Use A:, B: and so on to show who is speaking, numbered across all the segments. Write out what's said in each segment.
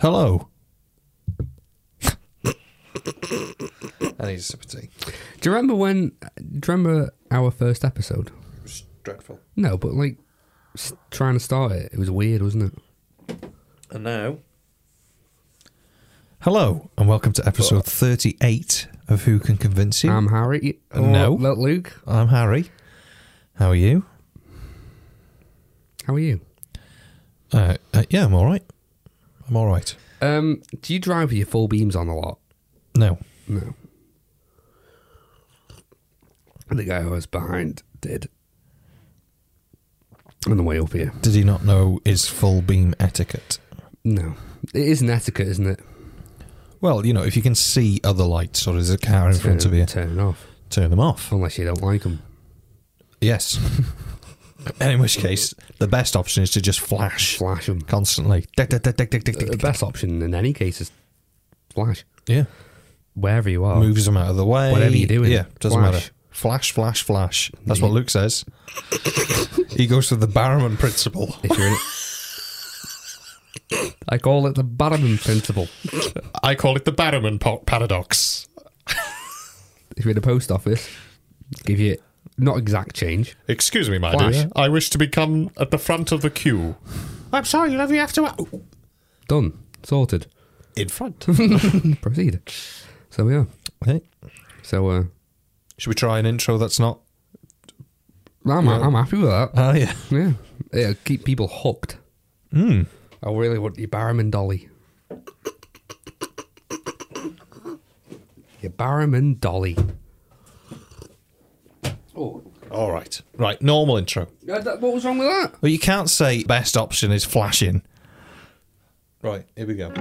A: Hello.
B: I need a sip of tea.
C: Do you remember when? Do you remember our first episode?
B: It was dreadful.
C: No, but like s- trying to start it, it was weird, wasn't it?
B: And now,
A: Hello, and welcome to episode 38 of Who Can Convince You.
C: I'm Harry.
A: Uh, no.
C: Look, Luke.
A: I'm Harry. How are you?
C: How are you?
A: Uh, uh, yeah, I'm all right. I'm all right.
C: Um, do you drive with your full beams on a lot?
A: No.
C: No. The guy who was behind did. On the way up here.
A: Did he not know his full beam etiquette?
C: No. It is an etiquette, isn't it?
A: Well, you know, if you can see other lights or there's a car in front of you,
C: Turn it off.
A: turn them off.
C: Unless you don't like them.
A: Yes. and in which case, the best option is to just flash
C: Flash them.
A: constantly. Tick, tick, tick, tick, tick, tick, tick,
C: The
A: tick.
C: best option in any case is flash.
A: Uh, Yeah.
C: Wherever you are.
A: moves them out of the way.
C: Whatever you're doing,
A: yeah, doesn't
C: flash.
A: matter. Flash, flash, flash. That's what Luke says. he goes to the Barrowman principle.
C: If you're in it. I call it the Barnum principle.
A: I call it the Barrowman po- paradox.
C: If you're in a post office, give you not exact change.
A: Excuse me, my
C: Flash. dear.
A: I wish to become at the front of the queue. I'm sorry, you have to. uh,
C: Done. Sorted.
A: In front.
C: Proceed. So we are.
A: Hey,
C: So uh,
A: Should we try an intro that's not?
C: I'm, I'm happy with that.
A: Oh, yeah.
C: Yeah. It'll keep people hooked. Mm. I really want your Barrowman Dolly. Your Barrowman Dolly. Oh.
A: All right. Right, normal intro.
C: What was wrong with that?
A: Well, you can't say best option is flashing. Right, here we go.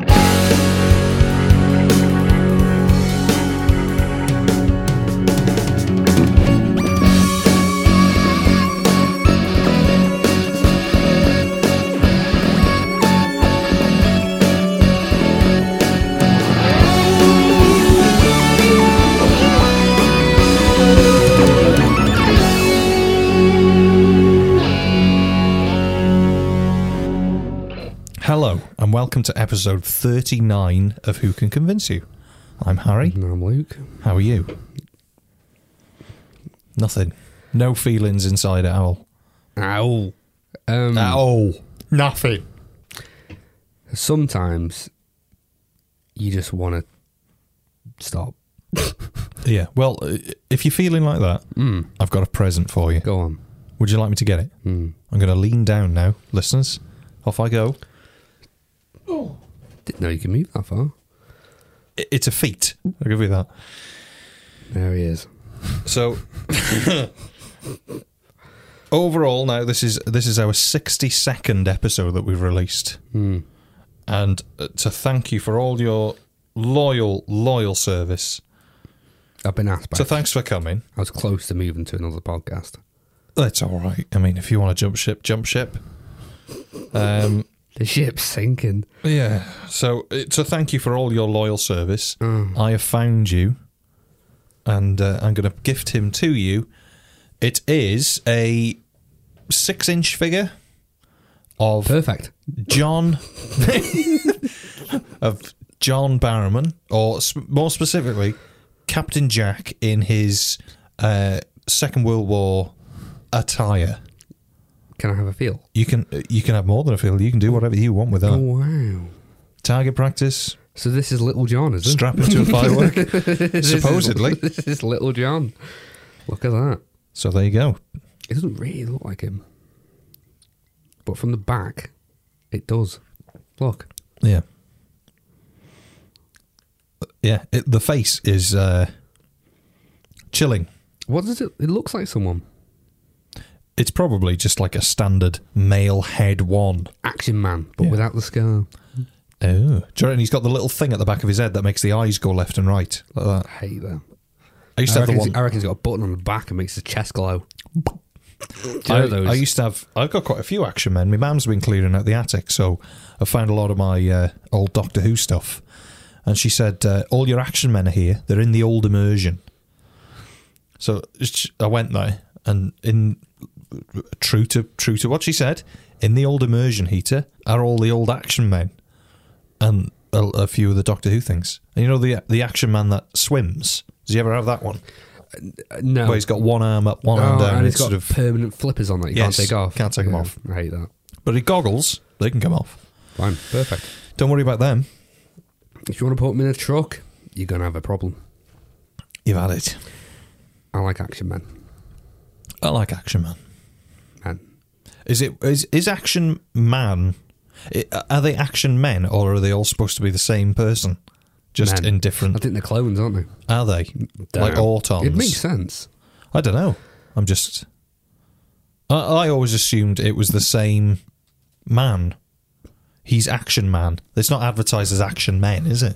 A: Hello, and welcome to episode 39 of Who Can Convince You. I'm Harry.
C: No, I'm Luke.
A: How are you? Nothing. No feelings inside at all. Mm.
C: Ow. Um,
A: all. Nothing.
C: Sometimes you just want to stop.
A: Yeah. Well, uh, if you're feeling like that, I've Mm. got Mm. a present for you.
C: Go on.
A: Would you like me to get it? I'm going to lean down now, listeners. Off I go.
C: Didn't know you could move that far.
A: I- It's a feat. I'll give you that.
C: There he is.
A: So overall, now this is this is our sixty second episode that we've released, and uh, to thank you for all your loyal loyal service.
C: I've been asked back.
A: So thanks for coming.
C: I was close to moving to another podcast.
A: That's all right. I mean, if you want to jump ship, jump ship. Um,
C: The ship's sinking.
A: yeah. So uh, to thank you for all your loyal service, I have found you, and uh, I'm going to gift him to you. It is a six-inch figure of
C: Perfect.
A: John of John Barrowman, or s- more specifically, Captain Jack in his uh, Second World War attire.
C: Can I have a feel?
A: You can uh, you can have more than a field. You can do whatever you want with that.
C: Oh, wow.
A: Target practice,
C: So this is Little John, is it?
A: strap it to a firework.
C: This is-
A: supposedly.
C: this is Little John. Look at that.
A: so there you go.
C: It doesn't really look like him. But from the back, it does. Look.
A: Yeah, yeah. It, the face is uh, chilling.
C: What does it? It looks like someone.
A: It's probably just like a standard male head one.
C: Action Man, but
A: Yeah.
C: without the scar.
A: Oh, do you reckon he's got the little thing at the back of his head that makes the eyes go left and right like that?
C: I hate them.
A: I used
C: I
A: to have the
C: reckon,
A: one.
C: I reckon he's got a button on the back and makes his chest glow. Do you
A: I,
C: know those?
A: I used to have. I've got quite a few action men. My mum's been clearing out the attic, so I found a lot of my uh, old Doctor Who stuff. And she said, uh, "All your action men are here. They're in the old immersion." So sh- I went there, and in true to true to what she said, in the old immersion heater are all the old action men. and a, a few of the Doctor Who things. And you know the the action man that swims. Does he ever have that one?
C: Uh, no.
A: Where he's got one arm up, one arm
C: oh,
A: down.
C: and
A: And
C: it's
A: it's
C: got
A: sort of,
C: permanent flippers on that you
A: Yes,
C: can't take off.
A: can't take 'em
C: Yeah,
A: off.
C: I hate that.
A: but he goggles. They can come off.
C: Fine, perfect.
A: Don't worry about them.
C: If you want to put them in a truck, you're gonna have a problem.
A: You've had it.
C: I like action men.
A: I like Action Man.
C: Man,
A: Is it is is Action Man? i are they action men, or are they all supposed to be the same person, just
C: Men.
A: in
C: I
A: different?
C: think they're clones, aren't they?
A: Are they like
C: Damn.
A: Autons?
C: It makes sense.
A: I don't know. I'm just. I, I always assumed it was the same man. He's Action Man. It's not advertised as Action Men, is it?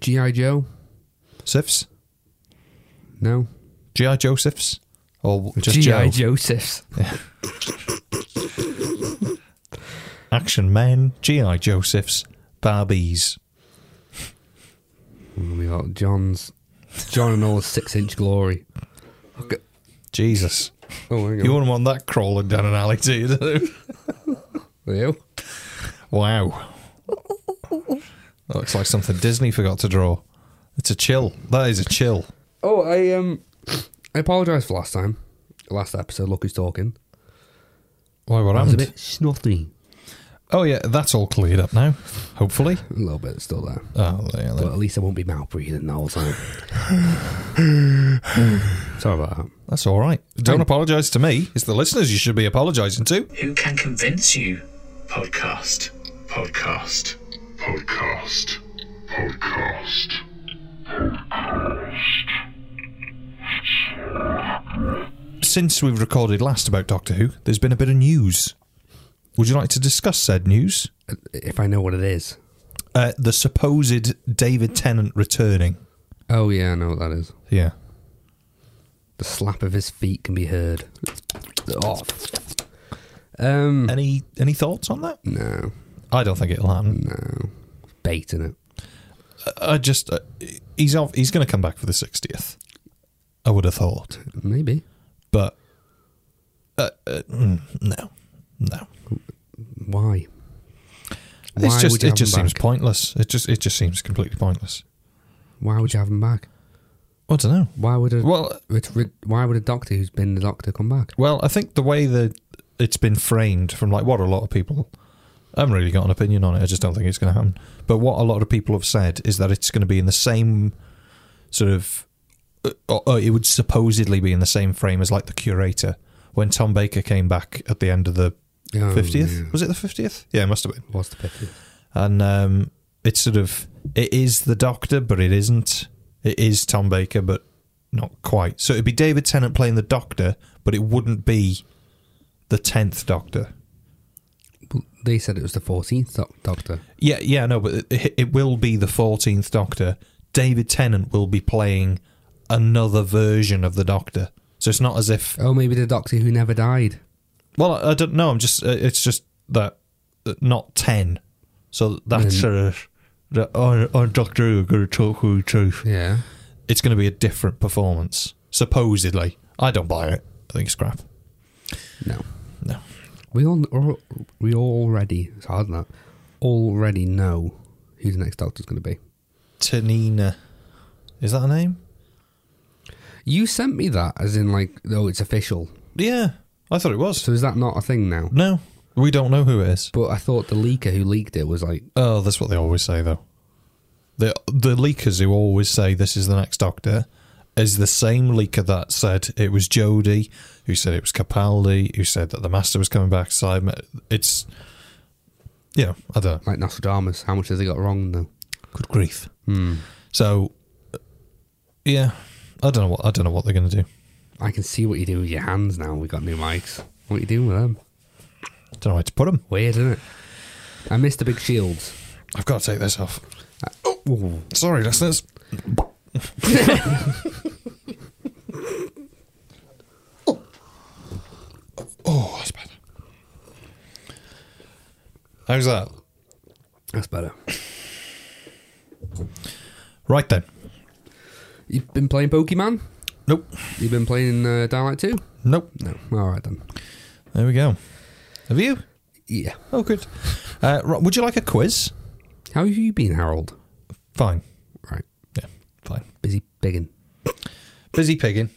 C: GI Joe?
A: Sifs?
C: No.
A: G.I. Josephs? Or just
C: GI
A: Joe?
C: Josephs.
A: Action Men, G.I. Josephs, Barbies.
C: We got John's John and all six inch glory. Okay.
A: Jesus.
C: Oh, hang on.
A: You wouldn't want that crawling down an alley, do you? do you?
C: Leo?
A: Wow. That looks like something Disney forgot to draw. It's a chill. That is a chill.
C: Oh, I um, I apologise for last time, last episode. Look who's talking.
A: Why, what
C: I was a
A: happened?
C: bit snotty.
A: Oh, yeah, that's all cleared up now, hopefully.
C: A little bit still there,
A: Oh, yeah,
C: but at least I won't be mouth breathing the whole time. Sorry about that.
A: that's all right. Don't apologise to me. It's the listeners you should be apologising to.
D: Who can convince you? Podcast. Podcast.
E: Podcast. Podcast.
A: Since we've recorded last about Doctor Who, there's been a bit of news. Would you like to discuss said news?
C: If I know what it is.
A: Uh, the supposed David Tennant returning.
C: Oh yeah, I know what that is.
A: Yeah.
C: The slap of his feet can be heard. Oh. Um.
A: Hmm. Any any thoughts on that?
C: No,
A: I don't think it'll happen.
C: no. Bait in it.
A: I I just uh, he's off, he's going to come back for the 60th. I would have thought,
C: Maybe.
A: but uh, uh, mm, no, no.
C: Why?
A: it's
C: Why
A: just
C: would you
A: it
C: have
A: just
C: him
A: seems
C: back?
A: pointless. It just it just seems completely pointless.
C: Why would you have him back?
A: I don't know.
C: Why would a
A: Well,
C: it's rid- why would a doctor who's been the doctor come back?
A: well, I think the way that it's been framed from like what a lot of people, I haven't really got an opinion on it. I just don't think it's going to happen. But what a lot of people have said is that it's going to be in the same sort of, uh, or, or it would supposedly be in the same frame as like the curator when Tom Baker came back at the end of the
C: Oh,
A: fiftieth.
C: yeah.
A: Was it the fiftieth? Yeah, it must have been.
C: What's the picture?
A: and um, it's sort of it is the Doctor, but it isn't. It is Tom Baker, but not quite. So it'd be David Tennant playing the Doctor, but it wouldn't be the tenth Doctor.
C: They said it was the fourteenth doc- doctor.
A: Yeah, yeah, no, but it, it will be the fourteenth Doctor. David Tennant will be playing another version of the Doctor. So it's not as if.
C: Oh, maybe the doctor who never died.
A: Well, I, I don't know. I'm just. uh, It's just that uh, not ten. So that's uh, the, our, our oh, Doctor Who are going to talk with truth.
C: Yeah.
A: it's going to be a different performance, supposedly. I don't buy it. I think it's crap.
C: No.
A: No.
C: We all al- we already it's hard that already know who the next doctor's going to be.
A: Tanina. Is that her name?
C: You sent me that as in like oh it's official.
A: Yeah. I thought it was.
C: So is that not a thing now?
A: No. We don't know who it is.
C: But I thought the leaker who leaked it was like
A: Oh, that's what they always say, though. The, the leakers who always say this is the next Doctor is the same leaker that said it was Jodie, who said it was Capaldi, who said that the Master was coming back. Simon. It's. You know, I don't know.
C: like Nostradamus. How much has he got wrong though?
A: Good grief. So, uh, yeah, I don't know what I don't know what they're going to do.
C: I can see what you do with your hands now. We got new mics. What are you doing with them?
A: Don't know where to put them.
C: Weird, isn't it? I missed the big shields.
A: I've got to take this off. Oh, sorry, listeners. oh, that's bad. How's that?
C: That's better.
A: Right then.
C: You've been playing Pokemon?
A: Nope.
C: You've been playing uh, Dark Light 2?
A: Nope.
C: No. All right then.
A: There we go. Have you?
C: Yeah.
A: Oh, good. Uh, right, would you like a quiz?
C: How have you been, Harold?
A: Fine.
C: Right.
A: Yeah, fine.
C: Busy bigging.
A: Busy pigging.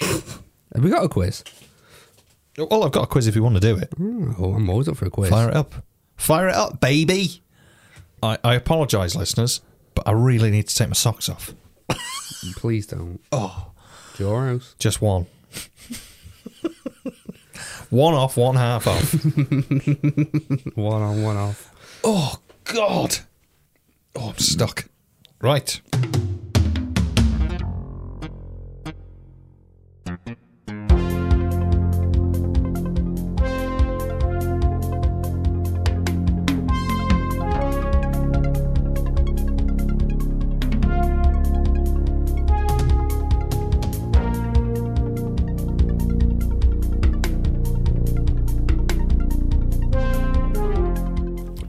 C: Have we got a quiz?
A: Well, I've got a quiz if you want to do it.
C: Oh, I'm always up for a quiz.
A: Fire it up. Fire it up, baby. I, I apologise, listeners, but I really need to take my socks off.
C: Please don't. Oh. Your house.
A: Just one. one off, one half off.
C: One on, one off.
A: oh, God. Oh, I'm stuck. Right.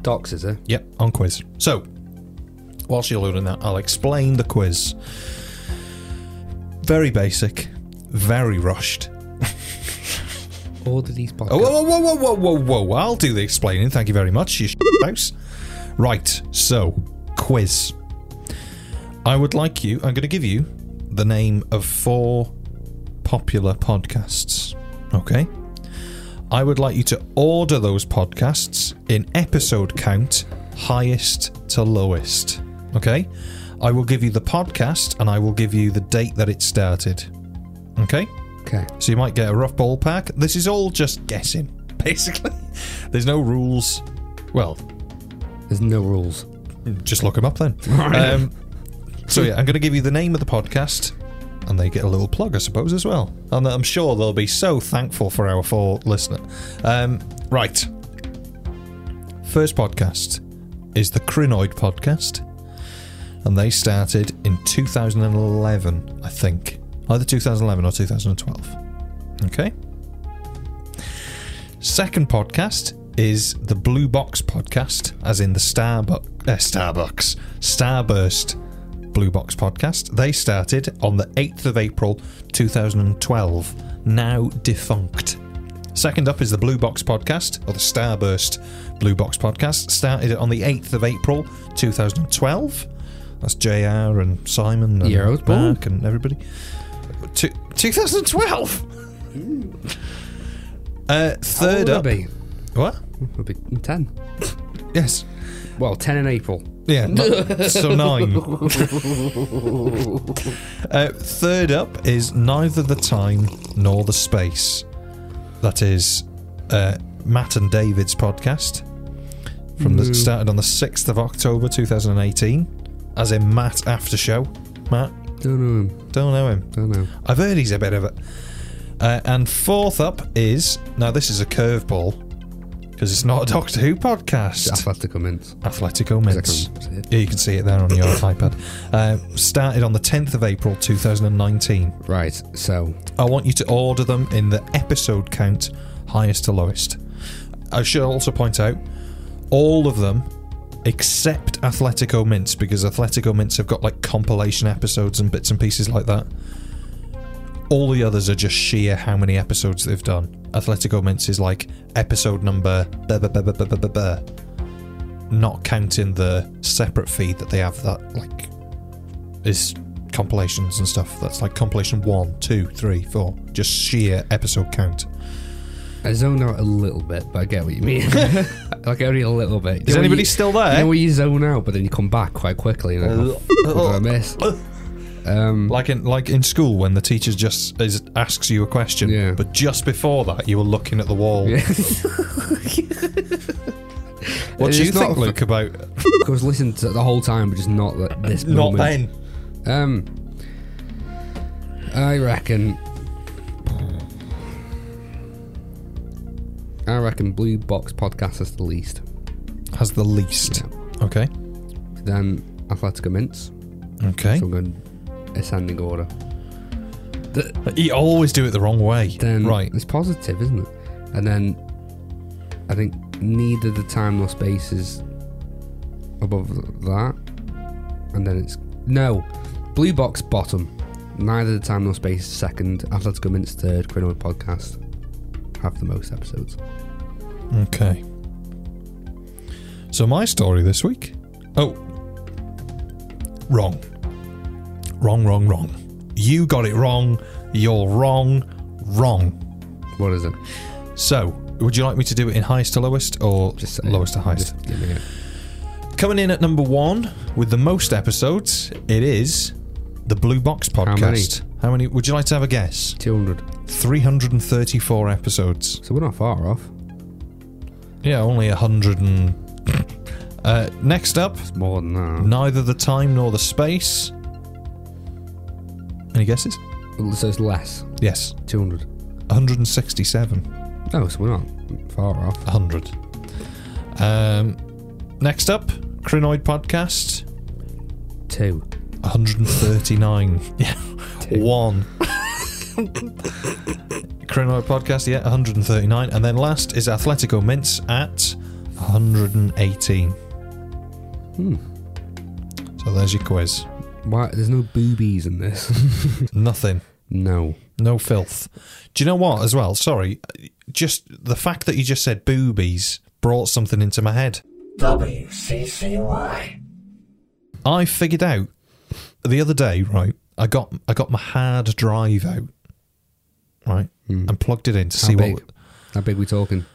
C: Docs, is it?
A: Yep, on quiz. So, whilst you're loading that, I'll explain the quiz. Very basic, very rushed.
C: All the these podcasts.
A: Oh, whoa, whoa, whoa, whoa, whoa, whoa, whoa. I'll do the explaining. Thank you very much, you house. Right, so, quiz. I would like you, I'm going to give you the name of four popular podcasts. Okay? I would like you to order those podcasts in episode count, highest to lowest. Okay? I will give you the podcast and I will give you the date that it started. Okay?
C: Okay.
A: So you might get a rough ballpark. This is all just guessing, basically. There's no rules. Well,
C: There's no rules.
A: just look them up then. um, so yeah, I'm going to give you the name of the podcast, and they get a little plug, I suppose, as well. And I'm sure they'll be so thankful for our four listener. Um, right. First podcast is the Crinoid podcast, and they started in 2011, I think, either 2011 or 2012. Okay. Second podcast is the Blue Box podcast, as in the Starbucks, uh, Starbucks, Starburst Blue Box podcast. They started on the 8th of April 2012, now defunct. Second up is the Blue Box podcast, or the Starburst Blue Box podcast, started on the 8th of April 2012. That's JR and Simon and
C: Year I was born.
A: Mark and everybody. Two- 2012! Uh, third
C: How
A: up.
C: old would I be?
A: What?
C: I'd be 10.
A: Yes.
C: Well, 10 in April.
A: Yeah. not- so nine. uh, third up is neither the time nor the space. That is uh, Matt and David's podcast from the started on the sixth of October two thousand and eighteen, as in Matt after show. Matt,
C: Don't know him.
A: don't know him.
C: Don't know.
A: I've heard he's a bit of a. Uh, and fourth up is now this is a curveball because it's not a Doctor Who podcast.
C: Athletic comments.
A: Atletico Mints.
C: Exactly. See it.
A: Yeah, you can see it there on your iPad. Uh, started on the 10th of April 2019.
C: Right, so
A: I want you to order them in the episode count, highest to lowest. I should also point out all of them except Atletico Mints because Atletico Mints have got like compilation episodes and bits and pieces like that. All the others are just sheer how many episodes they've done. Atletico Mints is like episode number blah, blah, blah, blah, blah, blah, blah, blah. not counting the separate feed that they have that like is compilations and stuff. That's like compilation one, two, three, four. Just sheer episode count.
C: I zoned out a little bit, but I get what you mean. like only a little bit. You
A: Is
C: know when
A: anybody
C: you-
A: still
C: You know
A: there?
C: when you zone out, but then you come back quite quickly. And then, oh, what did I miss? Um,
A: Like in like in school when the teacher just is, asks you a question,
C: Yeah.
A: but just before that you were looking at the wall.
C: Yeah.
A: What do
C: It's
A: you
C: not
A: think,
C: f-
A: Luke, about
C: I was listening to it the whole time, but just not that this
A: not
C: moment.
A: then?
C: Um, I reckon. I reckon Blue Box Podcast is the least.
A: Has the least. Okay.
C: Then Athletica Mints.
A: Okay.
C: So I'm going ascending order.
A: you always do it the wrong way.
C: Then
A: right.
C: it's positive, isn't it? And then I think neither the time nor space is above that. And then it's no blue box bottom. Neither the time nor space is second. Atletico Mints third. Crinoid podcast have the most episodes.
A: Okay. So my story this week. Oh, wrong, wrong, wrong, wrong. You got it wrong. You're wrong, wrong.
C: What is it?
A: So, would you like me to do it in highest to lowest or
C: Just say it.
A: lowest to highest?
C: Just give me it.
A: Coming in at number one with the most episodes, it is the Blue Box
C: many?
A: podcast. How many? Would you like to have a guess?
C: 200.
A: 334 episodes.
C: So we're not far off.
A: Yeah, only 100 and. Uh, next up,
C: It's more than that.
A: neither the time nor the space. Any guesses?
C: Mm. So it's less.
A: Yes,
C: 200.
A: 167.
C: No, so we're not far off.
A: 100. Um, next up, Crinoid podcast.
C: Two.
A: 139. Yeah.
C: Two.
A: One. Crinoid podcast, yeah, 139. And then last is Atletico Mints at 118. Hmm. So there's your quiz.
C: Why? There's no boobies in this.
A: Nothing.
C: no.
A: No filth. Do you know what, as well? Sorry. Just the fact that you just said boobies brought something into my head.
D: WCCY.
A: I figured out the other day, right? I got I got my hard drive out, right, and plugged it in to
C: Hmm. How
A: see
C: big?
A: what
C: How big we talking?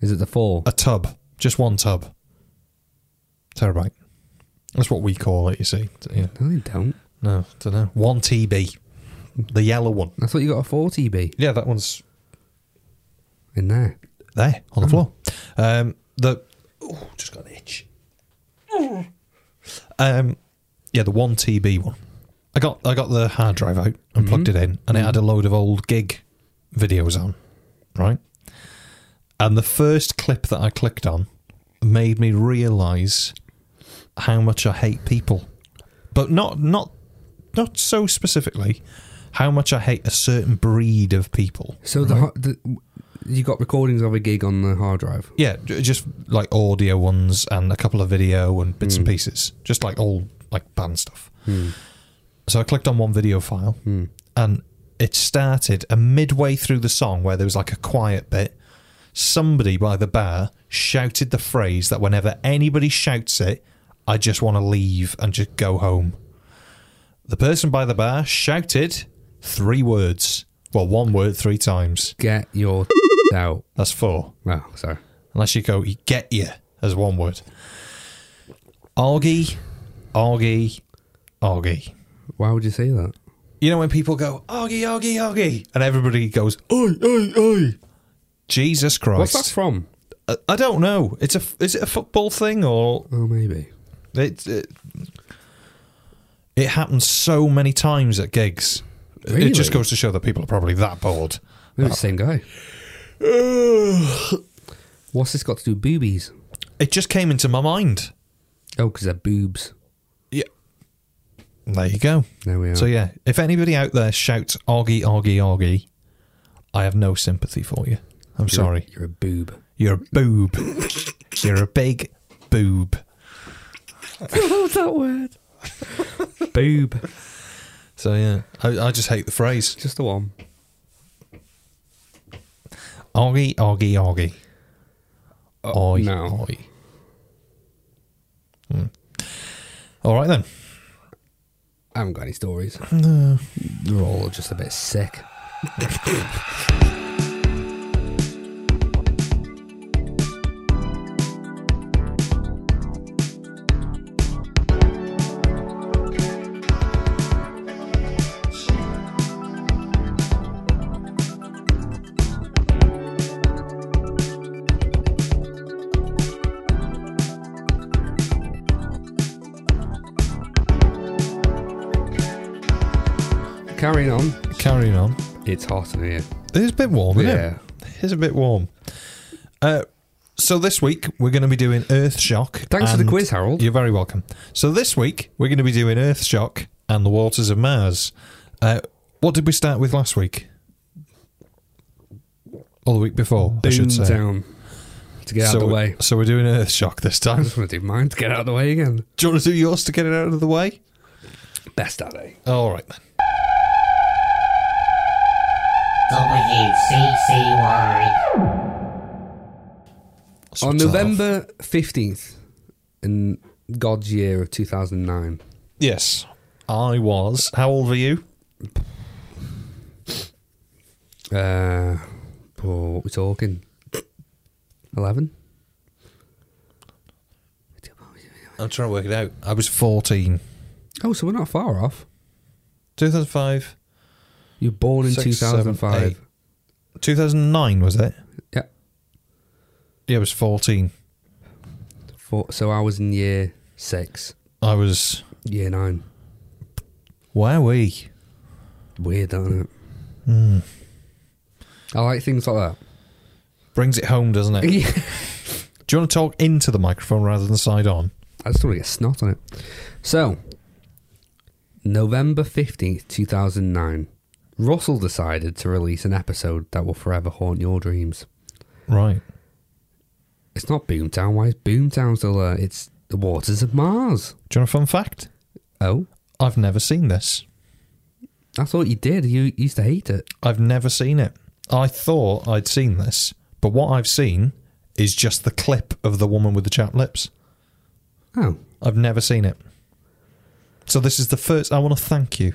C: Is it the four?
A: a tub, just one tub, terabyte. That's what we call it. You see, yeah.
C: no, they don't.
A: no, don't know. One TB, the yellow one.
C: I thought you got a 40 B
A: Yeah, that one's
C: in there.
A: there on the floor. Um, the oh, just got an itch. Um, yeah, the one TB one. I got I got the hard drive out and plugged it in, and it had a load of old gig videos on, right? And the first clip that I clicked on made me realise how much I hate people, but not not not so specifically how much I hate a certain breed of people.
C: So the, har- the you got recordings of a gig on the hard drive.
A: Yeah, j- just like audio ones and a couple of video and bits and pieces, just like all like band stuff. So I clicked on one video file and it started a midway through the song where there was like a quiet bit. Somebody by the bar shouted the phrase that whenever anybody shouts it, I just want to leave and just go home. The person by the bar shouted three words. Well, one word three times.
C: Get your out.
A: That's four
C: Oh, sorry.
A: unless you go "He get you as one word. Argy, argy, argy.
C: Why would you say that?
A: You know when people go argy, argy, argy, and everybody goes oi, oi, oi. Jesus
C: What's
A: Christ!
C: that from?
A: I, I don't know. It's a f- is it a football thing or
C: Oh, maybe.
A: it? It, it happens so many times at gigs.
C: Really?
A: It just goes to show that people are probably that bored.
C: Maybe it's the same guy. What's this got to do with boobies?
A: It just came into my mind.
C: Oh, because they're boobs.
A: Yeah. There you go.
C: There we are.
A: So yeah, if anybody out there shouts "Augie, Augie, Augie," I have no sympathy for you. I'm sorry.
C: You're a boob.
A: You're a boob. You're a big boob.
C: What's that word? boob.
A: So yeah, I, I just hate the phrase
C: Just the one.
A: "Augie, Augie, Augie." Oi,
C: no.
A: oi. Hmm. All right then.
C: I haven't got any stories. No. They're all just a bit sick. Carrying on.
A: Carrying on.
C: It's hot in here.
A: It's a bit warm, isn't
C: Yeah.
A: it? It's a bit warm. Uh, so this week we're going to be doing Earth Shock.
C: Thanks for the
A: and-
C: quiz, Harold.
A: You're very welcome. So this week we're going to be doing Earth Shock and the Waters of Mars. Uh, what did we start with last week? Or the week before, I
C: Boom
A: should say.
C: down. To get
A: so,
C: out of the
A: we-
C: way.
A: so we're doing Earth Shock this
C: I
A: time.
C: just want to do mine to get out of the way again.
A: Do you want to do yours to get it out of the way?
C: Best at it.
A: All right then.
F: WCCY.
A: sort
C: On
A: it off.
C: November 15th, in God's year of 2009,
A: Yes. I was. How old were you?
C: uh, oh, what we talking? 11?
A: I'm trying to work it out. I was 14.
C: Oh, so we're not far off.
A: 2005.
C: You were born in
A: Six, seven,
C: 2005.
A: eight. 2009, was it?
C: Yeah.
A: Yeah, I was 14.
C: Four, so I was in year six,
A: I was.
C: year nine.
A: Where we?
C: Weird, isn't it?
A: Hmm.
C: I like things like
A: Brings it home, doesn't
C: that.
A: it?
C: Yeah.
A: Do you want to talk into the microphone rather than side on?
C: I just want to get snot on it. So, November 15th, 2009, Russell decided to release an episode that will forever haunt your dreams.
A: Right.
C: It's not Boomtown. Why is Boomtown still there? It's The Waters of Mars.
A: Do you want a fun fact?
C: Oh,
A: I've never seen this.
C: I thought you did. You used to hate it.
A: I've never seen it. I thought I'd seen this, but what I've seen is just the clip of the woman with the chapped lips.
C: Oh,
A: I've never seen it. So this is the first. I want to thank you.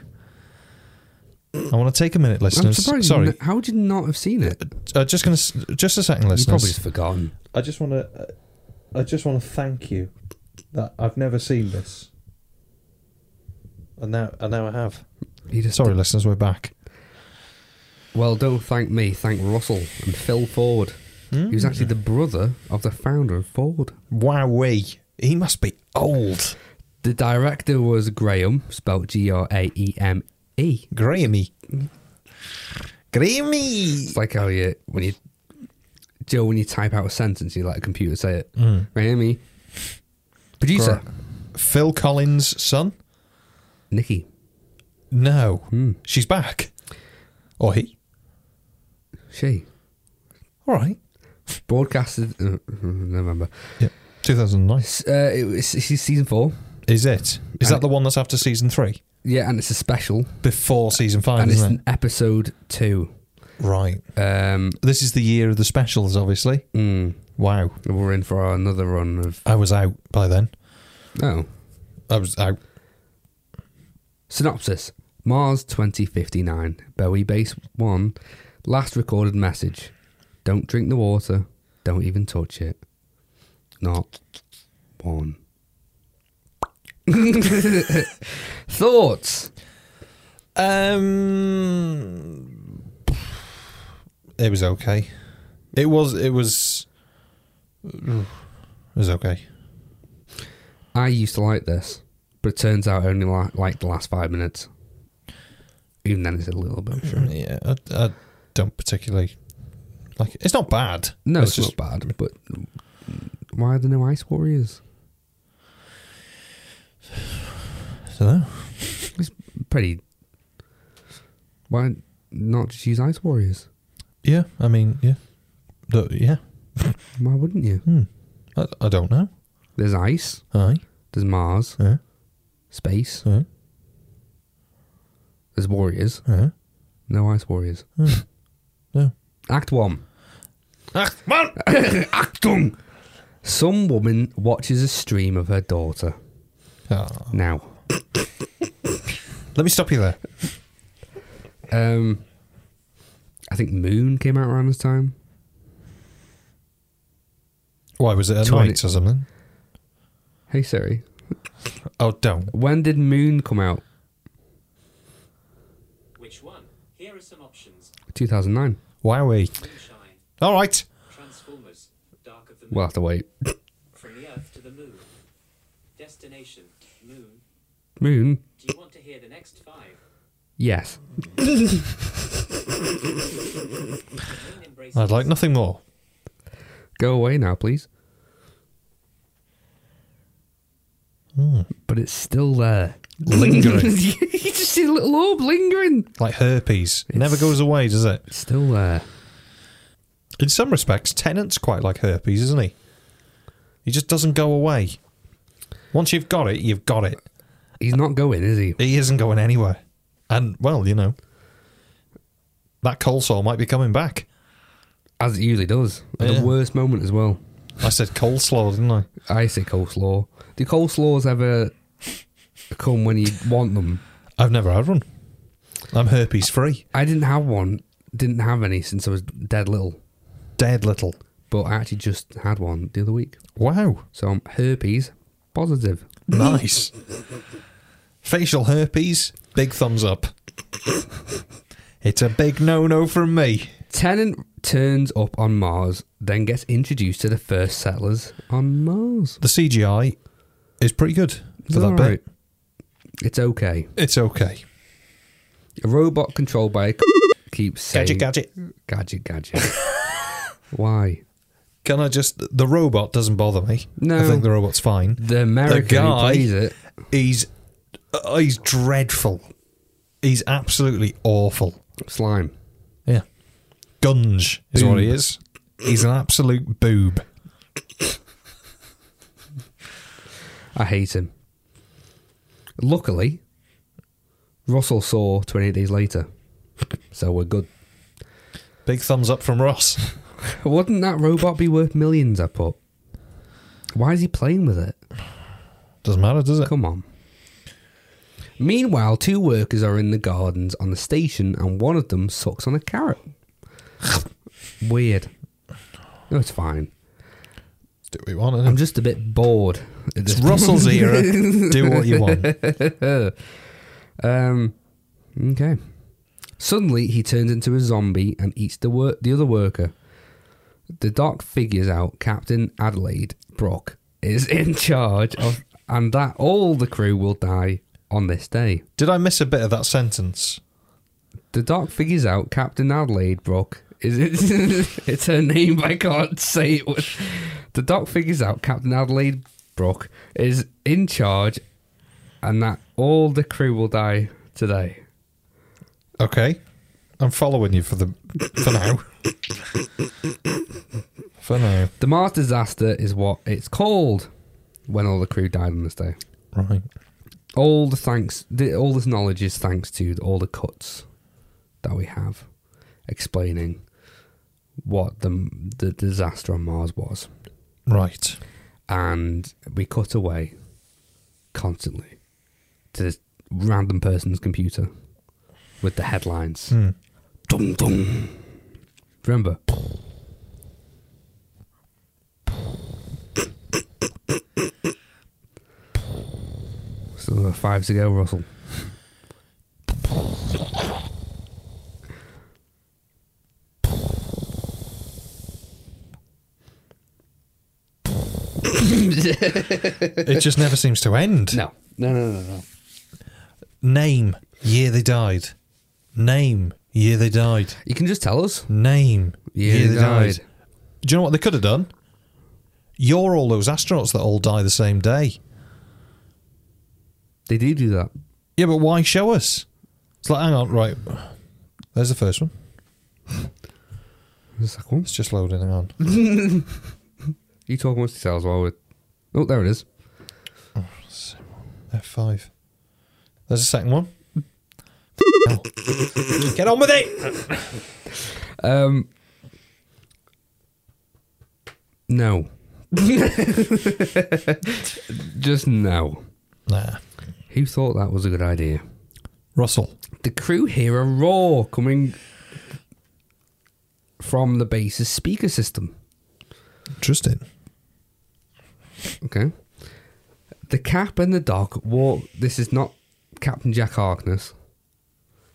A: I want to take a minute,
C: I'm
A: listeners.
C: surprised.
A: Sorry,
C: How would you not have seen it?
A: uh, just gonna s- just a second,
C: You probably
A: listeners.
C: just forgotten.
A: I just want to. I just want to thank you that I've never seen this,
B: And now, and now I have.
C: You just
A: Sorry, listeners, we're back.
C: Well, don't thank me. Thank Russell and Phil Ford.
A: Hmm?
C: He was actually the brother of the founder of Ford.
A: Wowee, he must be old,
C: The director was Graham, spelled G R A E M E.
A: Grahammy. Grahammy.
C: It's like how you when you Joe when you type out a sentence, you let a computer say it. Grahamy, producer
A: Phil Collins' son?
C: Nikki.
A: No,
C: Hmm.
A: she's back, or he?
C: She
A: All right.
C: broadcasted. Uh, remember,
A: Yep. 2009.
C: S- uh, it was it's season four.
A: Is it? Is
C: I-
A: that the one that's after season three?
C: Yeah, and it's a special,
A: Before season five,
C: and it's
A: Oh, isn't
C: an episode two.
A: it? Right.
C: Um,
A: This is the year of the specials, obviously.
C: mm,
A: Wow.
C: we're in for another run of
A: I was out by then.
C: oh
A: I was out.
C: Synopsis Mars 2059, Bowie Base 1, last recorded message. Don't drink the water, don't even touch it. Not one. Thoughts?
A: Um, it was okay. It was. It was. It was okay.
C: I used to like this, but it turns out I only li- like the last five minutes. Even then, it's a little bit. Sure.
A: Yeah, I, I don't particularly like. It. It's not bad.
C: No, it's,
A: just
C: not bad, but why are there no Ice Warriors?
A: I don't know.
C: It's pretty. Why not just use Ice Warriors?
A: Yeah, I mean, yeah, The- yeah.
C: Why wouldn't you?
A: Hmm. I, I don't know.
C: There's ice.
A: Aye.
C: There's Mars.
A: Yeah.
C: Space.
A: Yeah.
C: There's warriors.
A: Yeah. Hmm.
C: No ice warriors.
A: No.
C: Act one.
A: Ach, man!
C: Act one. Some woman watches a stream of her daughter.
A: Ah,
C: Now,
A: let me stop you there.
C: um, I think Moon came out around this time.
A: Why was it at
C: Twenty-
A: night or something?
C: Hey Siri,
A: Oh, don't.
C: when did Moon come out?
F: Which one? Here are some options.
C: 2009.
A: Wowee.
F: Moonshine,
A: All right.
F: Transformers, Dark of the Moon,
C: We'll have to wait.
F: From the Earth to the Moon. Destination, Moon.
C: Moon.
F: Do you want to hear the next five?
C: Yes.
F: Moon embraces
A: I'd like nothing more.
C: Go away now, please. But it's still there.
A: Hmm. Lingering.
C: you just see a little orb lingering.
A: like herpes. It never goes away, does it?
C: Still uh, there.
A: In some respects, Tennant's quite like herpes, isn't he? He just doesn't go away. Once you've got it, you've got it.
C: He's not going, is he?
A: He isn't going anywhere. And, well, you know, that coleslaw might be coming back.
C: As it usually does. At
A: Yeah.
C: the worst moment as well.
A: I said coleslaw, didn't I?
C: I say coleslaw. Do coleslaws ever come when you want them?
A: I've never had one. I'm herpes free.
C: I didn't have one. Didn't have any since I was dead little.
A: Dead little.
C: But I actually just had one the other week.
A: Wow.
C: So I'm herpes positive.
A: Nice. Facial herpes, big thumbs up. It's a big no no from me.
C: Tennant turns up on Mars, then gets introduced to the first settlers on Mars.
A: The CGI is pretty good for that
C: Alright.
A: bit.
C: It's okay.
A: It's okay.
C: A robot controlled by a c- keeps saying
A: Gadget, gadget.
C: gadget gadget. Why?
A: Can I just. The robot doesn't bother me.
C: No.
A: I think the robot's fine.
C: The American who
A: guy-
C: plays it.
A: He's. uh, he's dreadful. He's absolutely awful.
C: Slime.
A: Yeah. Gunge is what he
C: Boob.
A: is. He's an absolute boob.
C: I hate him. Luckily, Russell saw 28 days later. So we're good.
A: Big thumbs up from Ross.
C: Wouldn't that robot be worth millions, I put? Why is he playing with it?
A: Doesn't matter, does it?
C: Come on. Meanwhile, two workers are in the gardens on the station and one of them sucks on a carrot. Weird. No, it's fine.
A: Do we want it?
C: I'm just a bit bored. at
A: It's
C: this
A: Russell's era. Do what you want.
C: Um, okay. Suddenly, he turns into a zombie and eats the wor- the other worker. The doc figures out Captain Adelaide Brock is in charge of, and that all the crew will die on this day.
A: Did I miss a bit of that sentence?
C: The doc figures out Captain Adelaide Brock is it, it's her name. but I can't say it. Was, the doc figures out Captain Adelaide Brock is in charge, and that all the crew will die today.
A: Okay. I'm following you for the for now. for now.
C: The Mars disaster is what it's called when all the crew died on this day.
A: Right.
C: All the thanks, the, all this knowledge is thanks to all the cuts that we have explaining what the the disaster on Mars was,
A: Right.
C: and we cut away constantly to this random person's computer with the headlines. Dum dum. Remember, So there were five to go, Russell.
A: It just never seems to end.
C: No. No, no, no, no.
A: Name, year they died. Name, year they died.
C: You can just tell us.
A: Name,
C: Year they died.
A: Do you know what they could have done? You're all those astronauts that all die the same day.
C: They do do that.
A: Yeah, but why show us? It's like, hang on, right. There's the first one.
C: It's like, what?
A: It's just loading hang on.
C: You talk amongst yourselves while we're. Oh, there it is.
A: F5. There's a second one. Hell. Get on with it!
C: Um. No. just no.
A: Nah.
C: Who thought that was a good idea?
A: Russell.
C: The crew hear a roar coming from the base's speaker system.
A: Interesting.
C: Okay. The cap and the dog walk. This is not Captain Jack Harkness.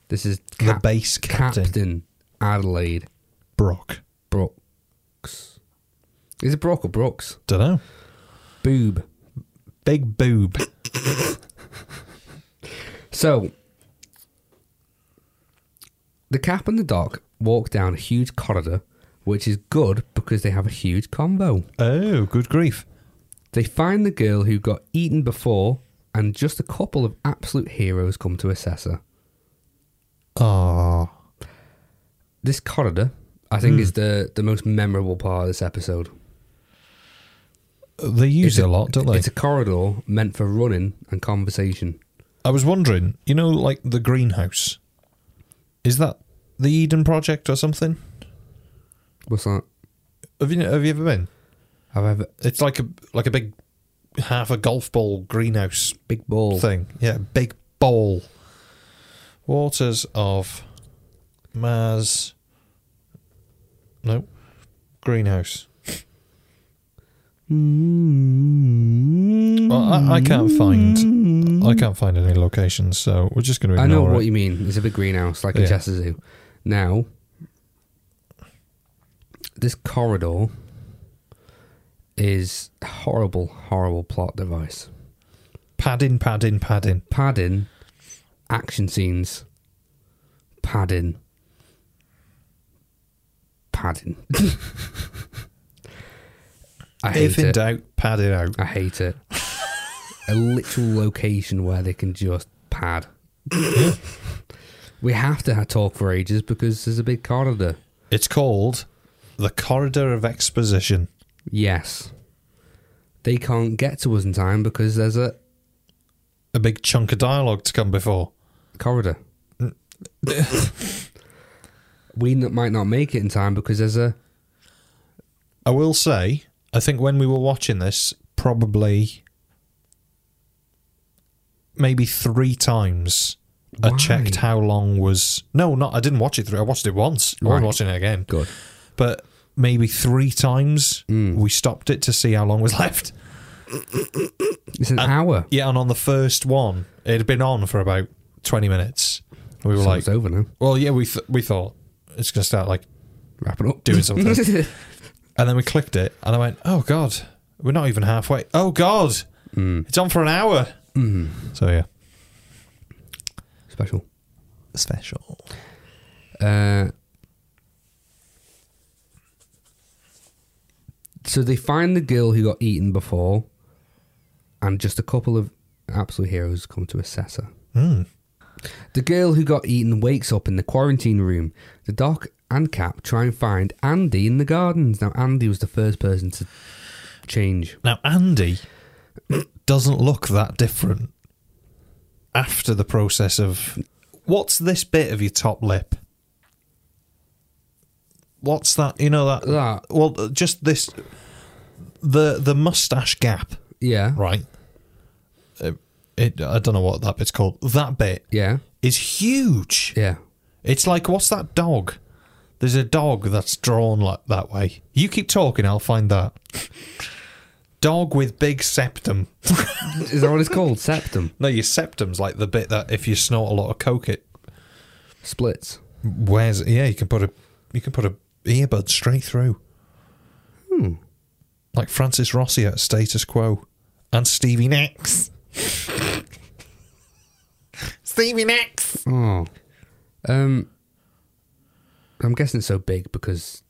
C: This is
A: The
C: Cap-
A: base captain.
C: Captain Adelaide
A: Brock.
C: Brooks. Is it Brock or Brooks?
A: Dunno.
C: Boob.
A: Big boob.
C: So, the cap and the doc walk down a huge corridor, which is good because they have a huge combo.
A: Oh, good grief.
C: They find the girl who got eaten before, and just a couple of absolute heroes come to assess her.
A: Ah.
C: This corridor, I
A: Hmm.
C: think, is the, the most memorable part of this episode.
A: They use
C: It's
A: it a lot, don't they?
C: It's a corridor meant for running and conversation.
A: I was wondering, you know, like the greenhouse. Is that the Eden Project or something?
C: What's that?
A: Have you have you ever been?
C: I've ever
A: It's like a like a big half a golf ball greenhouse
C: big ball.
A: thing. Yeah, big bowl. Waters of Mars. No, greenhouse. Well, I, I can't find. I can't find any locations, so we're just going to
C: I know
A: ignore
C: what
A: it.
C: you mean. It's a big greenhouse, like
A: Yeah.
C: a Chester Zoo. Now, this corridor is a horrible, horrible plot device.
A: Padding, padding, padding.
C: Padding, action scenes, padding, padding. I hate
A: If in
C: it.
A: doubt, pad it out.
C: I hate it. a literal location where they can just pad. we have to ha- talk for ages because there's a big corridor.
A: It's called the Corridor of Exposition.
C: Yes. They can't get to us in time because there's a
A: A big chunk of dialogue to come before.
C: corridor. we n- might not make it in time because there's a.
A: I will say, I think when we were watching this, probably maybe three times I
C: Why?
A: checked how long was. No, not. I didn't watch it through. I watched it once. I
C: Right.
A: wasn't watching it again.
C: Good.
A: But maybe three times
C: Mm.
A: we stopped it to see how long was left.
C: It's
A: Uh,
C: an hour.
A: Yeah, and on the first one, it had been on for about 20 minutes. We were
C: So
A: like,
C: it's over now.
A: well, yeah, we, th- we thought it's going to start like
C: Wrapping up.
A: Doing something. And then we clicked it, and I went, "Oh God, we're not even halfway." Oh God,
C: Hmm.
A: it's on for an hour. So yeah,
C: Special.
A: special.
C: Uh, so they find the girl who got eaten before, and just a couple of absolute heroes come to assess her. The girl who got eaten wakes up in the quarantine room. The doc and Cap try and find Andy in the gardens. Now, Andy was the first person to change.
A: Now Andy doesn't look that different after the process of what's this bit of your top lip? What's that? You know that?
C: That.
A: Well, just this the the mustache gap,
C: Yeah.
A: right? Uh, It, I don't know what that bit's called. That bit
C: Yeah.
A: is huge.
C: Yeah.
A: It's like what's that dog? There's a dog that's drawn like that way. You keep talking, I'll find that. Dog with big septum.
C: Is that what it's called? Septum.
A: No, your septum's like the bit that if you snort a lot of coke, it
C: Splits.
A: wears. Yeah, you can put a you can put a earbud straight through. Hmm. Like Francis Rossi at Status Quo, and Stevie Nicks. Stevie Nicks.
C: Oh. Um I'm guessing it's so big because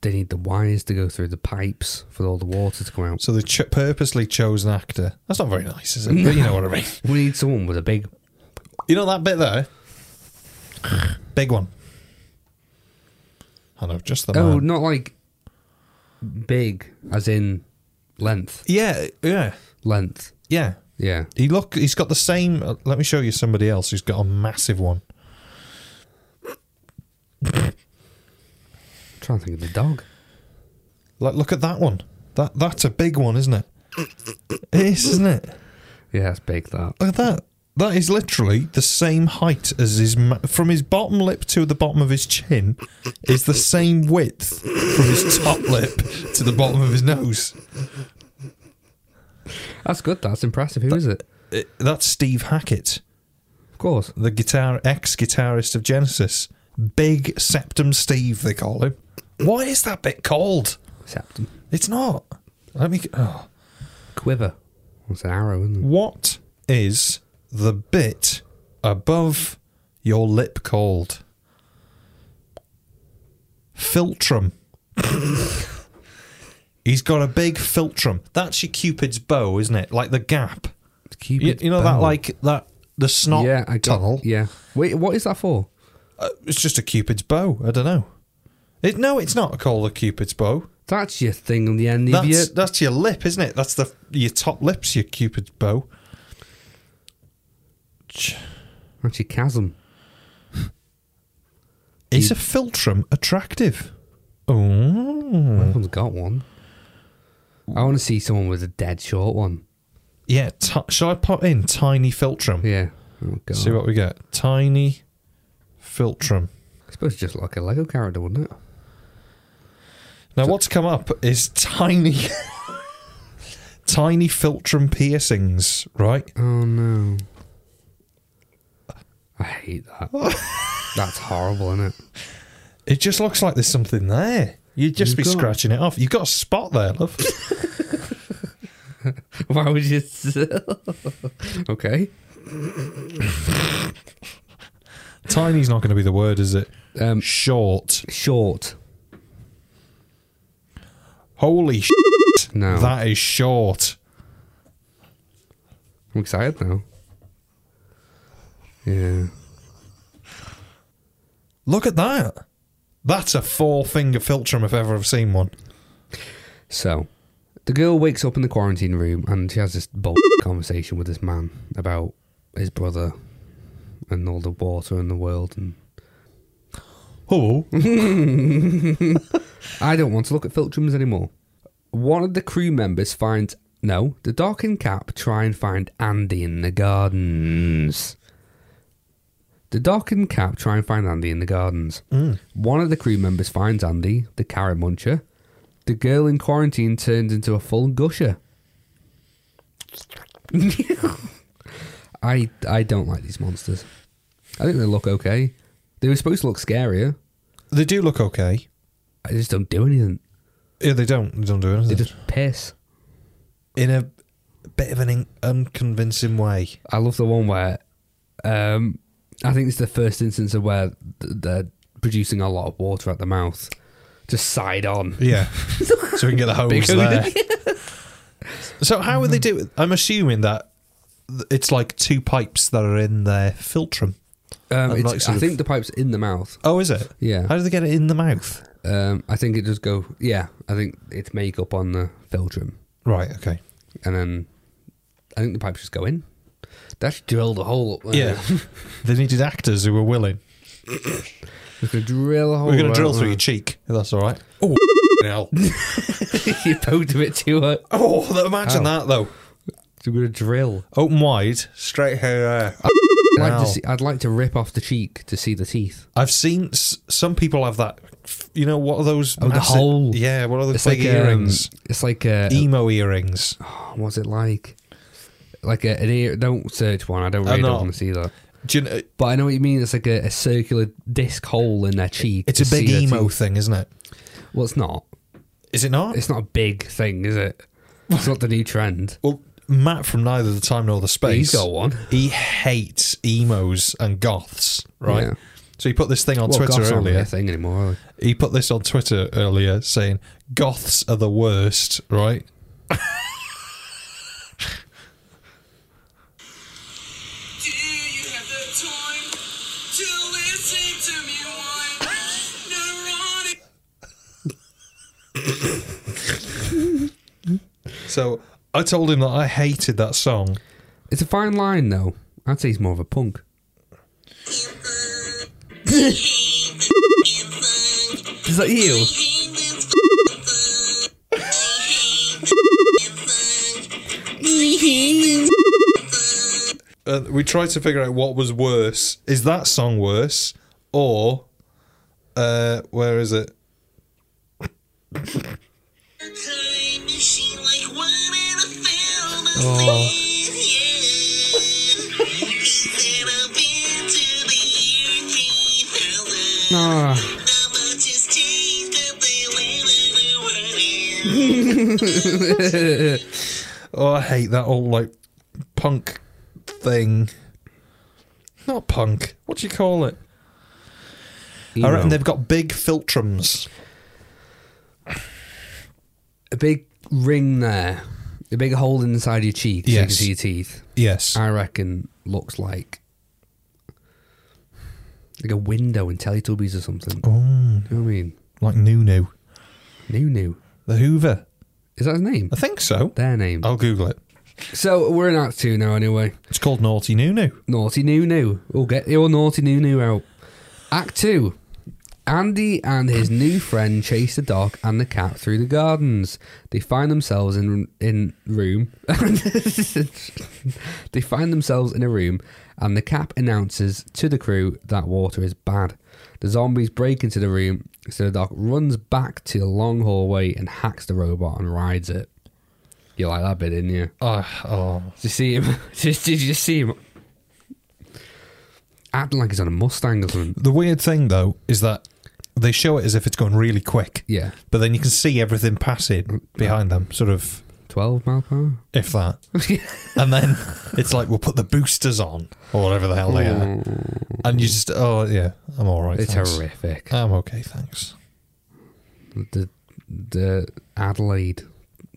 C: they need the wires to go through the pipes for all the water to come out.
A: So they ch- purposely chose an actor. That's not very nice, is it? But you know what I mean.
C: We need someone with a big
A: You know that bit there? Big one. I know, just the
C: Oh,
A: man.
C: not like big as in length.
A: Yeah, yeah,
C: Length.
A: yeah.
C: Yeah.
A: He look, he's got the same. uh, Let me show you somebody else who's got a massive one.
C: I'm trying to think of the dog.
A: Like, look at that one. That that's a big one, isn't it? It is, isn't it?
C: Yeah, that's big that.
A: Look at that. That is literally the same height as his ma- from his bottom lip to the bottom of his chin is the same width from his top lip to the bottom of his nose.
C: That's good, that's impressive. Who is it?
A: It- that's Steve Hackett.
C: Of course.
A: the guitar ex guitarist of Genesis, Big Septum Steve, they call him. What is that bit called?
C: Septum.
A: It's not. Let me. Oh.
C: Quiver. It's an arrow, isn't it?
A: What is the bit above your lip called? Filtrum. He's got a big filtrum. That's your Cupid's bow, isn't it? Like the gap. You,
C: Cupid's
A: you know
C: bow.
A: that, like that, the snot
C: yeah, I got-
A: tunnel.
C: Yeah. Wait, what is that for?
A: It's just a cupid's bow. I don't know. It, no, it's not called a cupid's bow.
C: That's your thing on the end of
A: That's
C: your
A: that's your lip, isn't it? That's the your top lips, your cupid's bow. Ch-
C: Actually, chasm.
A: Is a filtrum attractive? Oh,
C: Everyone's got one. I want to see someone with a dead short one.
A: Yeah, ti shall I put in tiny filtrum?
C: Yeah. Oh god.
A: See what we get. Tiny filtrum.
C: I suppose it's just like a Lego character, wouldn't it?
A: Now, what's come up is tiny, tiny filtrum piercings, right?
C: Oh no. I hate that. That's horrible, isn't it?
A: It just looks like there's something there. You'd just
C: You've
A: be
C: got-
A: scratching it off. You've got a spot there, love.
C: Why would you? okay.
A: Tiny's not going to be the word, is it?
C: Um,
A: Short.
C: short.
A: Holy shit,
C: No.
A: that is short.
C: I'm excited now. Yeah.
A: Look at that. That's a four finger filtrum if ever I've seen one.
C: So, the girl wakes up in the quarantine room and she has this bull conversation with this man about his brother and all the water in the world. And
A: Oh,
C: I don't want to look at filtrums anymore. One of the crew members finds no, the Doc and Cap try and find Andy in the gardens. The Doc and Cap try and find Andy in the gardens. One of the crew members finds Andy, the carrot muncher. The girl in quarantine turns into a full gusher. I I don't like these monsters. I think they look okay. They were supposed to look scarier.
A: they do look okay.
C: I just don't do anything.
A: Yeah, they don't. They don't do
C: They
A: anything.
C: just piss.
A: in a bit of an in- unconvincing way.
C: I love the one where um, I think it's the first instance of where th- they're producing a lot of water at the mouth, just side on.
A: Yeah. so we can get the hose
C: Big hose.
A: there. so how would they do it? I'm assuming that th- it's like two pipes that are in their filtrum.
C: Um,
A: I'd
C: it's-
A: like sort
C: I
A: of-
C: think the pipe's in the mouth.
A: Oh, is it?
C: Yeah.
A: How do they get it in the mouth?
C: Um, I think it does go. Yeah, I think it's makeup on the filtrum,
A: Right. Okay.
C: and then I think the pipes just go in. That's drilled a hole up there.
A: Yeah. they needed actors who were willing.
C: Just gonna drill a hole.
A: we're going
C: right
A: to drill
C: there.
A: through your cheek. If that's all right. Oh, hell.
C: you poked a bit too hard.
A: Oh, imagine
C: Ow.
A: that though.
C: We're gonna drill.
A: Open wide, straight hair.
C: I'd like,
A: Ow.
C: to see, I'd like to rip off the cheek to see the teeth.
A: I've seen s- some people have that. f- You know what are those?
C: Oh, the
A: massive-
C: hole.
A: Yeah, what are those
C: It's
A: big
C: like um,
A: earrings?
C: it's like uh, a,
A: Emo earrings.
C: What's it like? Like a, an ear. Don't search one. I don't
A: I'm
C: really
A: not.
C: want to see that.
A: Do you uh, know,
C: But I know what you mean. It's like a, a circular disc hole in their cheek.
A: it's
C: to
A: a big
C: see their
A: emo
C: teeth.
A: thing, isn't it?
C: Well, it's not.
A: Is it not?
C: It's not a big thing, is it? It's not the new trend.
A: well, Matt from neither the time nor the space.
C: He's got one.
A: He hates emos and goths, right?
C: Yeah.
A: So he put this thing on
C: Well,
A: Twitter
C: goths aren't really
A: earlier.
C: a thing anymore. are they?
A: He put this on Twitter earlier saying goths are the worst, right?
G: Do you have the time to listen to me whine? Neurotic
A: So I told him that I hated that song.
C: It's a fine line, though. I'd say he's more of a punk.
G: infant,
C: Is that you?
A: Uh, we tried to figure out what was worse. Is that song worse, or uh, where is it?
G: time machine like one in a film. Yeah. Instead of into the year 3000.
C: Ah,
G: Not much has changed, but they live in the world now.
A: Oh, I hate that old like punk thing. Not punk. What do you call it? I reckon
C: emo.
A: they've got big filtrums.
C: a big ring there, a big hole inside your cheek. So you can
A: Yes.
C: see your teeth.
A: Yes.
C: I reckon looks like like a window in Teletubbies or something. Do you know what I mean?
A: like Nunu.
C: New New.
A: The Hoover.
C: Is that his name?
A: I think so.
C: Their name.
A: I'll Google it.
C: So we're in Act 2 now anyway.
A: It's called Naughty Nunu.
C: Naughty New New. We'll get your Naughty New New out. Act 2. Andy and his new friend chase the dog and the cat through the gardens. They find themselves in in room. they find themselves in a room, and the cap announces to the crew that water is bad. The zombies break into the room, so the dog runs back to the long hallway and hacks the robot and rides it. You like that bit, didn't you?
A: Ah, oh,
C: Did you see him? Did did you see him? Acting like he's on a Mustang or something.
A: The weird thing though is that they show it as if it's going really quick,
C: Yeah,
A: but then you can see everything passing behind them, sort of
C: twelve mile per hour.
A: if that. and then it's like we'll put the boosters on or whatever the hell they are, and you just oh yeah, I'm all right.
C: It's
A: thanks.
C: horrific.
A: I'm okay, thanks.
C: the the Adelaide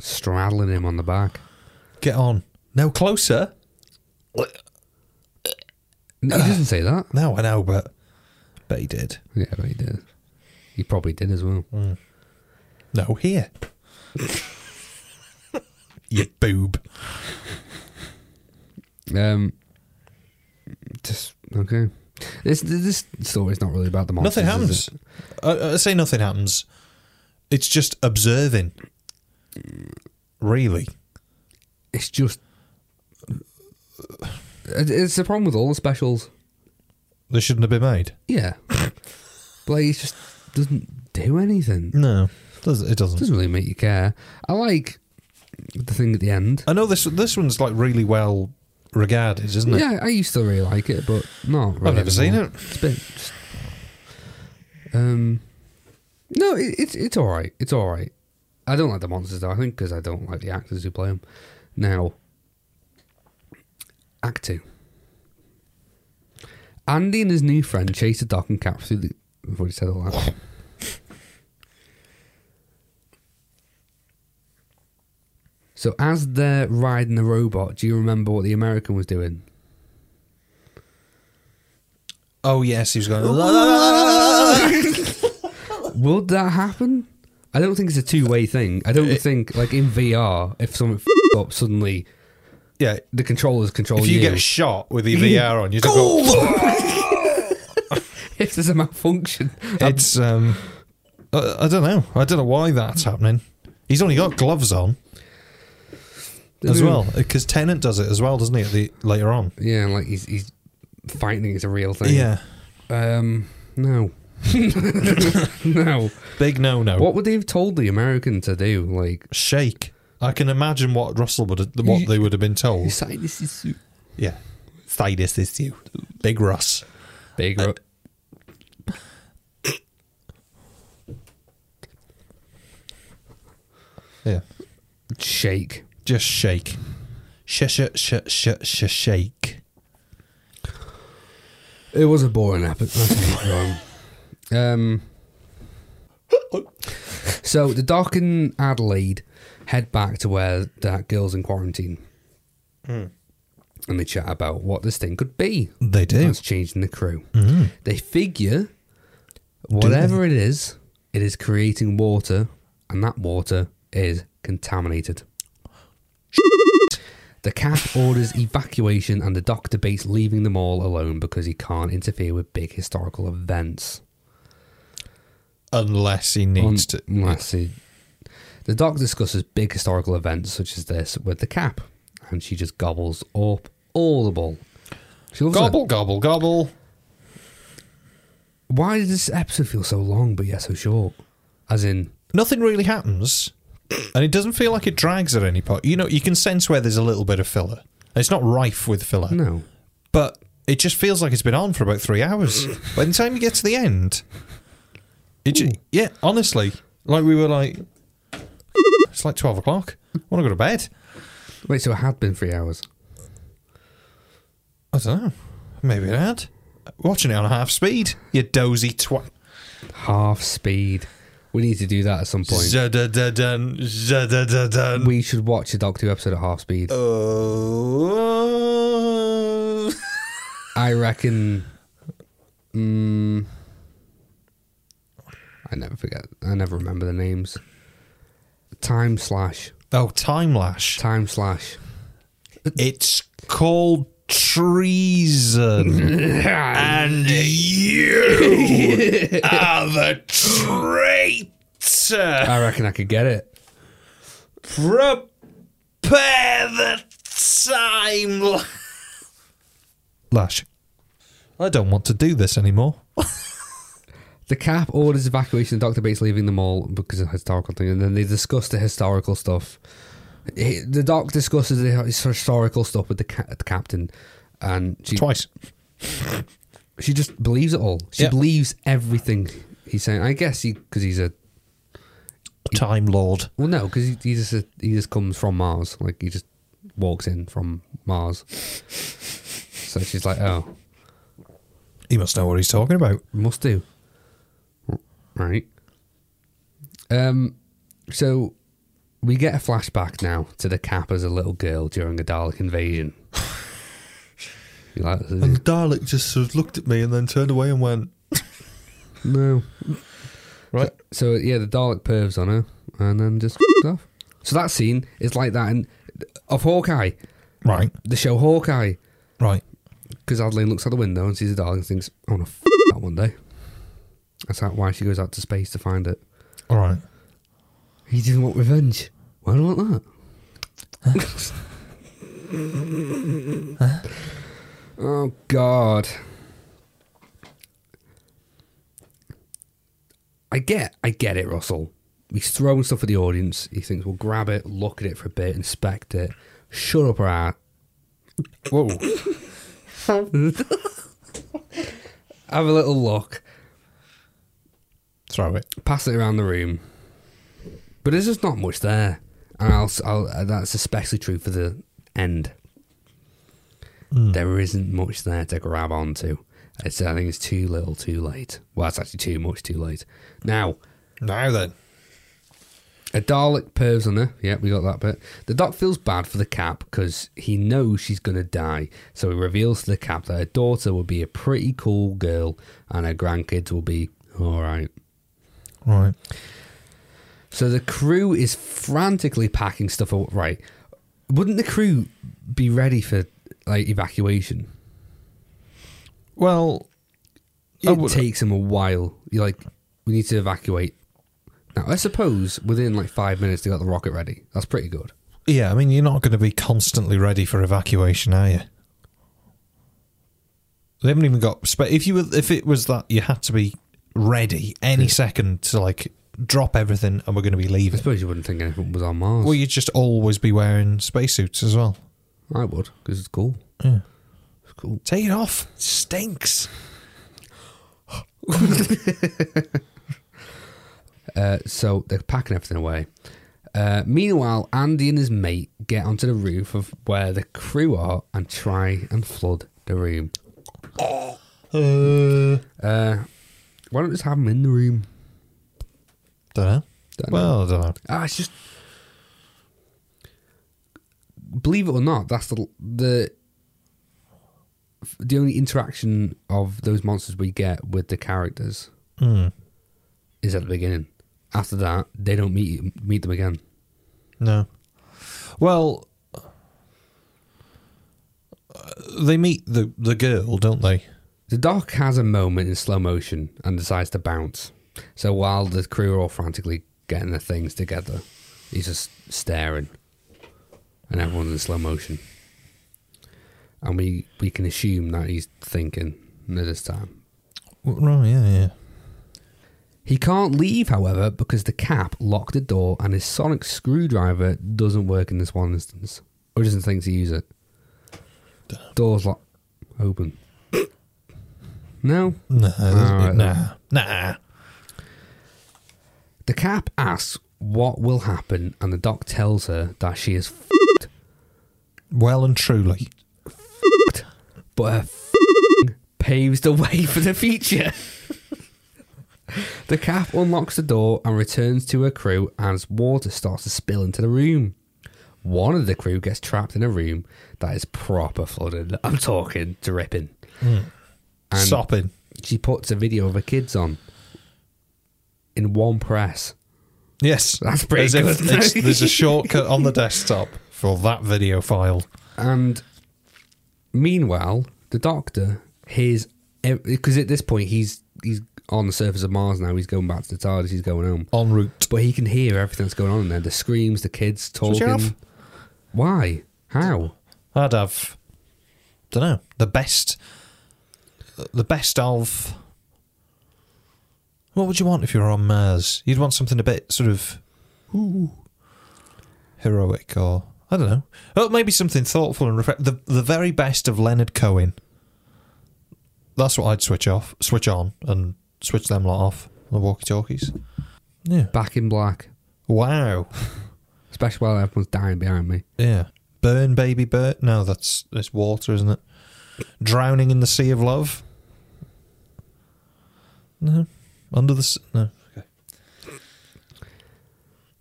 C: straddling him on the back.
A: Get on. No closer.
C: No, he doesn't say that.
A: No, I know, but but he did.
C: Yeah, but he did. He probably did as well.
A: No, here. you boob.
C: Um, just okay. This this story's not really about the monsters.
A: nothing
C: is
A: happens.
C: it?
A: I, I say nothing happens. It's just observing. Really.
C: It's just it- it's the problem with all the specials.
A: They shouldn't have been made.
C: Yeah, but like, it just doesn't do anything.
A: No, does- it doesn't.
C: Doesn't really make you care. I like the thing at the end.
A: I know this. This one's like really well regarded, isn't it?
C: Yeah, I used to really like it, but not. Really
A: I've never seen
C: anymore.
A: it.
C: It's been. just- um, no, it, it's it's all right. It's all right. I don't like the monsters though. I think because I don't like the actors who play them. Now, Act Two. Andy and his new friend chase a dog and cat through the. I've already said all that. So as they're riding the robot, do you remember what the American was doing?
A: Oh yes, he was going.
C: Would that happen? I don't think it's a two way thing. I don't think like in VR, if something f- up suddenly,
A: yeah.
C: the controllers control
A: If Oh, you
C: you.
A: get shot with your VR on, you just go.
C: if there's a malfunction,
A: It's um. I, I don't know. I don't know why that's happening. He's only got gloves on as well because Tennant does it as well, doesn't he? At the later on.
C: Yeah, like he's he's fighting is a real thing.
A: Yeah.
C: Um. No. no.
A: Big no no.
C: What would they have told the American to do? Like,
A: shake. I can imagine what Russell would have, what they would have been told.
C: this is so
A: Yeah, Thaddeus is you, Big Russ.
C: big. ru-
A: Yeah,
C: shake.
A: just shake, sh sh sh sh sh shake.
C: It was a boring episode. um, so the Doc and Adelaide head back to where that girl's in quarantine, and they chat about what this thing could be
A: They do.
C: that's changing the crew. They figure whatever it Mm-hmm. is, it is creating water, and that water is contaminated. The cat orders evacuation, and the doc debates leaving them all alone because he can't interfere with big historical events.
A: Unless he needs to.
C: Unless he- The doc discusses big historical events such as this with the cap, and she just gobbles up all the ball. She loves it.
A: Gobble gobble gobble.
C: Why did this episode feel so long but yet so short? As in,
A: Nothing really happens, and it doesn't feel like it drags at any point. You know, you can sense where there's a little bit of filler. It's not rife with filler,
C: no.
A: but it just feels like it's been on for about three hours. By the time you get to the end, it ju- yeah, honestly, like we were like, it's like twelve o'clock. I want to go to bed.
C: Wait, so it had been three hours.
A: I don't know. Maybe it had. Watching it on half speed, you dozy twat.
C: Half speed. We need to do that at some point.
A: Za-da-da-dun, za-da-da-dun.
C: we should watch a Doctor Who episode at half speed.
A: Uh. Oh.
C: I reckon. Mm, I never forget. I never remember the names. Time slash.
A: Oh, time lash.
C: Time slash.
A: It's called. treason. and you are the traitor.
C: I reckon I could get it.
A: Prepare the time. la- Lash, I don't want to do this anymore.
C: The cap orders evacuation. The doctor Bates leaving the mall because of the historical thing, and then they discuss the historical stuff. He- The doc discusses the his historical stuff with the, ca- the captain, and she
A: Twice.
C: she just believes it all. She
A: Yeah.
C: believes everything he's saying. I guess he because he's a
A: Time Lord.
C: well, no, because he, he just he just comes from Mars. Like he just walks in from Mars. so she's like, oh,
A: He must know what he's talking about.
C: Must do. Right. Um. So we get a flashback now to the Cap as a little girl during a Dalek invasion. you like this?
B: And the Dalek just sort of looked at me and then turned away and went,
C: No.
B: right?
C: So yeah, the Dalek pervs on her and then just off. So that scene is like that in of Hawkeye,
A: Right,
C: the show Hawkeye,
A: right.
C: because Adeline looks out the window and sees a Dalek and thinks, "I want to f- that one day." That's how, why she goes out to space to find it.
A: All right.
C: He didn't want revenge. Why do I want that? oh God. I get I get it, Russell. He's throwing stuff at the audience. He thinks we'll grab it, look at it for a bit, inspect it, shut up our ass. Whoa. Have a little look
A: Throw it.
C: pass it around the room. But there's just not much there, and I'll, I'll, uh, that's especially true for the end. There isn't much there to grab onto. It's, I think it's too little, too late. Well, it's actually too much, too late. Now,
A: Now then.
C: a Dalek pervs on her. Yeah, we got that bit. The doc feels bad for the cap because he knows she's going to die. So he reveals to the cap that her daughter will be a pretty cool girl and her grandkids will be all right.
A: Right.
C: So the crew is frantically packing stuff up. Right. Wouldn't the crew be ready for like evacuation?
A: Well, I
C: It
A: would-
C: takes them a while. You're like, we need to evacuate. Now, I suppose within like five minutes they got the rocket ready. That's pretty good.
A: yeah, I mean, you're not going to be constantly ready for evacuation, are you? They haven't even got. Spe- if you were, if it was that you had to be ready any second to like drop everything and we're going to be
C: I
A: leaving,
C: suppose you wouldn't think anyone was on Mars.
A: well, you'd just always be wearing spacesuits as well.
C: I would, because it's cool.
A: Yeah.
C: It's cool.
A: Take it off. Stinks.
C: Uh, so they're packing everything away. Uh, meanwhile, Andy and his mate get onto the roof of where the crew are and try and flood the room. Uh, why don't just have them in the room?
A: Don't know.
C: Dunno.
A: Well, I don't know.
C: Ah, it's just believe it or not, that's the the the only interaction of those monsters we get with the characters is at the beginning. After that, they don't meet meet them again.
A: No. Well, uh, they meet the the girl, don't they?
C: The doc has a moment in slow motion and decides to bounce. So while the crew are all frantically getting their things together, he's just staring. And everyone's in slow motion. And we, we can assume that he's thinking at this time.
A: W- Right. Yeah. Yeah.
C: He can't leave, however, because the cap locked the door and his sonic screwdriver doesn't work in this one instance. Or he doesn't think to use it. Door's locked. Open. No,
A: Nah,
C: Alright,
A: nah, nah.
C: The cap asks what will happen, and the doc tells her that she is f***ed,
A: Well and truly.
C: but her f***ing paves the way for the future. the cap unlocks the door and returns to her crew as water starts to spill into the room. One of the crew gets trapped in a room that is proper flooded. I'm talking dripping. And-
A: Sopping.
C: She puts a video of her kids on in one press.
A: Yes,
C: That's pretty
A: As if
C: good.
A: it's- there's a shortcut on the desktop for that video file.
C: and Meanwhile, the doctor hears because at this point he's he's on the surface of Mars now. He's going back to the TARDIS. He's going home,
A: En route.
C: but he can hear everything that's going on in there: the screams, the kids
A: Switch it off.
C: talking. Why? How?
A: I'd have, don't know, the best, the best of. What would you want if you were on Mars? You'd want something a bit sort of, ooh, heroic or I don't know. Oh, maybe something thoughtful and reflect. The the very best of Leonard Cohen. That's what I'd switch off, switch on, and switch them lot off. The walkie talkies. Yeah.
C: Back in black,
A: Wow.
C: especially while everyone's dying behind me.
A: Yeah. Burn, baby, burn. No, that's it's water, isn't it? Drowning in the sea of love. No, under the s- no.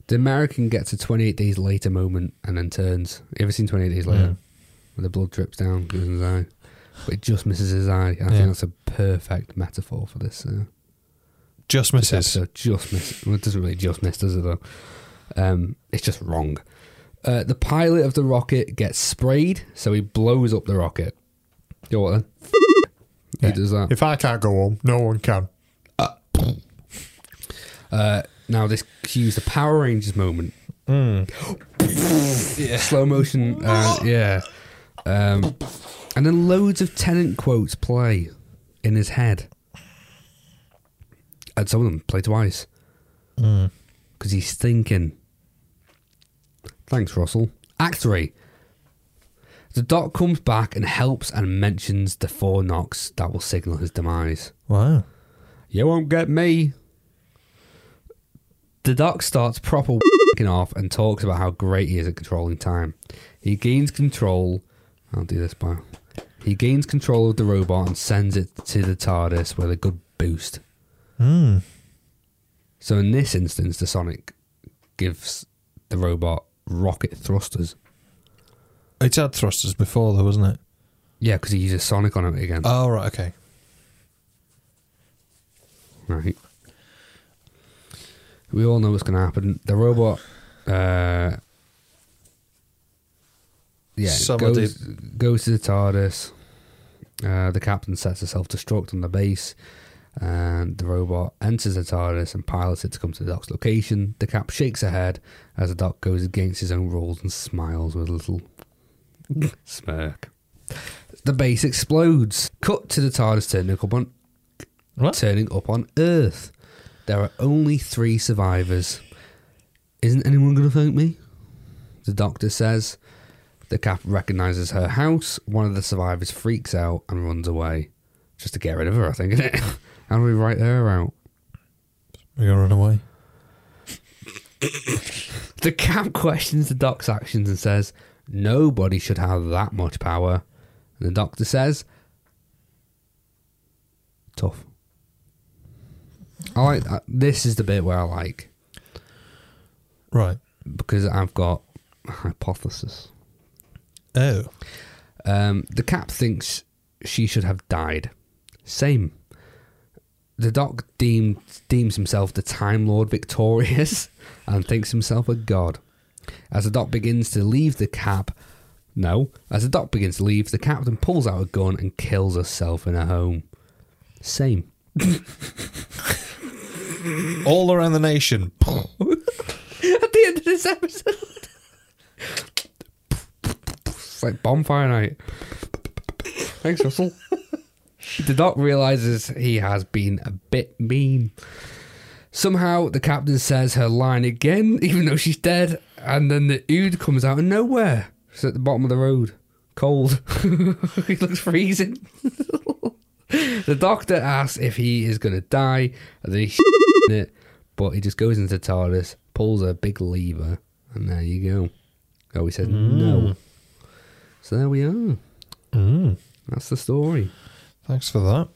C: The American gets a 28 days later moment and then turns. You ever seen 28 days later?
A: Yeah.
C: Where the blood drips down, goes in his eye. But it just misses his eye. I
A: Yeah.
C: think that's a perfect metaphor for this. Uh,
A: Just
C: this
A: misses.
C: episode just miss. Well, it doesn't really just miss, does it though? Um, it's just wrong. Uh, the pilot of the rocket gets sprayed, so he blows up the rocket. You know what? Then? He does that.
A: I can't go home, no one can.
C: Uh, now this cues the Power Rangers moment. Slow motion. Uh, yeah. Um, and then loads of tenant quotes play in his head. And some of them play twice. Because he's thinking. Thanks, Russell. Act 3. The doc comes back and helps and mentions the four knocks that will signal his demise.
A: Wow.
C: You won't get me. The doc starts proper w***ing off and talks about how great he is at controlling time. He gains control. I'll do this by. He gains control of the robot and sends it to the TARDIS with a good boost. So in this instance, the Sonic gives the robot rocket thrusters.
A: It's had thrusters before though, wasn't it?
C: Yeah, because he uses Sonic on it again.
A: Oh right, okay.
C: Right. We all know what's going to happen. The robot. Uh, yeah,
A: Somebody-
C: goes, goes to the TARDIS. Uh, the captain sets herself destruct on the base, and the robot enters the TARDIS and pilots it to come to the doc's location. The cap shakes her head as the doc goes against his own rules and smiles with a little smirk. The base explodes. Cut to the TARDIS turning up on
A: What?
C: turning up on Earth. There are only three survivors. Isn't anyone going to thank me? The doctor says. The cap recognizes her house. One of the survivors freaks out and runs away. Just to get rid of her, I think, isn't it? How do we write her out?
A: We're gonna run away.
C: The cap questions the doc's actions and says, Nobody should have that much power. And the doctor says, Tough. I like that. This is the bit where I like.
A: Right.
C: because I've got a hypothesis.
A: Oh.
C: Um, the cap thinks she should have died. Same. The doc deemed, deems himself the Time Lord victorious and thinks himself a god. As the doc begins to leave the cap, no, as the doc begins to leave, the captain pulls out a gun and kills herself in her home. Same.
A: All around the nation.
C: At the end of this episode, it's like bonfire night. Thanks, Russell. the doc realizes he has been a bit mean. Somehow, the captain says her line again, even though she's dead, and then the ood comes out of nowhere. It's at the bottom of the road, cold. he looks freezing. the doctor asks if he is going to die, and then he's it, but he just goes into TARDIS, pulls a big lever, and there you go. Oh, he said no. So there we are.
A: Mm.
C: That's the story.
A: Thanks for that.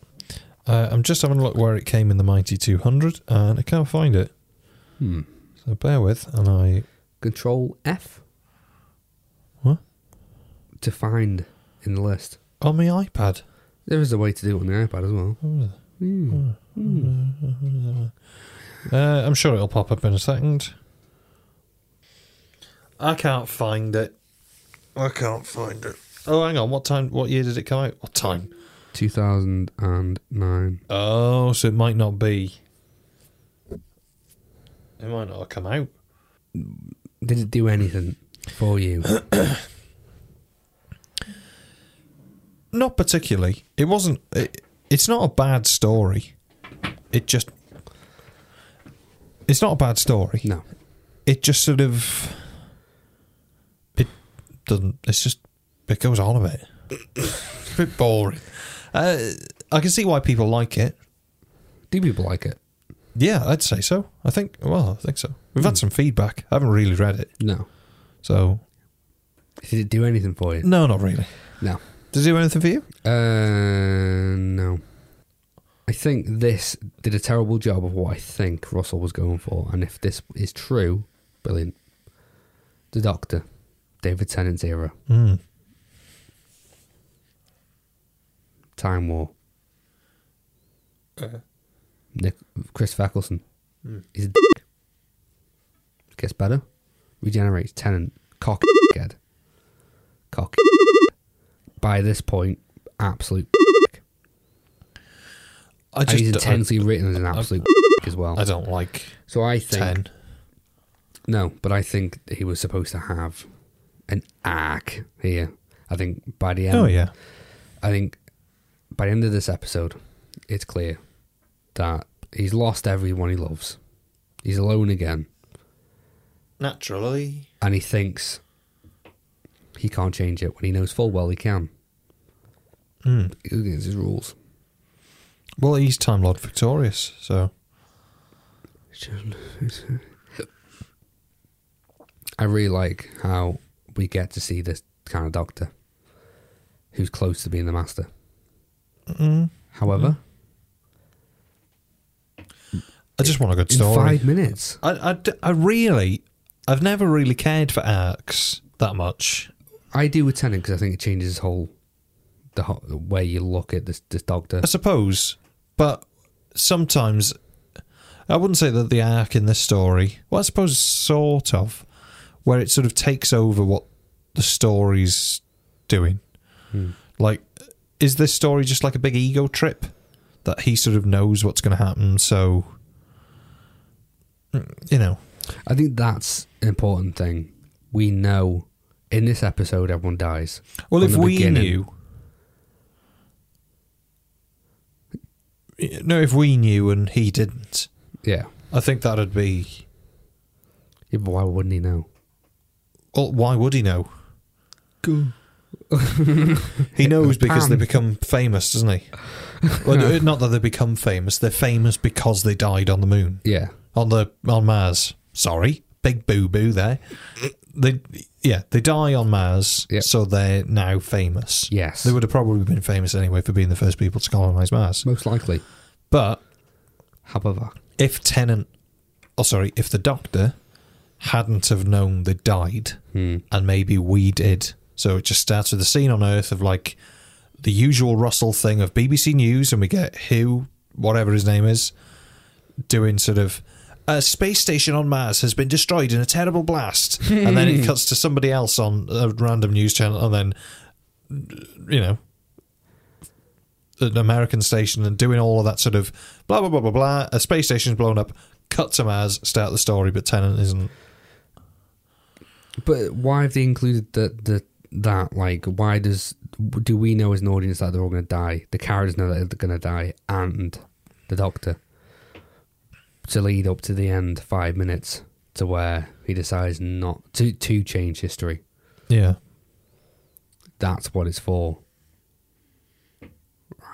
A: Uh, I'm just having a look where it came in the Mighty 200, and I can't find it.
C: Hmm.
A: So bear with, and I
C: Control F.
A: What?
C: To find in the list.
A: on my iPad.
C: There is a way to do it on the iPad as well.
A: Uh, I'm sure it'll pop up in a second. I can't find it. I can't find it. Oh, hang on. What time? What year did it come out? What time?
C: 2009.
A: Oh, so it might not be. It might not have come out.
C: Did it do anything for you?
A: Not particularly. It wasn't. It, it's not a bad story. It just. It's not a bad story.
C: no.
A: It just sort of. It doesn't. It's just. It goes on a bit. it's a bit boring. Uh, I can see why people like it.
C: Do people like it?
A: Yeah, I'd say so. I think. Well, I think so. We've had some feedback. I haven't really read it,
C: No.
A: so
C: Did it do anything for you?
A: no, not really.
C: No.
A: Does it do anything for you?
C: Uh, no. I think this did a terrible job of what I think Russell was going for, and if this is true, brilliant. The Doctor, David Tennant's era,
A: Mm.
C: Time War. Nick, Chris Fackleson. He's a dick. Gets better. Regenerates Tennant. Cock head. Cock. By this point, absolute.
A: I
C: and
A: just
C: he's
A: d- uh,
C: intensely written as an absolute as well.
A: I, I don't like
C: So I think
A: ten.
C: no, but I think he was supposed to have an arc here. I think by the end,
A: oh yeah,
C: I think by the end of this episode, it's clear that he's lost everyone he loves. He's alone again,
A: naturally.
C: and he thinks he can't change it when he knows full well he can.
A: Hmm.
C: It's against his rules.
A: Well, he's Time Lord victorious, so
C: I really like how we get to see this kind of doctor who's close to being the master.
A: Mm-hmm.
C: However,
A: I just want a good
C: in
A: story.
C: five minutes,
A: I, I d- I really, I've never really cared for arcs that much.
C: I do with Tennant because I think it changes his whole the, ho- the way you look at this this doctor.
A: I suppose, but sometimes I wouldn't say that the arc in this story. Well, I suppose sort of, where it sort of takes over what the story's doing. Like, is this story just like a big ego trip that he sort of knows what's going to happen? So, mm, you know,
C: I think that's an important thing. We know in this episode everyone dies.
A: Well,
C: from
A: if
C: the
A: we
C: beginning.
A: knew. No, if we knew and he didn't,
C: yeah,
A: I think that'd be.
C: yeah but why wouldn't he know?
A: Well, why would he know? he knows because they
C: Pam.
A: become famous, doesn't he? Well, not that they become famous; they're famous because they died on the moon,
C: Yeah,
A: on the on Mars. Sorry, big boo boo there. They yeah, they die on Mars,
C: Yep.
A: so they're now famous.
C: Yes.
A: they would have probably been famous anyway for being the first people to colonize Mars.
C: most likely.
A: But
C: However,
A: if Tennant, oh sorry, if the Doctor hadn't have known they died, and maybe we did, so it just starts with a scene on Earth of like the usual Russell thing of BBC News, and we get Hugh, whatever his name is, doing sort of. A space station on Mars has been destroyed in a terrible blast, and then it cuts to somebody else on a random news channel, and then you know, an American station and doing all of that sort of blah blah blah blah blah. A space station's blown up. Cut to Mars. Start the story, but Tennant isn't.
C: But why have they included the, the that? Like, why does do we know as an audience that they're all going to die? The characters know that they're going to die, and the Doctor to lead up to the end, five minutes to where he decides not to to change history.
A: Yeah.
C: That's what it's for,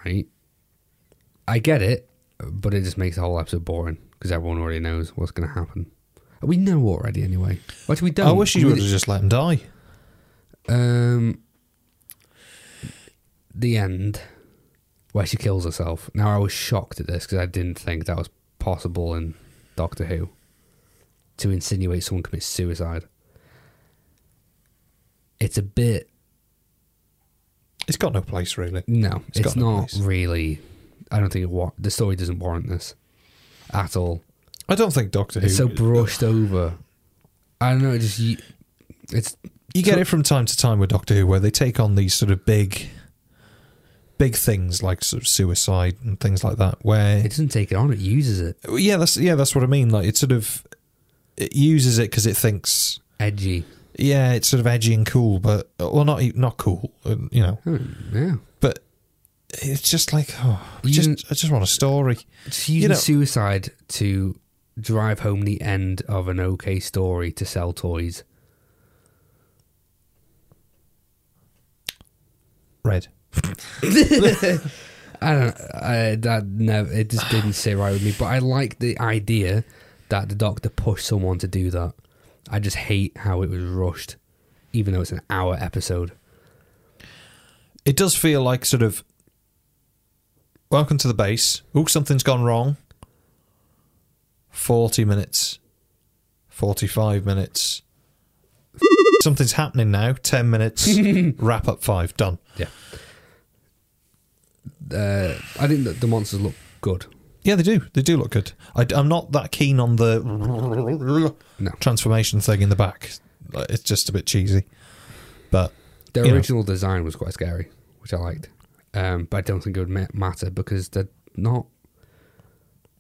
C: right? I get it, but it just makes the whole episode boring because everyone already knows what's going to happen. We know already anyway. What do we don't?
A: I wish you
C: We-
A: would have just let him die.
C: Um, the end where she kills herself. Now I was shocked at this because I didn't think that was possible in Doctor Who to insinuate someone commits suicide. It's a bit
A: It's got no place really.
C: no,
A: It's
C: it's,
A: got no
C: not
A: place.
C: really. I don't think it wa- the story doesn't warrant this at all.
A: I don't think Doctor Who.
C: It's so brushed over. I don't know. It just you- it's
A: you get it from time to time with Doctor Who, where they take on these sort of big, big things like sort of suicide and things like that. Where
C: It doesn't take it on; it uses it.
A: Well, yeah, that's yeah, that's what I mean. Like it sort of it uses it because it thinks
C: Edgy.
A: yeah, it's sort of edgy and cool, but well, not e- not cool, um, you know.
C: Oh, yeah.
A: But it's just like oh, I
C: You
A: just
C: didn't-
A: I just want a story.
C: It's using
A: know-
C: suicide to drive home the end of an okay story to sell toys.
A: Red.
C: I don't. I, that never. It just didn't sit right with me. But I like the idea that the doctor pushed someone to do that. I just hate how it was rushed, even though it's an hour episode.
A: It does feel like sort of welcome to the base. Oh, something's gone wrong. Forty minutes, forty-five minutes. Something's happening now. Ten minutes. wrap up. Five. Done.
C: Yeah. Uh, I think that the monsters look good.
A: Yeah, they do. They do look good. I, am not that keen on the
C: No.
A: transformation thing in the back. Like, It's just a bit cheesy. But
C: Their
A: You know.
C: original design was quite scary, which I liked. Um, but I don't think it would ma- matter because they're not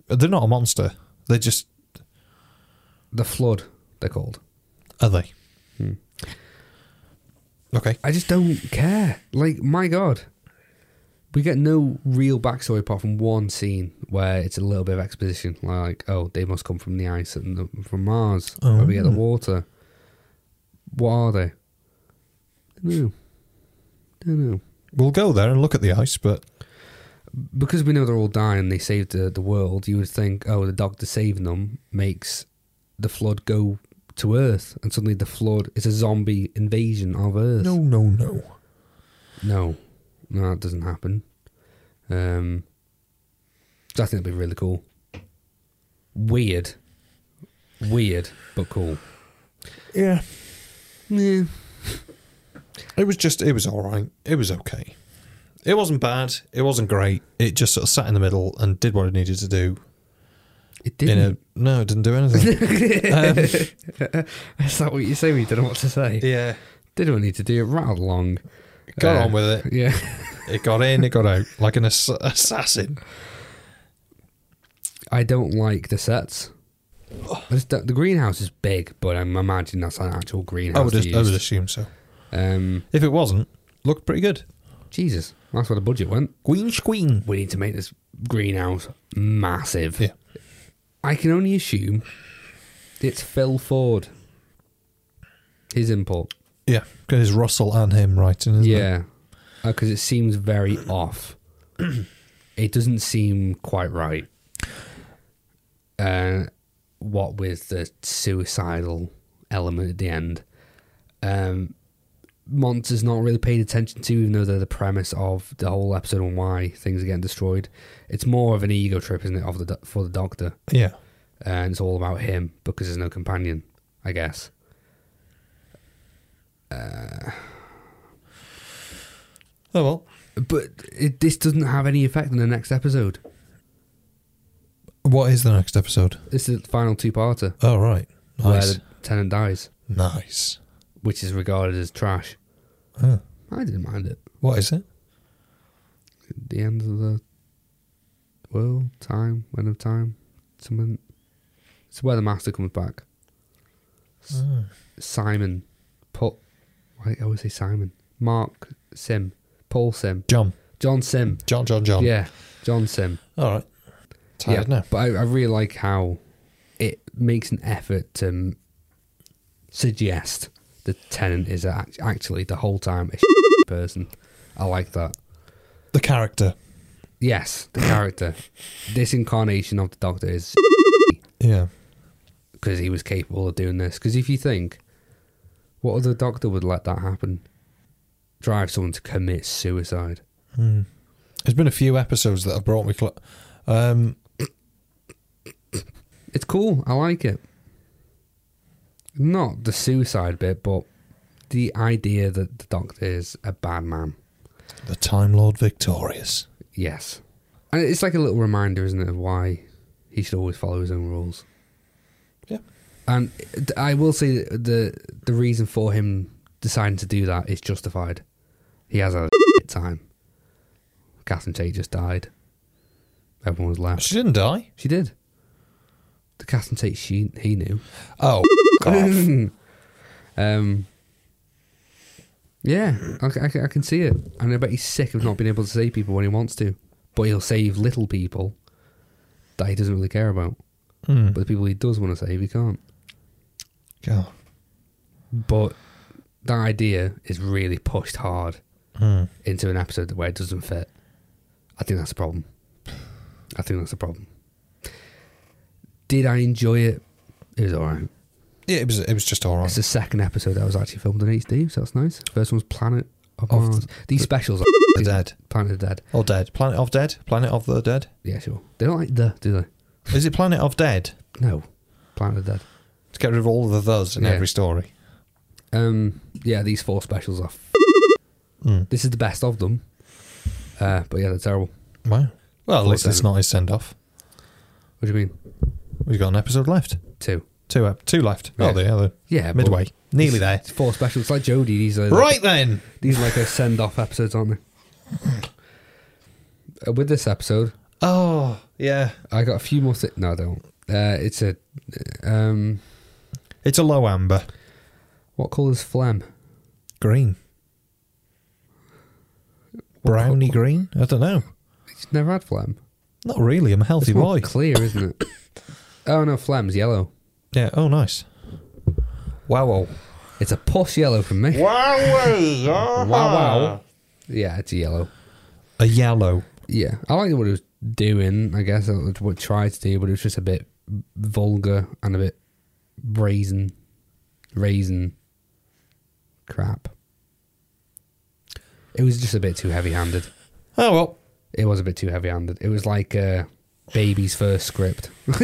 A: they're not a monster. They're just
C: the flood. They're called.
A: are they? Okay.
C: I just don't care. Like, my God. We get no real backstory apart from one scene where it's a little bit of exposition. Like, oh, they must come from the ice and the, from Mars, where we get the water. What are they? Don't know. Don't know.
A: We'll go there and look at the ice, but
C: Because we know they're all dying, they saved the, the world, you would think, oh, the doctor saving them makes the flood go to Earth. And suddenly the flood is a zombie invasion of Earth.
A: no, no, no.
C: No, no, that doesn't happen. Um, so I think that'd be really cool. Weird, weird, but cool.
A: Yeah,
C: Yeah,
A: it was just it was all right. It was okay. It wasn't bad. It wasn't great. It just sort of sat in the middle and did what it needed to do.
C: it
A: In a,
C: didn't.
A: no, it didn't do anything.
C: Is that what you say when you don't know what to say?
A: yeah,
C: Didn't need to do it. Rattled along.
A: got
C: Uh,
A: on with it.
C: Yeah,
A: It got in, it got out, like an ass- assassin.
C: I don't like the sets. I just don't- the greenhouse is big, but I'm imagining that's an actual greenhouse.
A: I would,
C: they
A: I would
C: used.
A: assume so.
C: Um,
A: If it wasn't, looked pretty good.
C: Jesus, that's where the budget went.
A: Queen Queen.
C: we need to make this greenhouse massive.
A: Yeah.
C: I can only assume it's Phil Ford. His input.
A: Yeah, because Russell and him writing, isn't it?
C: Yeah. Because it seems very off. it doesn't seem quite right. Uh, what with the suicidal element at the end. Um, monsters not really paid attention to, even though they're the premise of the whole episode and why things are getting destroyed. It's more of an ego trip, isn't it, of the do- for the Doctor?
A: Yeah.
C: uh, and it's all about him because there's no companion, I guess.
A: Oh, well.
C: But it, this doesn't have any effect on the next episode.
A: What is the next episode?
C: This is the final two-parter
A: Oh, right.
C: where
A: Nice.
C: the tenant dies,
A: Nice.
C: which is regarded as trash.
A: Oh.
C: I didn't mind it.
A: What is it?
C: The end of the world, time, end of time, something. It's where the master comes back. S-
A: Ah.
C: Simon, Paul. Why do I always say Simon? Mark Sim, Paul Sim,
A: John.
C: John Sim.
A: John, John, John.
C: Yeah, John Sim.
A: All right. Tired now.
C: But I, I really like how it makes an effort to um, suggest the tenant is act- actually the whole time a person. I like that.
A: The character.
C: Yes, the character. this incarnation of the Doctor is
A: Yeah.
C: because he was capable of doing this. Because if you think, what other doctor would let that happen? Drive someone to commit suicide.
A: There's been a few episodes that have brought me. Cl- um,
C: It's cool. I like it. Not the suicide bit, but the idea that the Doctor is a bad man.
A: the Time Lord Victorious.
C: Yes. And it's like a little reminder, isn't it, of why he should always follow his own rules.
A: Yeah.
C: And I will say that the the reason for him deciding to do that is justified. He has had a time. Catherine Tate just died. Everyone was left.
A: She didn't die.
C: She did. The Catherine Tate she he knew.
A: Oh, God.
C: Um, yeah, I, c- I c- I can see it. And I bet he's sick of not being able to save people when he wants to. But he'll save little people that he doesn't really care about. But the people he does want to save, he can't.
A: God.
C: But that idea is really pushed hard into an episode where it doesn't fit. I think that's a problem. I think that's a problem. Did I enjoy it? It was alright.
A: Yeah, it was. It was just all
C: It's
A: right.
C: the second episode that was actually filmed in HD, so that's nice. First one's Planet of,
A: Of
C: Mars. These specials are
A: the dead.
C: Planet of the Dead.
A: Or dead. Planet of Dead. Planet of the Dead.
C: Yeah, sure. They don't like the, do they?
A: Is it Planet of Dead?
C: No. Planet of the Dead.
A: To get rid of all the thes in
C: Yeah.
A: every story.
C: Um, yeah, these four specials are. F-
A: Hmm.
C: This is the best of them. Uh, but yeah, they're terrible.
A: Wow. Well, at least
C: Thought
A: it's
C: so.
A: not his send off.
C: What do you mean?
A: We've got an episode left.
C: Two.
A: Two up. Two left.
C: Yeah.
A: Oh, there. Other.
C: Yeah, but-
A: Midway. Nearly there.
C: It's four specials. It's like Jodie. These are
A: Right then.
C: These are like a send off episodes, aren't they? Uh, With this episode,
A: Oh yeah.
C: I got a few more. Thi- no, I don't. Uh, it's a. Um,
A: It's a low amber.
C: what colour's phlegm?
A: Green. Browny green. I don't know.
C: He's never had phlegm.
A: Not really. I'm a healthy
C: It's more
A: boy.
C: clear, isn't it? oh no, phlegm's yellow.
A: yeah. Oh, nice. Wow. Wow.
C: It's a posh yellow from me.
A: Wow. Wow.
C: Yeah, it's a yellow.
A: A yellow.
C: Yeah, I liked what it was doing. I guess uh, what it tried to do, but it was just a bit vulgar and a bit brazen, raisin crap. It was just a bit too heavy-handed.
A: Oh well.
C: It was a bit too heavy-handed. It was like uh, baby's first script.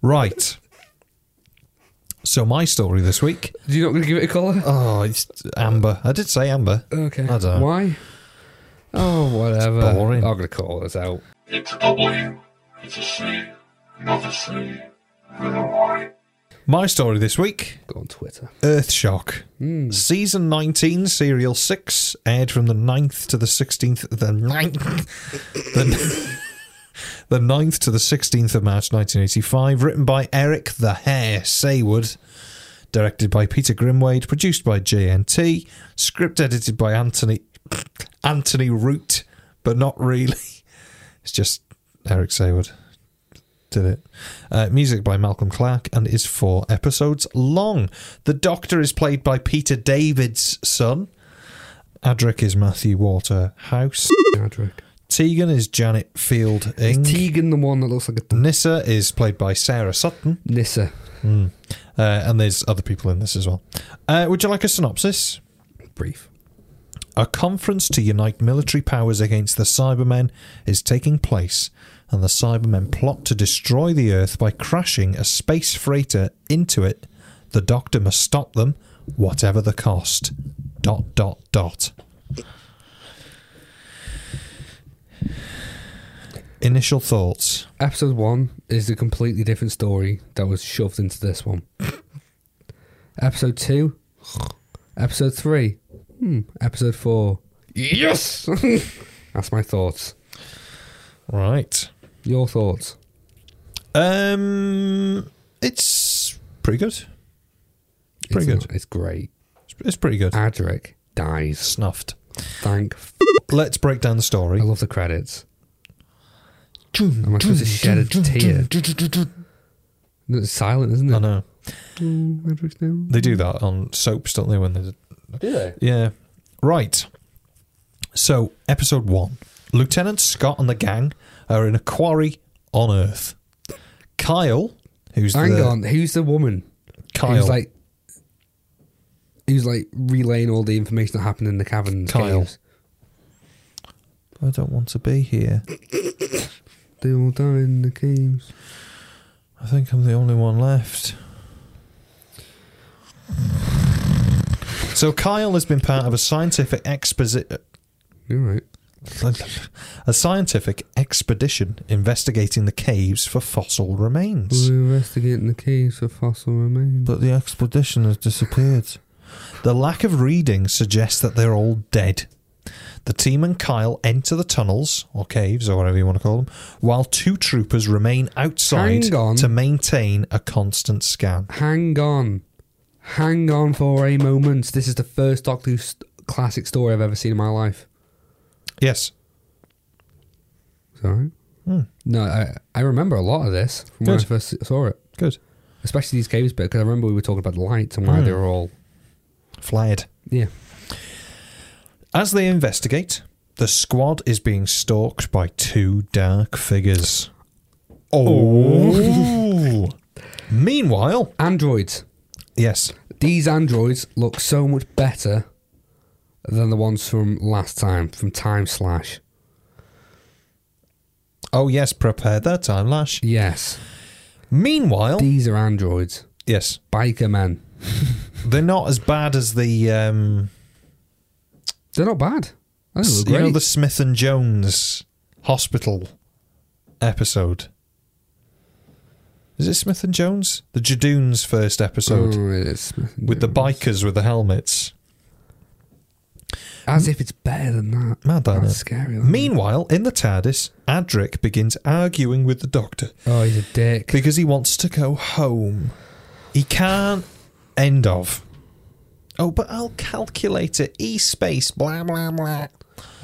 C: Wait,
A: Right. So my story this week.
C: you're not going to give it a colour?
A: Oh, it's Uh. amber. I did say amber.
C: Okay.
A: I don't know.
C: Why? Oh, whatever.
A: boring.
C: I'm gonna call this out.
E: It's a W. It's a C. Not a C. Not a Y.
A: My story this week
C: Go on Twitter.
A: Earthshock. Season 19, Serial 6, aired from the 9th to the 16th. The 9th. the, the 9th to the 16th of March 1985. Written by Eric the Hare Saywood. Directed by Peter Grimwade. Produced by JNT. Script edited by Anthony. Anthony Root, but not really. It's just Eric Saywood did it. Uh, music by Malcolm Clark and is four episodes long. The Doctor is played by Peter David's son. Adric is Matthew Waterhouse.
C: Adric.
A: Tegan is Janet Field Ing.
C: Is Tegan the one that looks like a th-
A: Nissa is played by Sarah Sutton.
C: Nissa?
A: Uh, and there's other people in this as well. Uh, would you like a synopsis?
C: Brief.
A: A conference to unite military powers against the Cybermen is taking place, and the Cybermen plot to destroy the Earth by crashing a space freighter into it. The Doctor must stop them, whatever the cost. Dot dot dot. Initial thoughts.
C: Episode one is a completely different story that was shoved into this one. Episode two. Episode three. Hmm. Episode four. Yes. That's my thoughts.
A: Right.
C: Your thoughts.
A: Um, it's pretty good. Pretty
C: It's
A: good.
C: not- it's great.
A: It's, it's pretty good.
C: Adric dies.
A: Snuffed.
C: Thank. F-
A: Let's break down the story.
C: I love the credits. Am I supposed to shed a tear? No, It's silent, isn't it? Hmm,
A: I know.
C: Adric's name.
A: They do that on soaps, don't they? When they
C: Do they?
A: yeah, right. So episode one, Lieutenant Scott and the gang are in a quarry on Earth. Kyle, who's
C: Hang
A: the
C: on. Who's the woman?
A: Kyle,
C: Who's like? Who's like relaying all the information that happened in the cavern?
A: Kyle.
C: Caves.
A: I don't want to be here.
C: They all died in the caves.
A: I think I'm the only one left. So Kyle has been part of a scientific exposition.
C: You're right.
A: a scientific expedition investigating the caves for fossil remains.
C: We're investigating the caves for fossil remains.
B: But the expedition has disappeared.
A: The lack of reading suggests that they're all dead. The team and Kyle enter the tunnels, or caves, or whatever you want to call them, while two troopers remain outside
C: Hang on.
A: to maintain a constant scan.
C: Hang on. Hang on for a moment. This is the first Doctor Who st- classic story I've ever seen in my life.
A: Yes.
C: Sorry. No, I, I remember a lot of this from when I
A: Hmm. Good.
C: first saw it,
A: Good.
C: especially these caves bit, because I remember we were talking about the lights and
A: Hmm.
C: why they were all.
A: Flared.
C: Yeah.
A: As they investigate, the squad is being stalked by two dark figures. Oh. Meanwhile,
C: Androids.
A: yes,
C: These androids look so much better than the ones from last time, from Time Slash.
A: Oh yes, prepare their time lash.
C: Yes.
A: Meanwhile,
C: These are androids.
A: yes,
C: Biker men.
A: they're not as bad as the um,
C: They're not bad. They
A: s-
C: look
A: you
C: Oh, great.
A: know the Smith and Jones hospital episode. Is it Smith and Jones? The Jadoons first episode
C: Oh, it's-
A: with the bikers with the helmets.
C: As if it's better than that.
A: Mad that
C: That's
A: is.
C: scary. that.
A: Meanwhile, in the TARDIS, Adric begins arguing with the Doctor
C: Oh, he's a dick.
A: because he wants to go home. He can't end of. Oh, but I'll calculate it. E space, blah, blah, blah.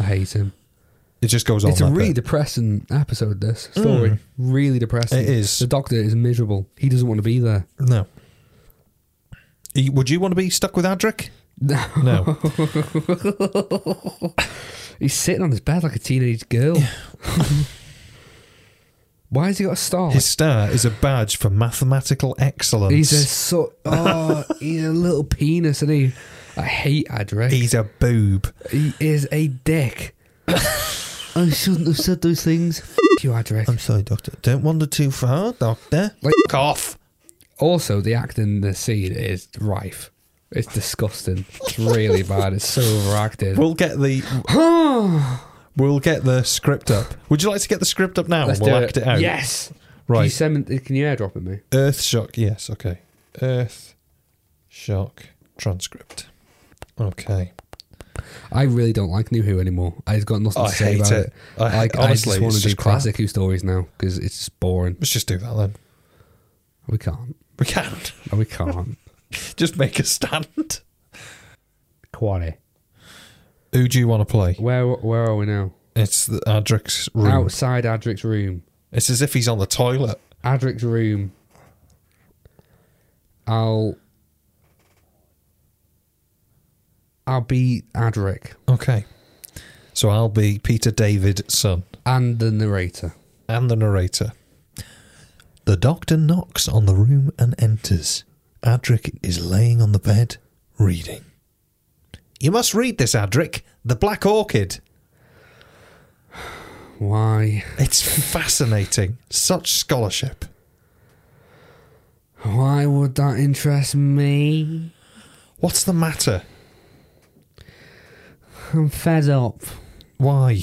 C: I hate him.
A: Oh, It just goes on.
C: It's a
A: that
C: really
A: bit.
C: depressing episode, this story. Really depressing.
A: Mm. It is.
C: The doctor is miserable. He doesn't want to be there.
A: No. E- Would you want to be stuck with Adric?
C: No.
A: No.
C: He's sitting on his bed like a teenage girl. Why has he got a star?
A: His star is a badge for mathematical excellence.
C: he's a so oh, he's a little penis, and he. I hate Adric.
A: He's a boob.
C: He is a dick. I shouldn't have said those things. F- you, Adric.
B: I'm sorry, Doctor. Don't wander too far, Doctor.
C: Like-
A: F- off.
C: Also, the act in the scene is rife. It's disgusting. It's really bad. It's so overacted.
A: We'll get the. we'll get the script up. Would you like to get the script up now
C: Let's
A: and we'll
C: do
A: act it, out?
C: Yes. Can you
A: Right.
C: send me, Can you airdrop it me?
A: Earth shock. Yes. Okay. Earth shock transcript. Okay.
C: I really don't like New Who anymore. I've got nothing to
A: I
C: say
A: hate
C: about
A: it.
C: it.
A: I-
C: like,
A: honestly,
C: I just want
A: it's
C: to do
A: just crap.
C: classic Who stories now because it's just boring.
A: Let's just do that then.
C: We can't.
A: We can't
C: No, we can't.
A: just make a stand.
C: Quarry.
A: Who do you want to play?
C: Where Where are we now?
A: It's the Adric's room.
C: Outside Adric's room.
A: It's as if he's on the toilet.
C: Adric's room. I'll. I'll be Adric
A: Okay. So I'll be Peter David's son
C: and the narrator.
A: and the narrator. The doctor knocks on the room and enters. Adric is laying on the bed, reading. You must read this, Adric. The Black Orchid.
C: Why?
A: It's fascinating. Such scholarship.
C: Why would that interest me?
A: What's the matter?
C: I'm fed up.
A: Why?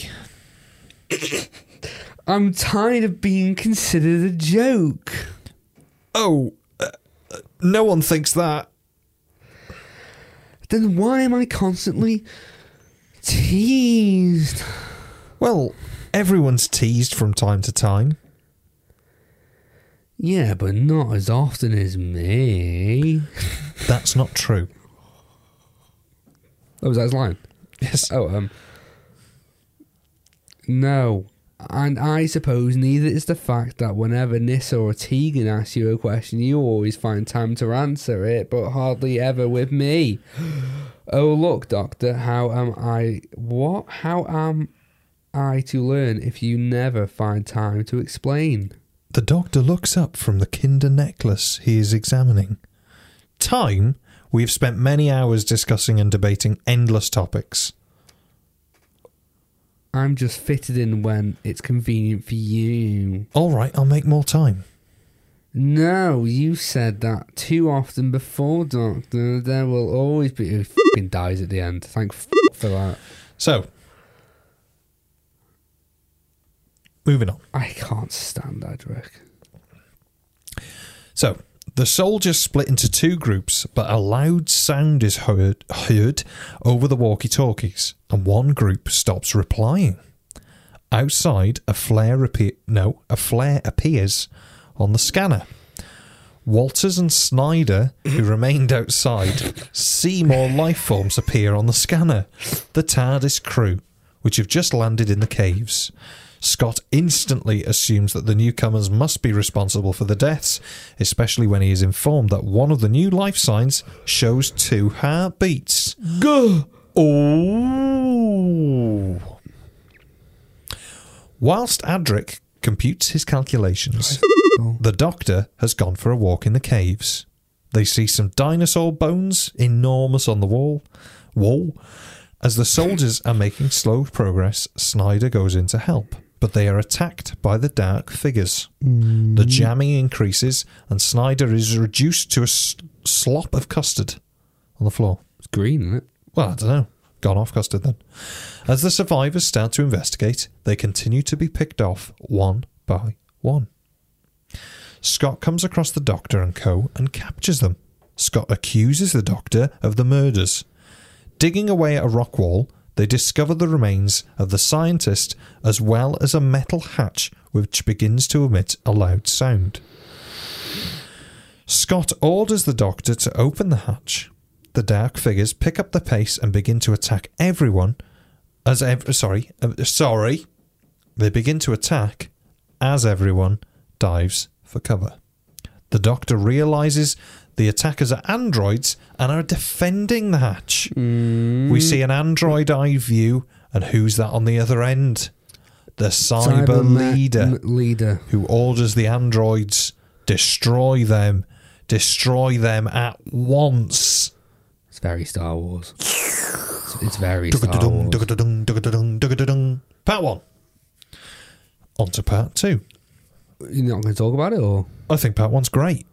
C: I'm tired of being considered a joke.
A: Oh, uh, uh, no one thinks that.
C: Then why am I constantly teased?
A: Well, everyone's teased from time to time.
C: Yeah, but not as often as me.
A: That's not true.
C: Oh, was that his line?
A: Yes.
C: Oh, um. No. And I suppose neither is the fact that whenever Nissa or Tegan asks you a question, you always find time to answer it, but hardly ever with me. oh, look, Doctor, how am I. What? How am I to learn if you never find time to explain?
A: The doctor looks up from the kinder necklace he is examining. Time? We have spent many hours discussing and debating endless topics.
C: I'm just fitted in when it's convenient for you.
A: All right, I'll make more time.
C: No, you said that too often before, Doctor. There will always be. He fucking dies at the end. Thank f- for that.
A: So, Moving on.
C: I can't stand Adric.
A: So the soldiers split into two groups, but a loud sound is heard, heard over the walkie talkies, and one group stops replying. Outside, a flare appear no, a flare appears on the scanner. Walters and Snyder, who remained outside, see more life forms appear on the scanner. The TARDIS crew, which have just landed in the caves. Scott instantly assumes that the newcomers must be responsible for the deaths, especially when he is informed that one of the new life signs shows two heartbeats. Go! Ooh! Whilst Adric computes his calculations, the doctor has gone for a walk in the caves. They see some dinosaur bones, enormous on the wall. Wall. As the soldiers are making slow progress, Snyder goes in to help, but they are attacked by the dark figures. The jamming increases, and Snyder is reduced to a s- slop of custard on the floor.
C: It's green, isn't it?
A: Well, I don't know. Gone off custard then. As the survivors start to investigate, they continue to be picked off one by one. Scott comes across the doctor and co and captures them. Scott accuses the doctor of the murders. Digging away at a rock wall, they discover the remains of the scientist as well as a metal hatch which begins to emit a loud sound. Scott orders the doctor to open the hatch. The dark figures pick up the pace and begin to attack everyone. As ev- sorry, uh, sorry, they begin to attack as everyone dives for cover. The doctor realizes the attackers are androids and are defending the hatch. We see an android eye view, and who's that on the other end? The cyber,
C: Cyberma-
A: leader
C: m- leader.
A: who orders the androids destroy them, destroy them at once.
C: It's very Star Wars. It's, it's very Star
A: Dugga-da-dung,
C: Wars.
A: dugga-da-dung, dugga-da-dung, dugga-da-dung. Part one. On to part two.
C: You're not going to talk about it, or
A: I think part one's great.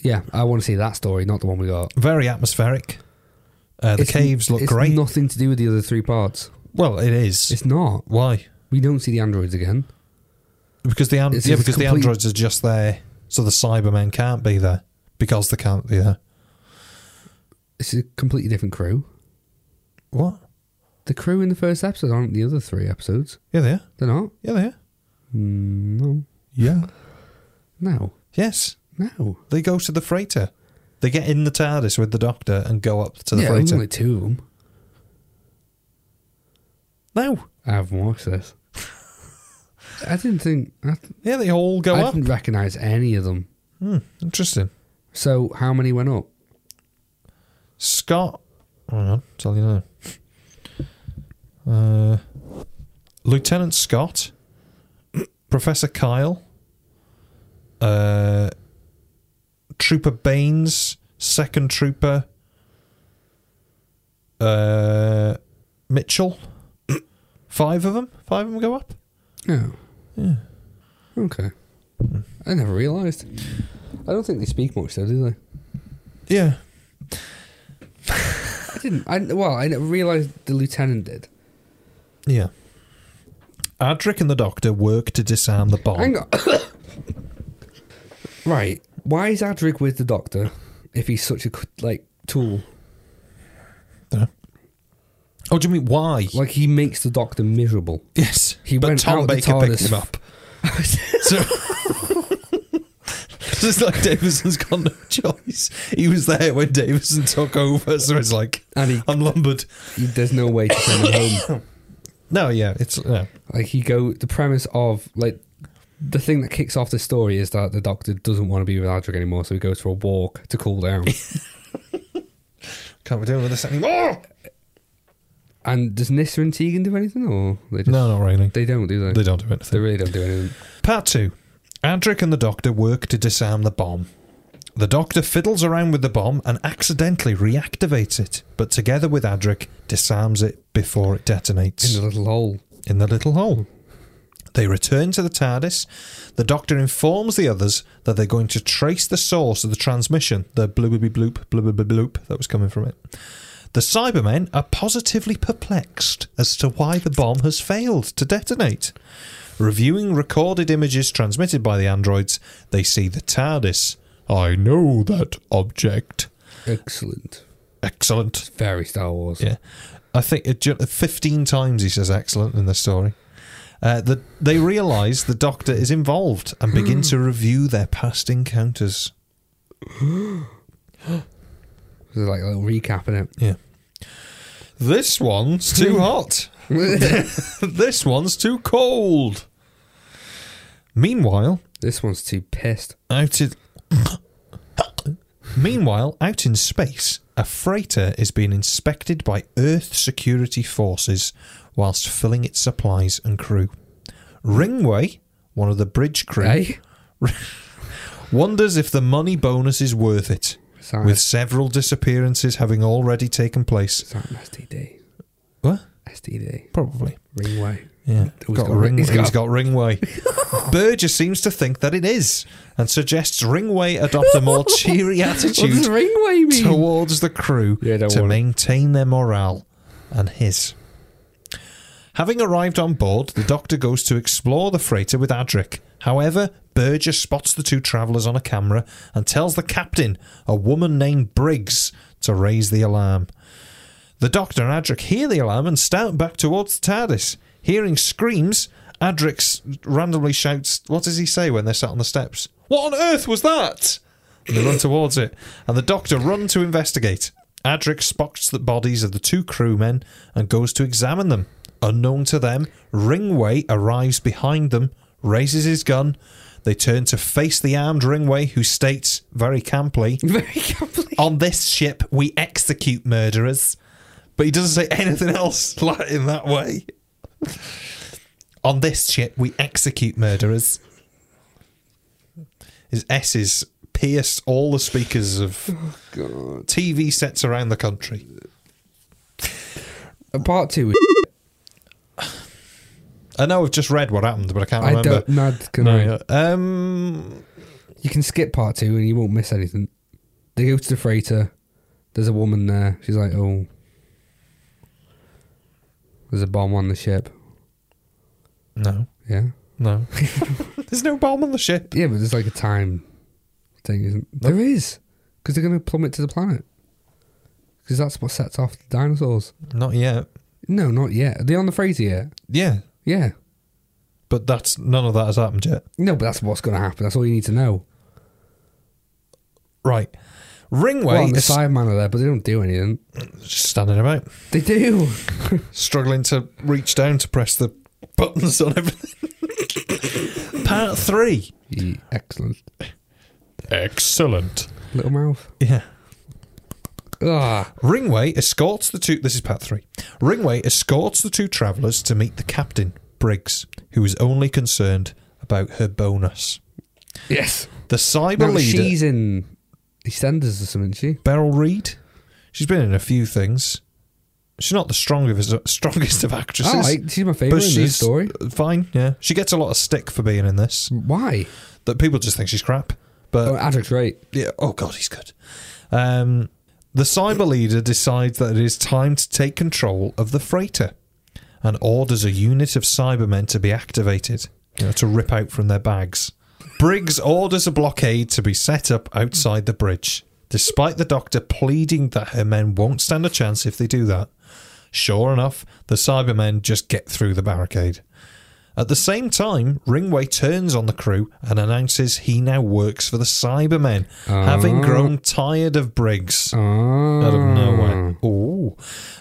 C: yeah, I want to see that story, not the one we got.
A: Very atmospheric. Uh, the
C: It's-
A: caves look
C: it's
A: great.
C: Nothing to do with the other three parts.
A: well, it is.
C: It's not.
A: Why?
C: We don't see the androids again.
A: Because the an-
C: It's-
A: yeah,
C: it's
A: because the
C: complete-
A: androids are just there, so the Cybermen can't be there because they can't be there.
C: It's a completely different crew.
A: What?
C: The crew in the first episode aren't the other three episodes.
A: Yeah, they are.
C: They're not.
A: Yeah, they are.
C: Mm, no.
A: Yeah.
C: No.
A: Yes.
C: No.
A: They go to the freighter. They get in the TARDIS with the Doctor and go up to the
C: yeah,
A: freighter.
C: only two of them.
A: No.
C: I haven't watched this. I didn't think. I,
A: Yeah, they all go
C: I
A: up.
C: didn't recognise any of them.
A: Hmm, interesting.
C: So how many went up?
A: Scott. Hang on, tell you now. Uh, Lieutenant Scott, Professor Kyle, uh, Trooper Baines, Second Trooper, uh, Mitchell. Five of them. Five of them go up.
C: No. Yeah. Okay. I never realised. I don't think they speak much though, do they?
A: Yeah.
C: I didn't. I well, I never realised the lieutenant did.
A: Yeah. Adric and the Doctor work to disarm the bomb.
C: Hang on. right. Why is Adric with the doctor if he's such a c- like tool?
A: Oh, do you mean why?
C: Like he makes the doctor miserable.
A: yes,
C: He
A: but
C: went
A: Tom
C: out the
A: Baker picked
C: TARDIS.
A: him up. so, so it's like Davison's got no choice. He was there when Davison took over, so it's like
C: And he-
A: I'm lumbered.
C: He- There's no way to send him home.
A: No, yeah, it's yeah.
C: Like he go the premise of like the thing that kicks off the story is that the doctor doesn't want to be with Adric anymore, so he goes for a walk to cool down.
A: Can't be dealing with this anymore.
C: and does Nissa and Tegan do anything, or they just,
A: No, not really.
C: they don't do they?
A: They don't do anything.
C: They really don't do anything.
A: Part 2. Adric and the Doctor work to disarm the bomb. The Doctor fiddles around with the bomb and accidentally reactivates it, but together with Adric, disarms it before it detonates
C: in the little hole.
A: in the little hole. They return to the TARDIS. The Doctor informs the others that they're going to trace the source of the transmission, the blooby bloop, blooby bloop that was coming from it. The Cybermen are positively perplexed as to why the bomb has failed to detonate. Reviewing recorded images transmitted by the androids, they see the TARDIS. I know that object.
C: Excellent.
A: Excellent.
C: Very Star Wars.
A: Yeah. I think it, ju- 15 times he says excellent in the story. Uh, the, they realise the Doctor is involved and begin to review their past encounters.
C: There's like a little recap in
A: Yeah. This one's too hot.
C: it.
A: this one's too cold. Meanwhile,
C: this one's too pissed.
A: out in Meanwhile, out in space, a freighter is being inspected by Earth security forces whilst filling its supplies and crew. Ringway, one of the bridge crew,
C: Right?
A: wonders if the money bonus is worth it.
C: Sorry.
A: With several disappearances having already taken place.
C: It's like an STD.
A: What?
C: STD.
A: Probably.
C: Ringway.
A: Yeah,
C: He's
A: got
C: got
A: a ring,
C: ring- he's
A: he's got
C: got-
A: Ringway. Burgess seems to think that it is and suggests Ringway adopt a more cheery
C: What does
A: attitude
C: Ringway mean?
A: towards the crew
C: Yeah, don't
A: to
C: worry.
A: maintain their morale and his. Having arrived on board, the doctor goes to explore the freighter with Adric. However, Burgess spots the two travellers on a camera and tells the captain, a woman named Briggs, to raise the alarm. The doctor and Adric hear the alarm and start back towards the TARDIS. Hearing screams, Adric s- randomly shouts, What does he say when they're sat on the steps? What on earth was that? and they run towards it, and the doctor run to investigate. Adric spots the bodies of the two crewmen and goes to examine them. Unknown to them, Ringway arrives behind them, raises his gun. They turn to face the armed Ringway, who states, very camply,
C: Very complete.
A: On this ship, we execute murderers. But he doesn't say anything else like in that way. On this ship, we execute murderers. His S's pierced all the speakers of
C: God.
A: TV sets around the country.
C: Uh, Part two. is-
A: I know I've just read what happened, but I can't
C: I
A: remember.
C: don't. Mad. Can I?
A: No, um,
C: You can skip part two and you won't miss anything. They go to the freighter. There's a woman there. She's like, oh. There's a bomb on the ship.
A: no,
C: Yeah.
A: no. There's no bomb on the ship.
C: Yeah, but there's like a time thing, isn't there? Is. Because they're going to plummet to the planet. Because that's what sets off the dinosaurs.
A: Not yet.
C: No, not yet. Are they on the freighter yet?
A: Yeah,
C: Yeah.
A: but that's none of that has happened yet.
C: No, but that's what's going to happen. That's all you need to know.
A: Right. Ringway
C: well, on the
A: is
C: side man are there, but they don't do anything.
A: just standing about.
C: They do.
A: struggling to reach down to press the buttons on everything. Part three.
C: Ye- Excellent.
A: Excellent.
C: Little mouth.
A: Yeah.
C: Ah.
A: Ringway escorts the two. This is part three. Ringway escorts the two travellers to meet the captain, Briggs, who is only concerned about her bonus.
C: Yes.
A: The cyber
C: No,
A: leader,
C: she's in EastEnders or something, isn't she?
A: Beryl Reed, she's been in a few things. She's not the strongest strongest of actresses.
C: I like, she's my
A: but
C: favourite in
A: she's
C: this story.
A: fine. Yeah, she gets a lot of stick for being in this.
C: Why?
A: That people just think she's crap. But
C: Oh, Adric's right.
A: Yeah. Oh God, he's good. Um, the cyber leader decides that it is time to take control of the freighter, and orders a unit of Cybermen to be activated. You know, to rip out from their bags. Briggs orders a blockade to be set up outside the bridge, despite the doctor pleading that her men won't stand a chance if they do that. Sure enough, the Cybermen just get through the barricade. At the same time, Ringway turns on the crew and announces he now works for the Cybermen, having grown tired of Briggs. Out of nowhere. Ooh.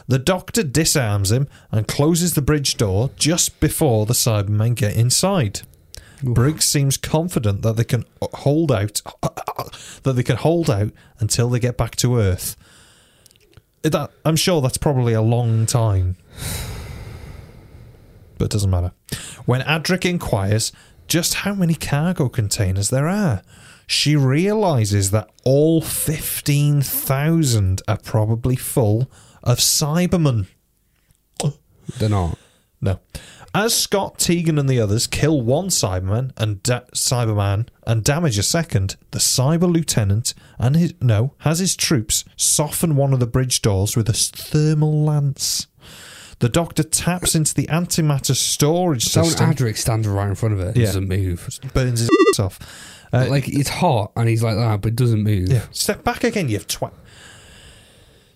A: The doctor disarms him and closes the bridge door just before the Cybermen get inside. Briggs seems confident that they can hold out that they can hold out until they get back to Earth. That I'm sure that's probably a long time but it doesn't matter. When Adric inquires just how many cargo containers there are, she realizes that all 15,000 are probably full of Cybermen.
C: They're not.
A: No. As Scott, Tegan, and the others kill one Cyberman and da- Cyberman and damage a second, the Cyber Lieutenant and his no has his troops soften one of the bridge doors with a s- thermal lance. The doctor taps into the antimatter storage
C: Don't
A: system.
C: Adric stands right in front of it. It
A: Yeah.
C: doesn't move.
A: burns his ass off. Uh,
C: Like it's hot and he's like that, but it doesn't move.
A: Yeah. Step back again, you twat.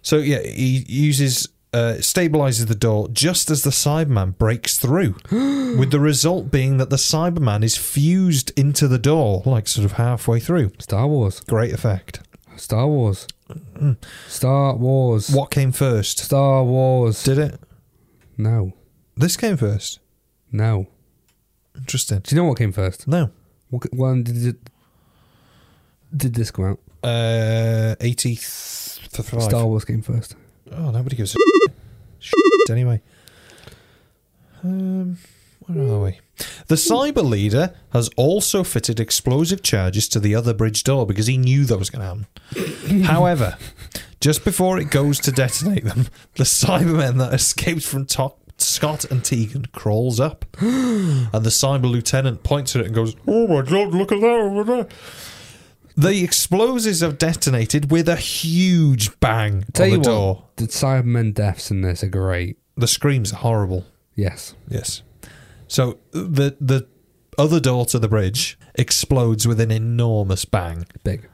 A: So yeah, he uses uh, stabilizes the door just as the Cyberman breaks through, with the result being that the Cyberman is fused into the door, like sort of halfway through.
C: Star Wars.
A: Great effect.
C: Star Wars. Star Wars.
A: Mm. What came first?
C: Star Wars.
A: Did it?
C: no.
A: This came first.
C: No.
A: Interesting.
C: Do you know what came first?
A: No.
C: What, when did it, did this come out?
A: Uh, eighty for five.
C: Star Wars came first.
A: Oh, nobody gives a shit anyway. Um, where are we? The cyber leader has also fitted explosive charges to the other bridge door because he knew that was going to happen. However, just before it goes to detonate them, the Cybermen that escaped from top. Scott and Tegan crawls up, and the cyber lieutenant points at it and goes, "Oh my god, look at that!" over there." The explosives have detonated with a huge bang
C: Tell
A: on the
C: you
A: door.
C: what, the Cybermen deaths in this are great.
A: The screams are horrible.
C: Yes.
A: Yes. So the the other door to the bridge explodes with an enormous bang.
C: Big.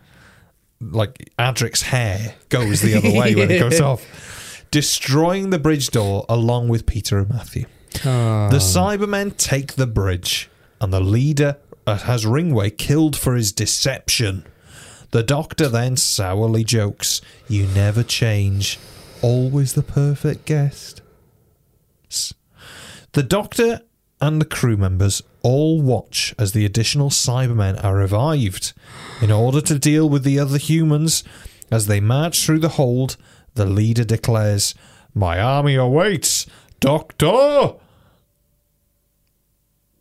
A: Like Adric's hair goes the other way when it goes off, destroying the bridge door along with Peter and Matthew.
C: Ah.
A: The Cybermen take the bridge, and the leader uh, has Ringway killed for his deception. The doctor then sourly jokes, You never change, always the perfect guest. S- The doctor and the crew members all watch as the additional Cybermen are revived. In order to deal with the other humans, as they march through the hold, the leader declares, My army awaits! Doctor!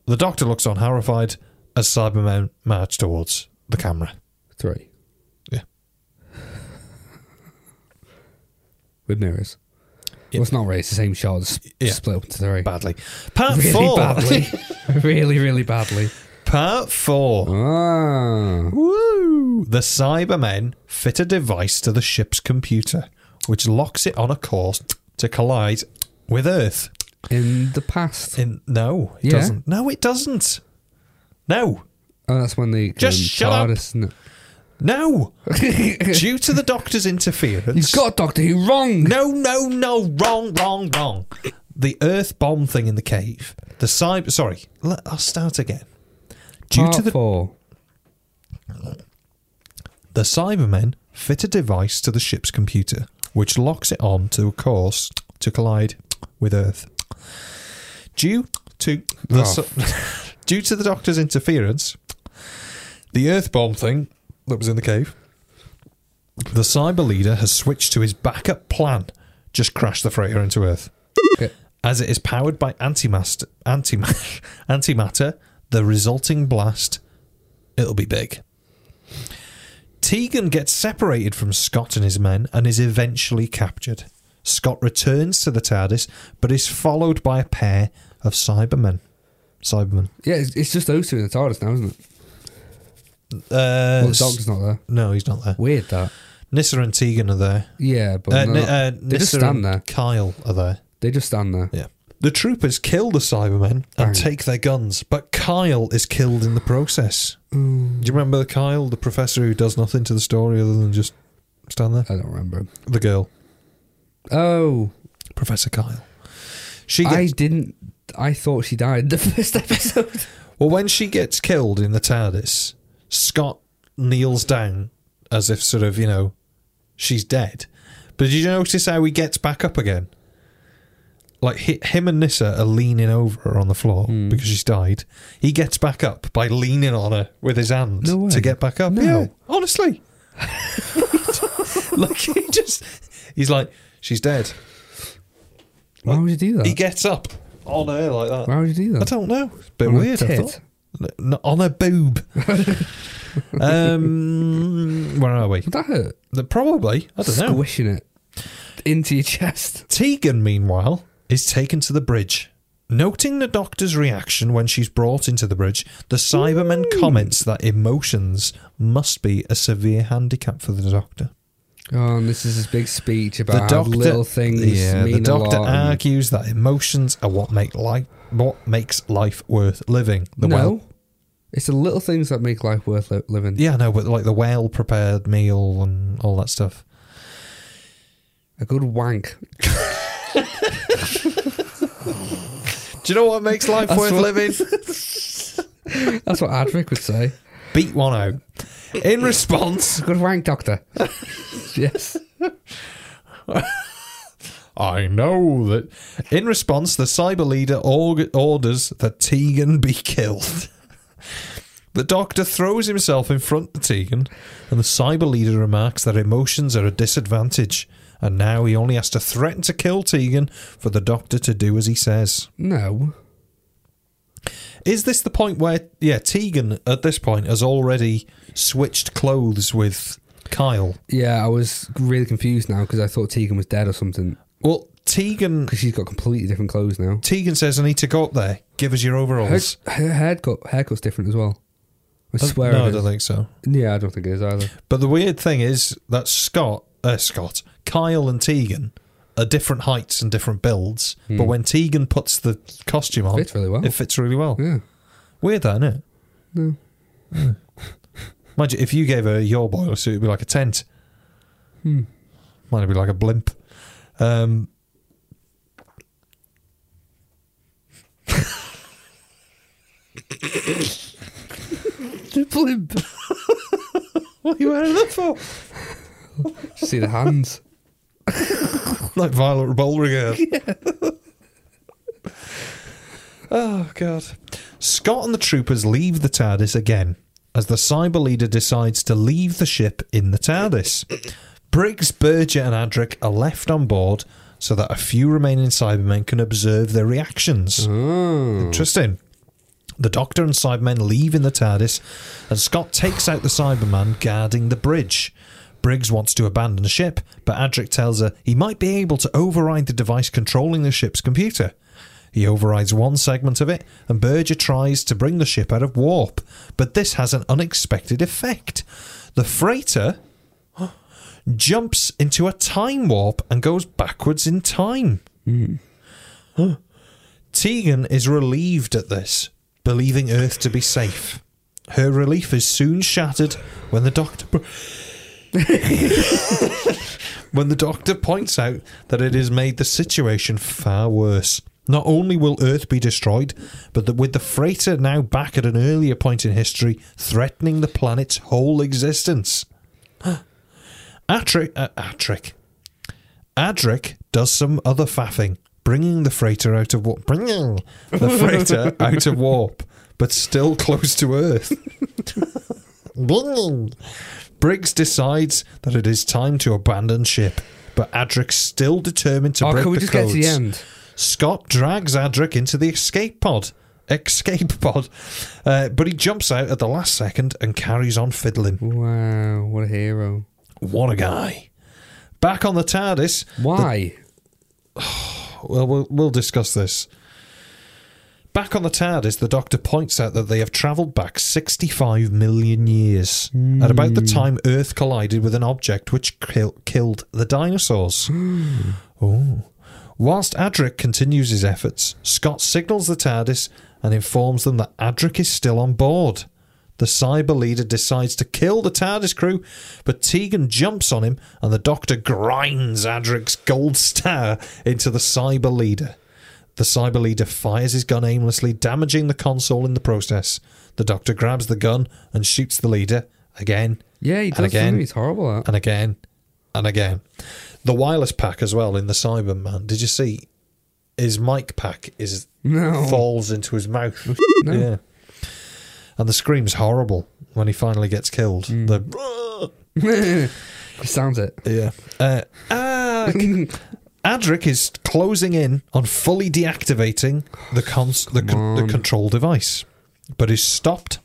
A: The doctor looks on horrified as Cybermen march towards the camera.
C: Three.
A: Yeah.
C: With mirrors. Well, it's not really. It's the same shot. It's
A: Yeah.
C: split up to three.
A: Badly. Part
C: Really
A: four.
C: badly. really, really badly.
A: Part four.
C: Ah.
A: Woo! The Cybermen fit a device to the ship's computer, which locks it on a course to collide with Earth.
C: In the past.
A: In no, it
C: Yeah.
A: doesn't. No, it doesn't. No.
C: oh, that's when they.
A: Just shut up.
C: up.
A: No. Due to the doctor's interference.
C: You've got Doctor Who wrong.
A: No, no, no, wrong, wrong, wrong. The Earth bomb thing in the cave. The cyber. Sorry, let, I'll start again. Due
C: Part
A: to the
C: four.
A: the Cybermen fit a device to the ship's computer, which locks it on to a course to collide with Earth. Due to the
C: Oh.
A: so- due to the Doctor's interference, the Earth bomb thing that was in the cave. The cyber leader has switched to his backup plan: just crash the freighter into Earth.
C: Okay.
A: As it is powered by antimaster, antimatter, antimatter, the resulting blast, it'll be big. Tegan gets separated from Scott and his men and is eventually captured. Scott returns to the TARDIS but is followed by a pair of Cybermen. Cybermen.
C: Yeah, it's, it's just those two in the TARDIS now, isn't it?
A: Uh,
C: Well, the doctor's not there.
A: no, he's not there.
C: Weird that.
A: Nissa and Tegan are there.
C: Yeah, but
A: Uh,
C: no,
A: Ni- uh,
C: they just
A: Nyssa
C: stand
A: and
C: there.
A: Kyle are there.
C: They just stand there.
A: Yeah. The troopers kill the Cybermen and
C: Bang.
A: take their guns, but Kyle is killed in the process. Do you remember the Kyle, the professor who does nothing to the story other than just stand there?
C: I don't remember.
A: The girl,
C: Oh,
A: Professor Kyle. She
C: I
A: gets,
C: didn't. I thought she died the first episode.
A: well when she gets killed in the TARDIS, Scott kneels down as if sort of you know she's dead. But did you notice how he gets back up again? Like hi- him and Nissa are leaning over her on the floor
C: Hmm.
A: because she's died. He gets back up by leaning on her with his hand
C: No way.
A: to get back up.
C: No.
A: Yeah, honestly. like he just, he's like, she's dead.
C: Why would you do that?
A: He gets up on her like that.
C: Why would you do that?
A: I don't know. It's a bit
C: On a
A: weird. I
C: tit?
A: thought. N- n- on a boob. um, where are we?
C: Would that hurt?
A: The- Probably. I don't know.
C: Squishing it into your chest.
A: Tegan, meanwhile, is taken to the bridge. Noting the doctor's reaction when she's brought into the bridge, the Cyberman comments that emotions must be a severe handicap for the doctor.
C: Oh, and this is his big speech about how
A: doctor-
C: little things
A: yeah,
C: mean
A: the doctor
C: a lot. and-
A: argues that emotions are what make life what makes life worth living. The
C: no,
A: whale,
C: it's the little things that make life worth li- living.
A: yeah, no, but like the whale prepared meal and all that stuff.
C: A good wank.
A: Do you know what makes life
C: That's
A: worth
C: what-
A: living?
C: That's what Adric would say.
A: Beat one out. In response,
C: It's a good wank, doctor. yes.
A: I know that. In response, the cyber leader org- orders that Tegan be killed. The doctor throws himself in front of Tegan, and the cyber leader remarks that emotions are a disadvantage, and now he only has to threaten to kill Tegan for the doctor to do as he says.
C: No.
A: Is this the point where, yeah, Tegan at this point has already switched clothes with Kyle?
C: Yeah, I was really confused now because I thought Tegan was dead or something
A: Well, Tegan.
C: because she's got completely different clothes now.
A: Tegan says, I need to go up there. Give us your
C: Her,
A: overalls.
C: her haircut, haircut's different as well. I swear
A: no, I
C: it
A: don't
C: is.
A: think so.
C: Yeah, I don't think it is either.
A: But the weird thing is that Scott, uh, Scott, Kyle, and Tegan are different heights and different builds. But when Tegan puts the costume on,
C: Hmm. Fits really well.
A: It fits really well.
C: Yeah.
A: Weird, that isn't it?
C: No.
A: Imagine if you gave her your boiler suit, it'd be like a tent. Hmm. Might be like a blimp. Um,
C: blimp.
A: what are you wearing that for?
C: See the hands.
A: like Violet Beauregard. oh god. Scott and the troopers leave the TARDIS again as the cyber leader decides to leave the ship in the TARDIS. Briggs, Berger, and Adric are left on board so that a few remaining Cybermen can observe their reactions. Interesting. The Doctor and Cybermen leave in the TARDIS, and Scott takes out the Cyberman guarding the bridge. Briggs wants to abandon ship, but Adric tells her he might be able to override the device controlling the ship's computer. He overrides one segment of it, and Berger tries to bring the ship out of warp, but this has an unexpected effect. The freighter jumps into a time warp and goes backwards in time. Tegan is relieved at this, believing Earth to be safe. Her relief is soon shattered when the doctor when the doctor points out that it has made the situation far worse. Not only will Earth be destroyed, but that with the freighter now back at an earlier point in history, threatening the planet's whole existence. Atric, uh, Atric, Adric does some other faffing, bringing the freighter out of warp, bringing the freighter out of warp, but still close to Earth. Bringing. Briggs decides that it is time to abandon ship, but Adric's still determined to
C: Oh,
A: break
C: can we
A: the
C: just
A: codes.
C: get to the end?
A: Scott drags Adric into the escape pod. Escape pod, uh, but he jumps out at the last second and carries on fiddling.
C: Wow, what a hero.
A: What a guy! Back on the TARDIS,
C: Why?
A: well, we'll, we'll discuss this. Back on the TARDIS, the Doctor points out that they have travelled back 65 million years, at about the time Earth collided with an object which kill- killed the dinosaurs. oh. Whilst Adric continues his efforts, Scott signals the TARDIS and informs them that Adric is still on board. The cyber leader decides to kill the TARDIS crew, but Tegan jumps on him and the doctor grinds Adric's gold star into the cyber leader. The cyber leader fires his gun aimlessly, damaging the console in the process. The doctor grabs the gun and shoots the leader again
C: yeah, he
A: And
C: does. doesn't
A: again.
C: he? He's horrible at.
A: and again and again. The wireless pack as well in the Cyberman. Did you see his mic pack is
C: No.
A: falls into his mouth?
C: no.
A: Yeah. And the scream's horrible when he finally gets killed.
C: Mm.
A: The
C: He sounds it.
A: yeah. Uh, ah, Adric is closing in on fully deactivating the cons- the, con- the control device, but is stopped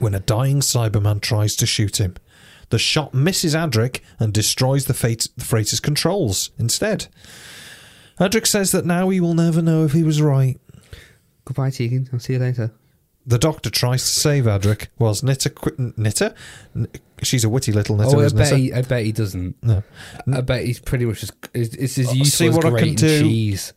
A: when a dying Cyberman tries to shoot him. The shot misses Adric and destroys the, fate- the freighter's controls instead. Adric says that now he will never know if he was right.
C: Goodbye, Tegan. I'll see you later.
A: The doctor tries to save Adric, whilst Knitter. Qu- Knitter? N- She's a witty little knitter,
C: Oh, I
A: isn't
C: bet,
A: it?
C: he, I bet he doesn't.
A: No.
C: I bet he's pretty much just. It's, it's as
A: I'll
C: useful
A: see
C: as
A: what I
C: grating
A: can do.
C: cheese.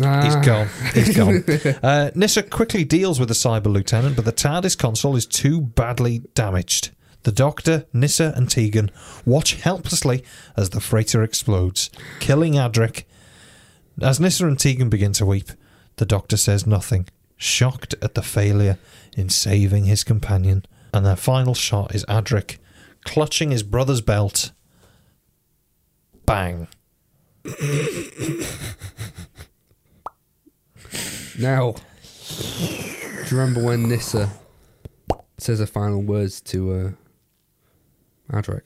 C: Ah,
A: He's gone. He's gone. uh, Nissa quickly deals with the cyber lieutenant, but the TARDIS console is too badly damaged. The Doctor, Nissa, and Tegan watch helplessly as the freighter explodes, killing Adric. As Nissa and Tegan begin to weep, the Doctor says nothing, shocked at the failure in saving his companion. And their final shot is Adric clutching his brother's belt. Bang.
C: Now, do you remember when Nissa says her final words to uh, Adric?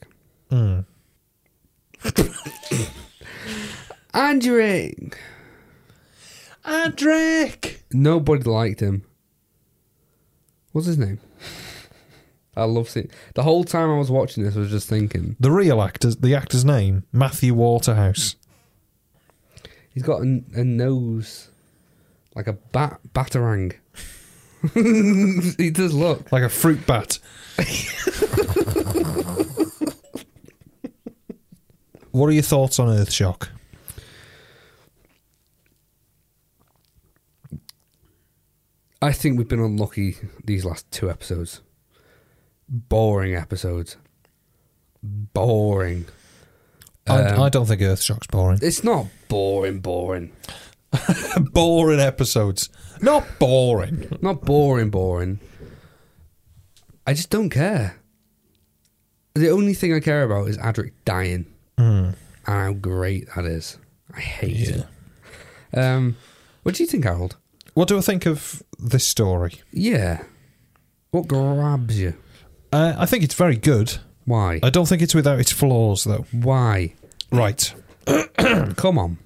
C: Adric!
A: Adric!
C: Nobody liked him. What's his name? I love seeing. The whole time I was watching this, I was just thinking
A: The real actor's the actor's name, Matthew Waterhouse.
C: he's got a, a nose like a bat batarang. he does look.
A: Like a fruit bat. what are your thoughts on Earth Shock?
C: I think we've been unlucky these last two episodes. Boring episodes. Boring. Um,
A: I, I don't think Earth Shock's boring.
C: It's not boring, boring.
A: boring episodes. Not boring.
C: Not boring, boring. I just don't care. The only thing I care about is Adric dying and how great that is. I hate it. Um, what do you think, Harold?
A: What do I think of this story?
C: Yeah. What grabs you?
A: Uh, I think it's very good.
C: Why?
A: I don't think it's without its flaws, though.
C: Why?
A: Right.
C: Come on.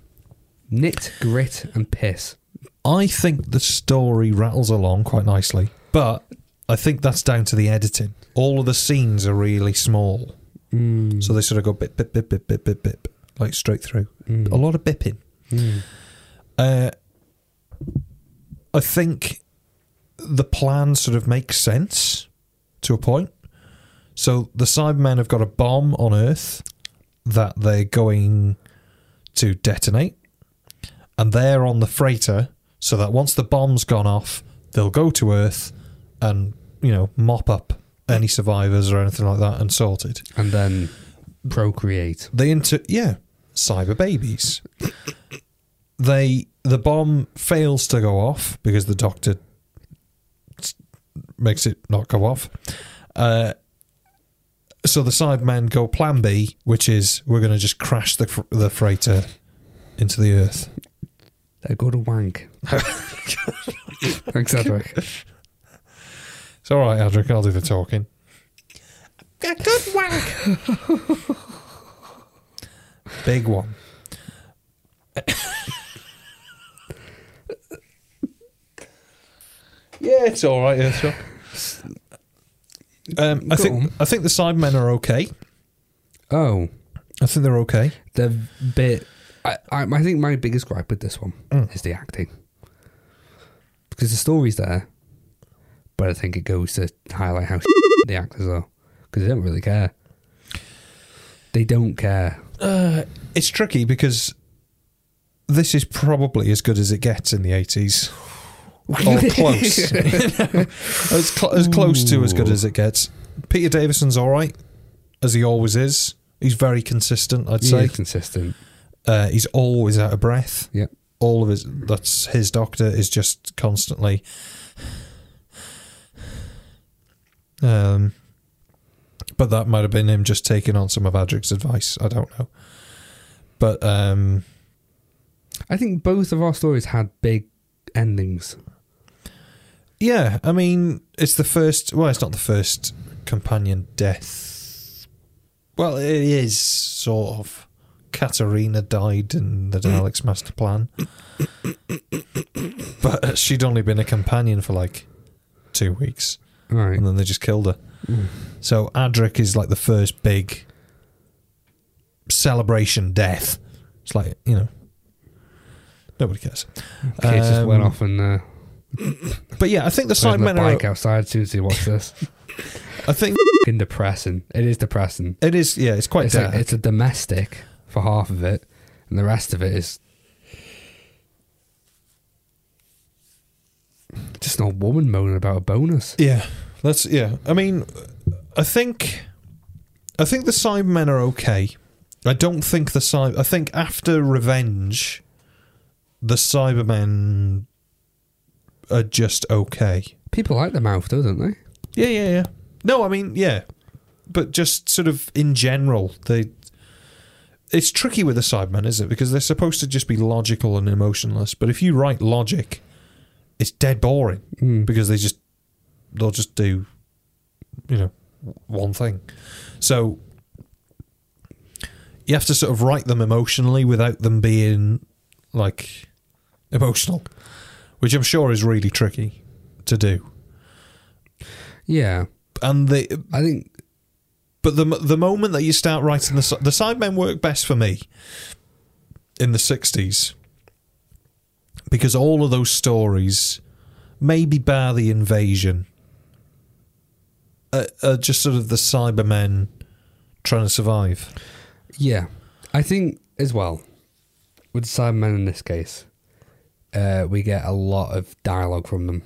C: Knit, grit, and piss.
A: I think the story rattles along quite nicely, but I think that's down to the editing. All of the scenes are really small, so they sort of go bip bip bip bip bip bip bip, like straight through. A lot of bipping. Uh, I think the plan sort of makes sense to a point. So the Cybermen have got a bomb on Earth that they're going to detonate and they're on the freighter so that once the bomb's gone off, they'll go to Earth and, you know, mop up any survivors or anything like that and sort it.
C: And then procreate.
A: They into yeah, cyber babies. they the bomb fails to go off because the doctor s- makes it not go off. Uh, so the Cybermen go Plan B, which is we're going to just crash the fr- the freighter into the Earth.
C: They're good at wank. Thanks, Adric.
A: It's all right, Adric. I'll do the talking. A good wank. Big one. yeah, it's all right, Earthshock. Um, I
C: Go
A: think
C: on.
A: I think the Cybermen are okay.
C: Oh.
A: I think they're okay.
C: the bit. I, I, I think my biggest gripe with this one is the acting. Because the story's there, but I think it goes to highlight how the actors are. Because they don't really care. They don't care.
A: It's tricky because this is probably as good as it gets in the eighties, or close. as, cl- as close to as good as it gets. Peter Davison's all right, as he always is. He's very consistent, I'd
C: Yeah,
A: say.
C: consistent.
A: Uh, he's always out of breath.
C: Yeah.
A: All of his that's his doctor is just constantly. Um, but that might have been him just taking on some of Adric's advice. I don't know. But um,
C: I think both of our stories had big endings.
A: Yeah, I mean, it's the first. Well, it's not the first companion death. Well, it is sort of. Katerina died in the Daleks' master plan, but she'd only been a companion for like two weeks,
C: All right.
A: and then they just killed her. So Adric is like the first big celebration death. It's like you know, nobody cares.
C: Okay, it just went
A: Um,
C: off and uh,
A: But yeah, I think the
C: Playing my
A: Sidemen
C: bike
A: are.
C: outside as soon as you watch this.
A: I think
C: Fucking depressing. It is depressing.
A: it is. Yeah, it's quite
C: It's a,
A: dark.
C: it's a domestic for half of it, and the rest of it is just an old woman moaning about a bonus.
A: Yeah, that's yeah. I mean, I think, I think the Cybermen are okay. I don't think the Cyber. I think after Revenge, the Cybermen are just okay.
C: People like the mouth, though, don't they?
A: Yeah, yeah, yeah. No, I mean, yeah, but just sort of in general, they. It's tricky with the Cybermen, is it? Because they're supposed to just be logical and emotionless. But if you write logic, it's dead boring because they just they'll just do, you know, w- one thing. So you have to sort of write them emotionally without them being like emotional, which I'm sure is really tricky to do.
C: Yeah,
A: And they
C: I think
A: But the the moment that you start writing the si- the Sidemen work best for me in the '60s because all of those stories, maybe bar the invasion, are, are just sort of the Cybermen trying to survive.
C: Yeah, I think as well with Sidemen in this case, uh, we get a lot of dialogue from them,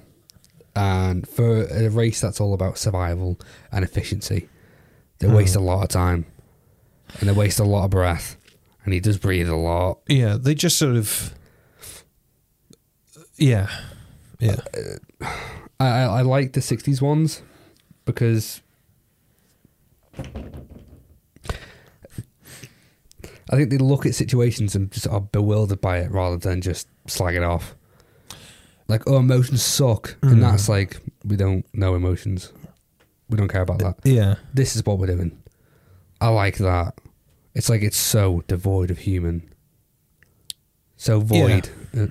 C: and for a race that's all about survival and efficiency, they waste a lot of time, and they waste a lot of breath, and he does breathe a lot.
A: Yeah, they just sort of. Yeah,
C: Uh,
A: yeah,
C: I, I, I like the '60s ones because I think they look at situations and just are bewildered by it rather than just slagging off. Like, oh, emotions suck, and that's like we don't know emotions. We don't care about that.
A: yeah.
C: This is what we're doing. I like that. It's like it's so devoid of human, so void. Uh,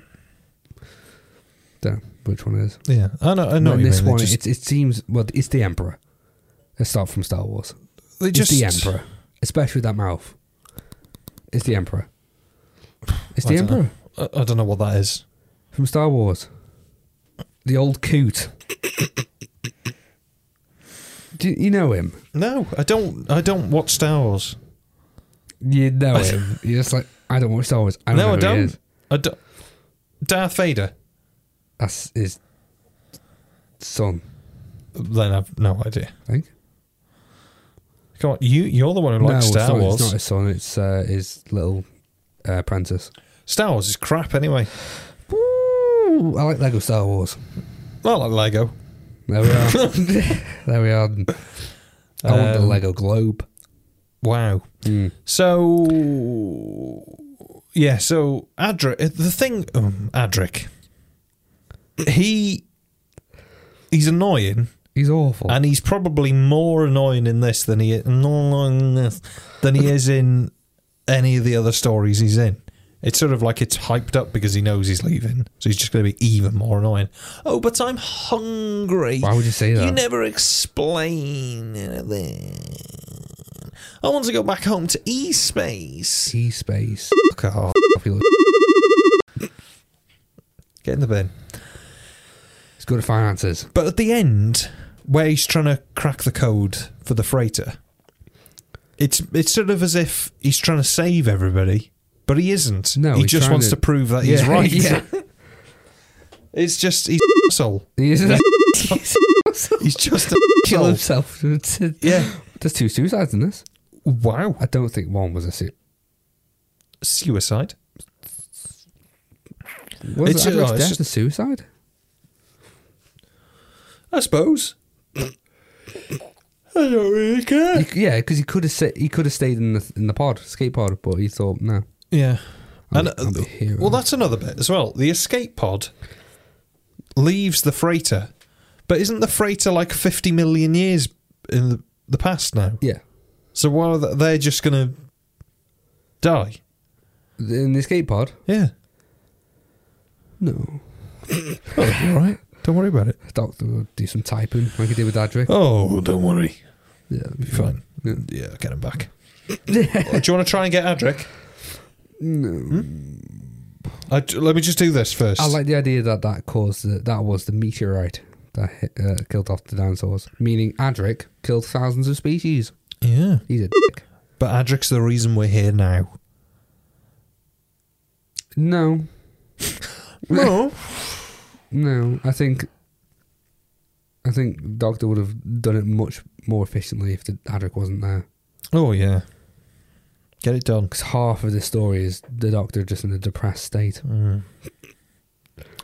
C: don't know which one it is.
A: Yeah, I know. I know.
C: No,
A: what you
C: this
A: mean. They
C: one,
A: just-
C: it, it seems well, it's the Emperor. Let's start from Star Wars.
A: they
C: It's
A: just
C: the Emperor, especially with that mouth. It's the Emperor. It's
A: I
C: the
A: don't know.
C: Emperor
A: I, I don't know what that is.
C: from Star Wars. The old coot. Do you know him?
A: No, I don't. I don't watch Star Wars.
C: You know him. You're just like I don't watch Star Wars. I don't
A: no,
C: know
A: I
C: who he
A: don't.
C: is.
A: I don't. Darth Vader.
C: That's his son,
A: Then I've no idea.
C: I think.
A: Come on, you you're the one who
C: no,
A: likes Star
C: it's not,
A: Wars.
C: It's not his son. It's uh, his little uh, apprentice.
A: Star Wars is crap anyway.
C: Ooh, I like Lego Star Wars.
A: Not like Lego.
C: There we are. there we are. I want the
A: Um,
C: Lego globe.
A: Wow.
C: Hmm.
A: So yeah, so Adric, uh, the thing, um, Adric, he he's annoying,
C: He's awful.
A: and he's probably more annoying in this than he than he is in any of the other stories he's in. It's sort of like it's hyped up because he knows he's leaving, so he's just going to be even more annoying. Oh, but I'm hungry.
C: Why would you say that?
A: You never explain anything. I want to go back home to E Space.
C: Sea space.
A: Fuck off.
C: If you look-
A: Get in the bin.
C: He's good at finances.
A: But at the end, where he's trying to crack the code for the freighter, it's it's sort of as if he's trying to save everybody, but he isn't.
C: No,
A: he
C: he's
A: just
C: trying
A: wants to,
C: to-
A: prove that he's
C: Yeah,
A: right.
C: yeah.
A: It's just he's an asshole.
C: He's
A: He's just a
C: kill
A: asshole.
C: himself.
A: Yeah.
C: There's two suicides in this.
A: Wow.
C: I don't think one was a suit.
A: Suicide. It's-
C: Was it's, it
A: no, it's
C: Adric's death
A: just-
C: a suicide?
A: I suppose. I don't really care.
C: He- yeah, because he could have sa- he could have stayed in the in the pod, skate pod, but he thought no.
A: Yeah. And
C: I'm-
A: uh,
C: I'm a hero.
A: well, that's another bit as well. The escape pod leaves the freighter, but isn't the freighter like fifty million years in the, the past now?
C: Yeah.
A: So why are they, they're just gonna die?
C: In the skate pod?
A: Yeah.
C: No.
A: Oh, you're right. Don't worry about it.
C: Doctor will do some typing like he did with Adric.
A: Oh, don't worry.
C: Yeah.
A: Be fine.
C: Yeah.
A: Yeah, I'll get him back. Oh, do you want to try and get Adric?
C: No.
A: I, let me just do this first.
C: I like the idea that that caused the, that was the meteorite that hit, uh, killed off the dinosaurs. Meaning Adric killed thousands of species.
A: yeah.
C: He's a dick.
A: But Adric's the reason we're here now.
C: No,
B: No.
C: no. I think I think Doctor would have done it much more efficiently if the Adric wasn't there.
A: Oh, yeah. Get it done.
C: Because half of the story is the Doctor just in a depressed state.
A: Mm.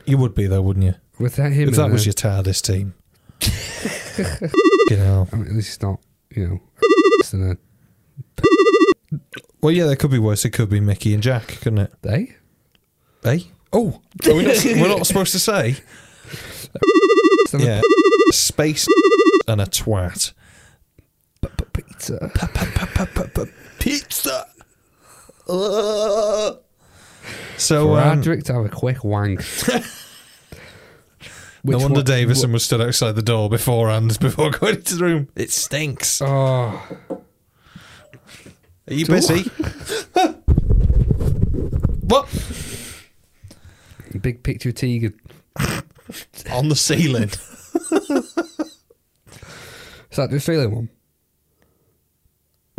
A: You would be, though, wouldn't you?
C: Without him,
A: if
C: in
A: that was
C: there-
A: your TARDIS team. you know.
C: I mean, at least it's not you know. it's in a-
A: Well, yeah, that could be worse. It could be Mickey and Jack, couldn't it?
C: They?
A: Eh? Oh, are we not, we're not supposed to say.
C: It's in a
A: Yeah. Space and a twat.
C: p- p- pizza.
A: Pizza. So,
C: For
A: um,
C: Adric to have a quick wank.
A: no
C: Which
A: wonder
C: one-
A: Davison was stood outside the door beforehand before going into the room. It stinks. Are
C: Oh,
A: you busy? what?
C: big picture of Tegan.
A: On the ceiling.
C: Is that the Australian one?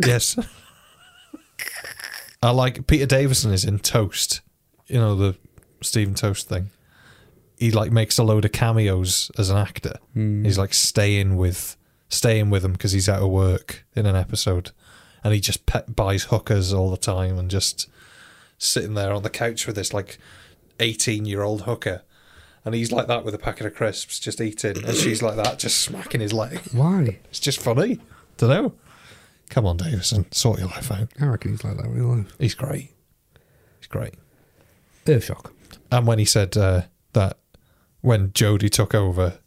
A: Yes. I like Peter Davison is in Toast. You know the Stephen Toast thing. He like makes a load of cameos as an actor. He's like staying with staying with them because he's out of work in an episode, and he just pe- buys hookers all the time and just sitting there on the couch with this like eighteen year old hooker. And he's like that with a packet of crisps, just eating, and she's like that, just smacking his leg.
C: Why?
A: It's just funny. Don't know. Come on, Davison, sort your life out.
C: I reckon he's like that in real life.
A: He's great. He's great.
C: Earth shock.
A: And when he said uh, that, when Jodie took over,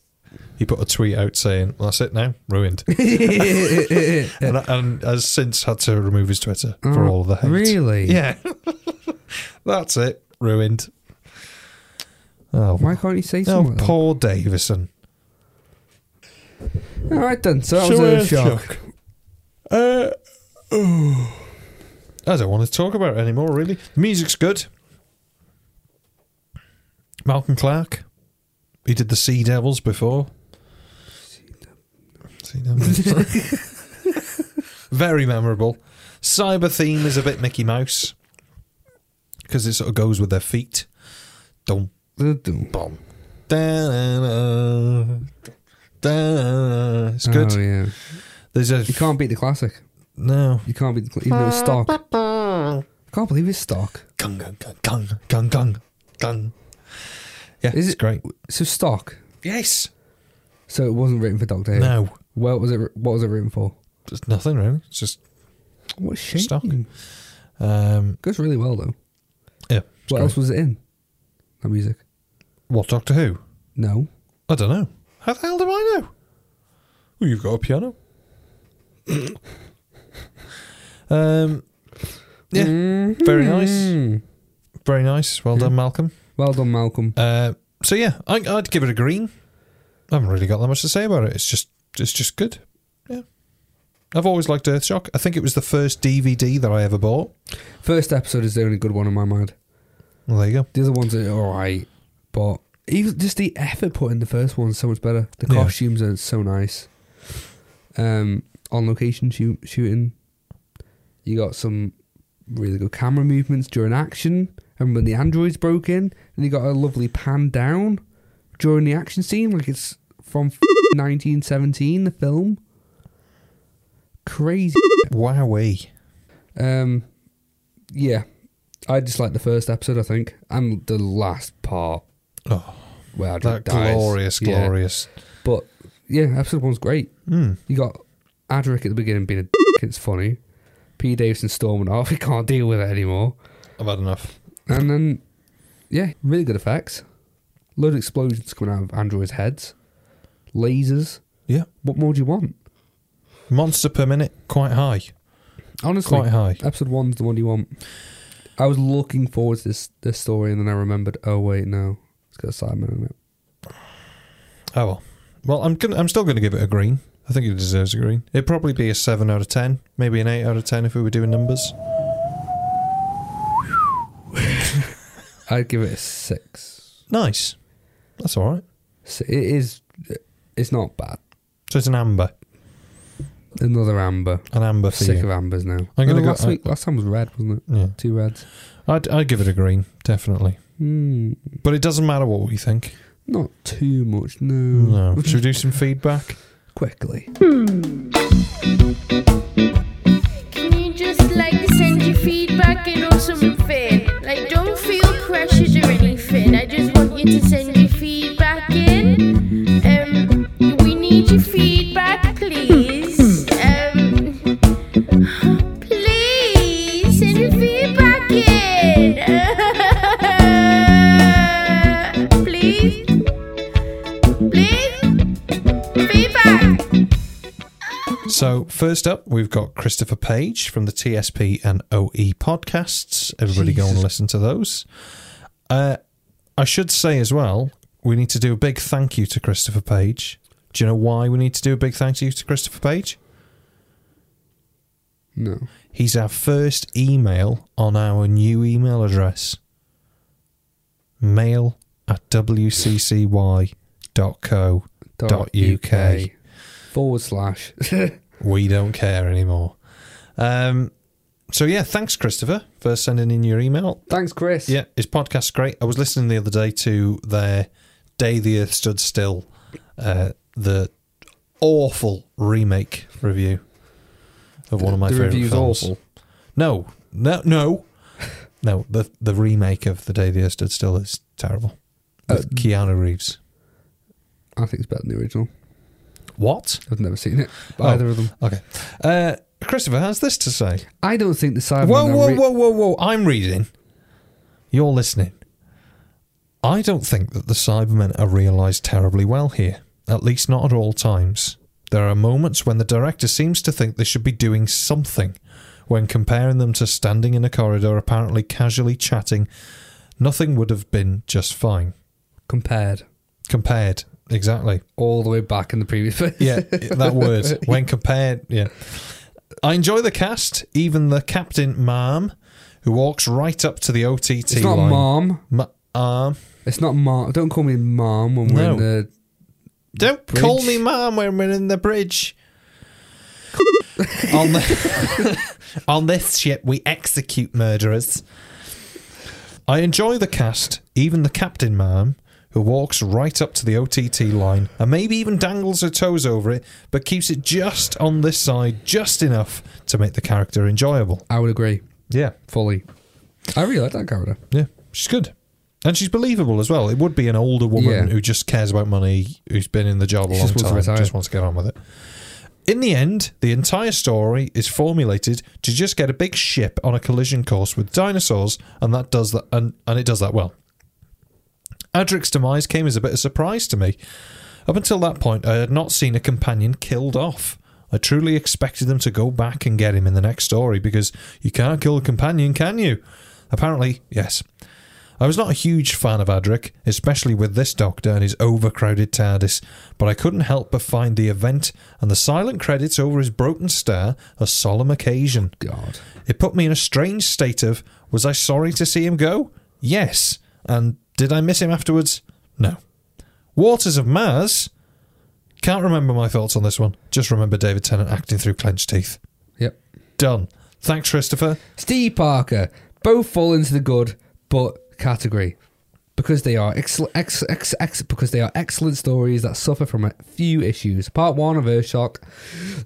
A: he put a tweet out saying, "That's it now, ruined." and, and has since had to remove his Twitter for
C: Oh,
A: all of the hate.
C: really?
A: Yeah. That's it, ruined. Oh,
C: Why can't he say
A: oh
C: something?
A: poor Davison.
C: All right then. So that was
A: So
C: Earth
A: Earth
C: shock.
A: Shock. Uh, oh. I don't want to talk about it anymore, really. The music's good. Malcolm Clark. He did the Sea Devils before. Sea Devils. Very memorable. Cyber theme is a bit Mickey Mouse because it sort of goes with their feet. Dum bum. Da-na-na. Da-na-na. It's good.
C: Oh yeah.
A: There's a
C: You can't beat the classic.
A: no.
C: You can't beat the cl- even though it's stock. I can't believe it's stock.
A: Gung gung gung gung gung gung gung. Yeah,
C: Is
A: it's
C: it-
A: great.
C: So stock.
A: Yes.
C: So it wasn't written for Doctor Who.
A: No,
C: What was it? What was it written for?
A: there's nothing really. It's just
C: What a shame.
A: Stock. um,
C: Goes really well though.
A: yeah. it's
C: What
A: great.
C: else was it in? That music.
A: What Doctor Who?
C: No.
A: I don't know. How the hell do I know? Well, you've got a piano. um, yeah, very nice,
C: Mm.
A: very nice. Well done, Malcolm.
C: Well done, Malcolm.
A: Uh, so yeah, I, I'd give it a green. I haven't really got that much to say about it. It's just it's just good. Yeah, I've always liked Earthshock. I think it was the first DVD that I ever bought.
C: First episode is the only good one in my mind.
A: Well, there you go.
C: The other ones are alright, but even just the effort put in the first one is so much better. The
A: Yeah.
C: costumes are so nice. Um, on location shoot, shooting, you got some really good camera movements during action, and when the androids broke in, and you got a lovely pan down during the action scene, like it's from 1917, the film. Crazy.
A: Wowee.
C: Um, yeah, I just like the first episode, I think, and the last part.
A: Oh,
C: where Adric
A: that
C: dies.
A: glorious,
C: Yeah.
A: glorious.
C: But yeah, episode one's great.
A: Mm.
C: You got Adric at the beginning being a dick, it's funny. P. Davison storming off, he can't deal with it anymore.
A: I've had enough.
C: And then, yeah, really good effects. Load of explosions coming out of androids' heads, lasers.
A: Yeah,
C: What more do you want?
A: monster per minute quite high.
C: Honestly,
A: Quite high.
C: Episode one's the one you want. I was looking forward to this this story, and then I remembered. Oh wait, no, it's got Simon in it.
A: Oh well. Well, I'm gonna, I'm still going to give it a green. I think it deserves a green. It'd probably be a seven out of ten, maybe an eight out of ten if we were doing numbers.
C: I'd give it a six.
A: Nice. That's all right.
C: S- It is. It's not bad.
A: So it's an amber.
C: Another amber.
A: An amber for
C: Sick
A: you.
C: of ambers now.
A: I'm gonna
C: No,
A: go- uh,
C: last week. Last time was red, wasn't it?
A: Yeah.
C: Two reds.
A: I'd, I'd give it a green, definitely.
C: Hmm.
A: But it doesn't matter what we think.
C: not too much. No.
A: No. Should we do some feedback?
C: Quickly.
H: Can you just like send your feedback in or something? Like, don't feel pressured or anything. I just want you to send your feedback in. Um, we need your feedback, please. Um, please send your feedback in. please, please, feedback.
A: So, first up, we've got Christopher Page from the TSP and OE podcasts. Everybody go and listen to those. Uh, I should say as well, we need to do a big thank you to Christopher Page. Do you know why we need to do a big thank you to Christopher Page?
C: No.
A: He's our first email on our new email address mail at wccy.co.uk.
C: UK. Forward slash.
A: We don't care anymore. Um, so, yeah, thanks, Christopher, for sending in your email.
C: Thanks, Chris.
A: Yeah, his podcast's great. I was listening the other day to their Day the Earth Stood Still, uh, the awful remake review of one of my
C: the
A: favourite
C: review's
A: films.
C: awful.
A: No, no, no, no. The the remake of the Day the Earth Stood Still is terrible.
C: Uh,
A: With Keanu Reeves.
C: I think it's better than the original.
A: What?
C: I've never seen it. Either
A: Oh,
C: of them.
A: Okay. Uh, Christopher has this to say.
C: I don't think the Cybermen.
A: Whoa,
C: are
A: whoa,
C: re-
A: whoa, whoa, whoa! I'm reading. You're listening. I don't think that the Cybermen are realised terribly well here. At least not at all times. There are moments when the director seems to think they should be doing something, when comparing them to standing in a corridor apparently casually chatting, nothing would have been just fine.
C: Compared
A: Compared, exactly.
C: all the way back in the previous phase.
A: Yeah, that word. When compared, yeah. I enjoy the cast, even the Captain Marm, who walks right up to the OTT
C: It's not
A: line.
C: mom.
A: Ma- Arm.
C: It's not mom. Don't call me mom when we're
A: No.
C: in the.
A: Don't
C: Bridge.
A: call me Marm when we're in the bridge. on, the- on this ship, we execute murderers. I enjoy the cast, even the Captain Marm, who walks right up to the OTT line and maybe even dangles her toes over it, but keeps it just on this side, just enough to make the character enjoyable.
C: I would agree
A: Yeah,
C: fully. I really like that character.
A: yeah, she's good. And she's believable as well. It would be an older woman
C: Yeah.
A: who just cares about money, who's been in the job a
C: She
A: long
C: just wants to
A: time,
C: retire.
A: just wants to get on with it. In the end, the entire story is formulated to just get a big ship on a collision course with dinosaurs, and that does that, and, and it does that well. Adric's demise came as a bit of surprise to me. Up until that point, I had not seen a companion killed off. I truly expected them to go back and get him in the next story because you can't kill a companion, can you? Apparently, yes. I was not a huge fan of Adric, especially with this Doctor and his overcrowded TARDIS, but I couldn't help but find the event and the silent credits over his broken star a solemn occasion.
C: God.
A: It put me in a strange state of was I sorry to see him go? Yes. And did I miss him afterwards? No. Waters of Mars? Can't remember my thoughts on this one. Just remember David Tennant acting through clenched teeth.
C: Yep.
A: Done. Thanks, Christopher.
C: Steve Parker. Both fall into the good but category because they are ex- ex- ex- ex- because they are excellent stories that suffer from a few issues. Part one of Earthshock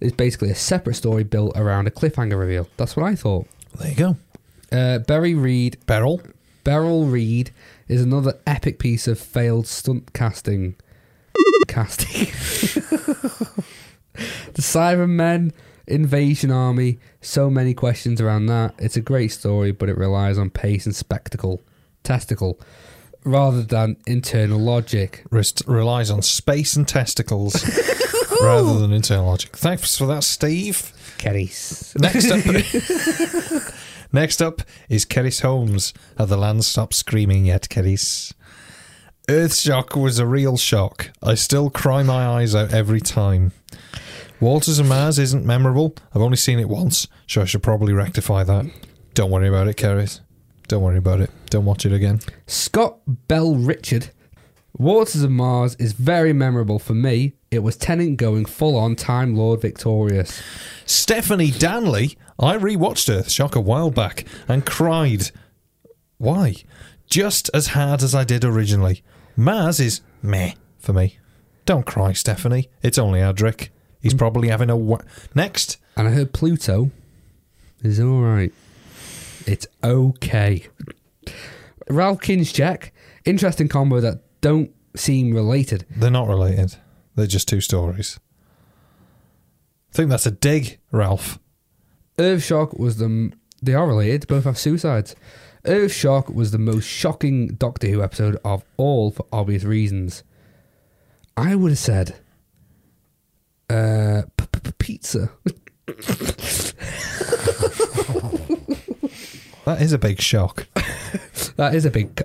C: is basically a separate story built around a cliffhanger reveal. That's what I thought.
A: There you go.
C: Uh, Barry Reed
A: Beryl.
C: Beryl Reed is another epic piece of failed stunt casting. casting. the Cybermen Invasion Army. So many questions around that. It's a great story, but it relies on pace and spectacle, testicle, rather than internal logic.
A: Rest- relies on space and testicles rather than internal logic. Thanks for that, Steve.
C: Kerry's.
A: Next up, next up is Keris Holmes at the land stop screaming yet Keris. Earth shock was a real shock. I still cry my eyes out every time. Walters and Mars isn't memorable. I've only seen it once, so I should probably rectify that. Don't worry about it, Keris. Don't worry about it. Don't watch it again.
C: Scott Bell Richard. Waters of Mars is very memorable for me. It was Tennant going full on Time Lord Victorious.
A: Stephanie Danley, I rewatched her shock a while back and cried. Why? Just as hard as I did originally. Mars is meh for me. Don't cry, Stephanie. It's only Adric. He's probably having a wha- next.
C: And I heard Pluto is alright. It's okay. Ralph Kins Jack. Interesting combo that don't seem related.
A: They're not related. They're just two stories. I think that's a dig, Ralph.
C: Earthshock was the. They are related. Both have suicides. Earthshock was the most shocking Doctor Who episode of all for obvious reasons. I would have said, uh, p- p- p- pizza.
A: That is a big shock.
C: That is a big. c-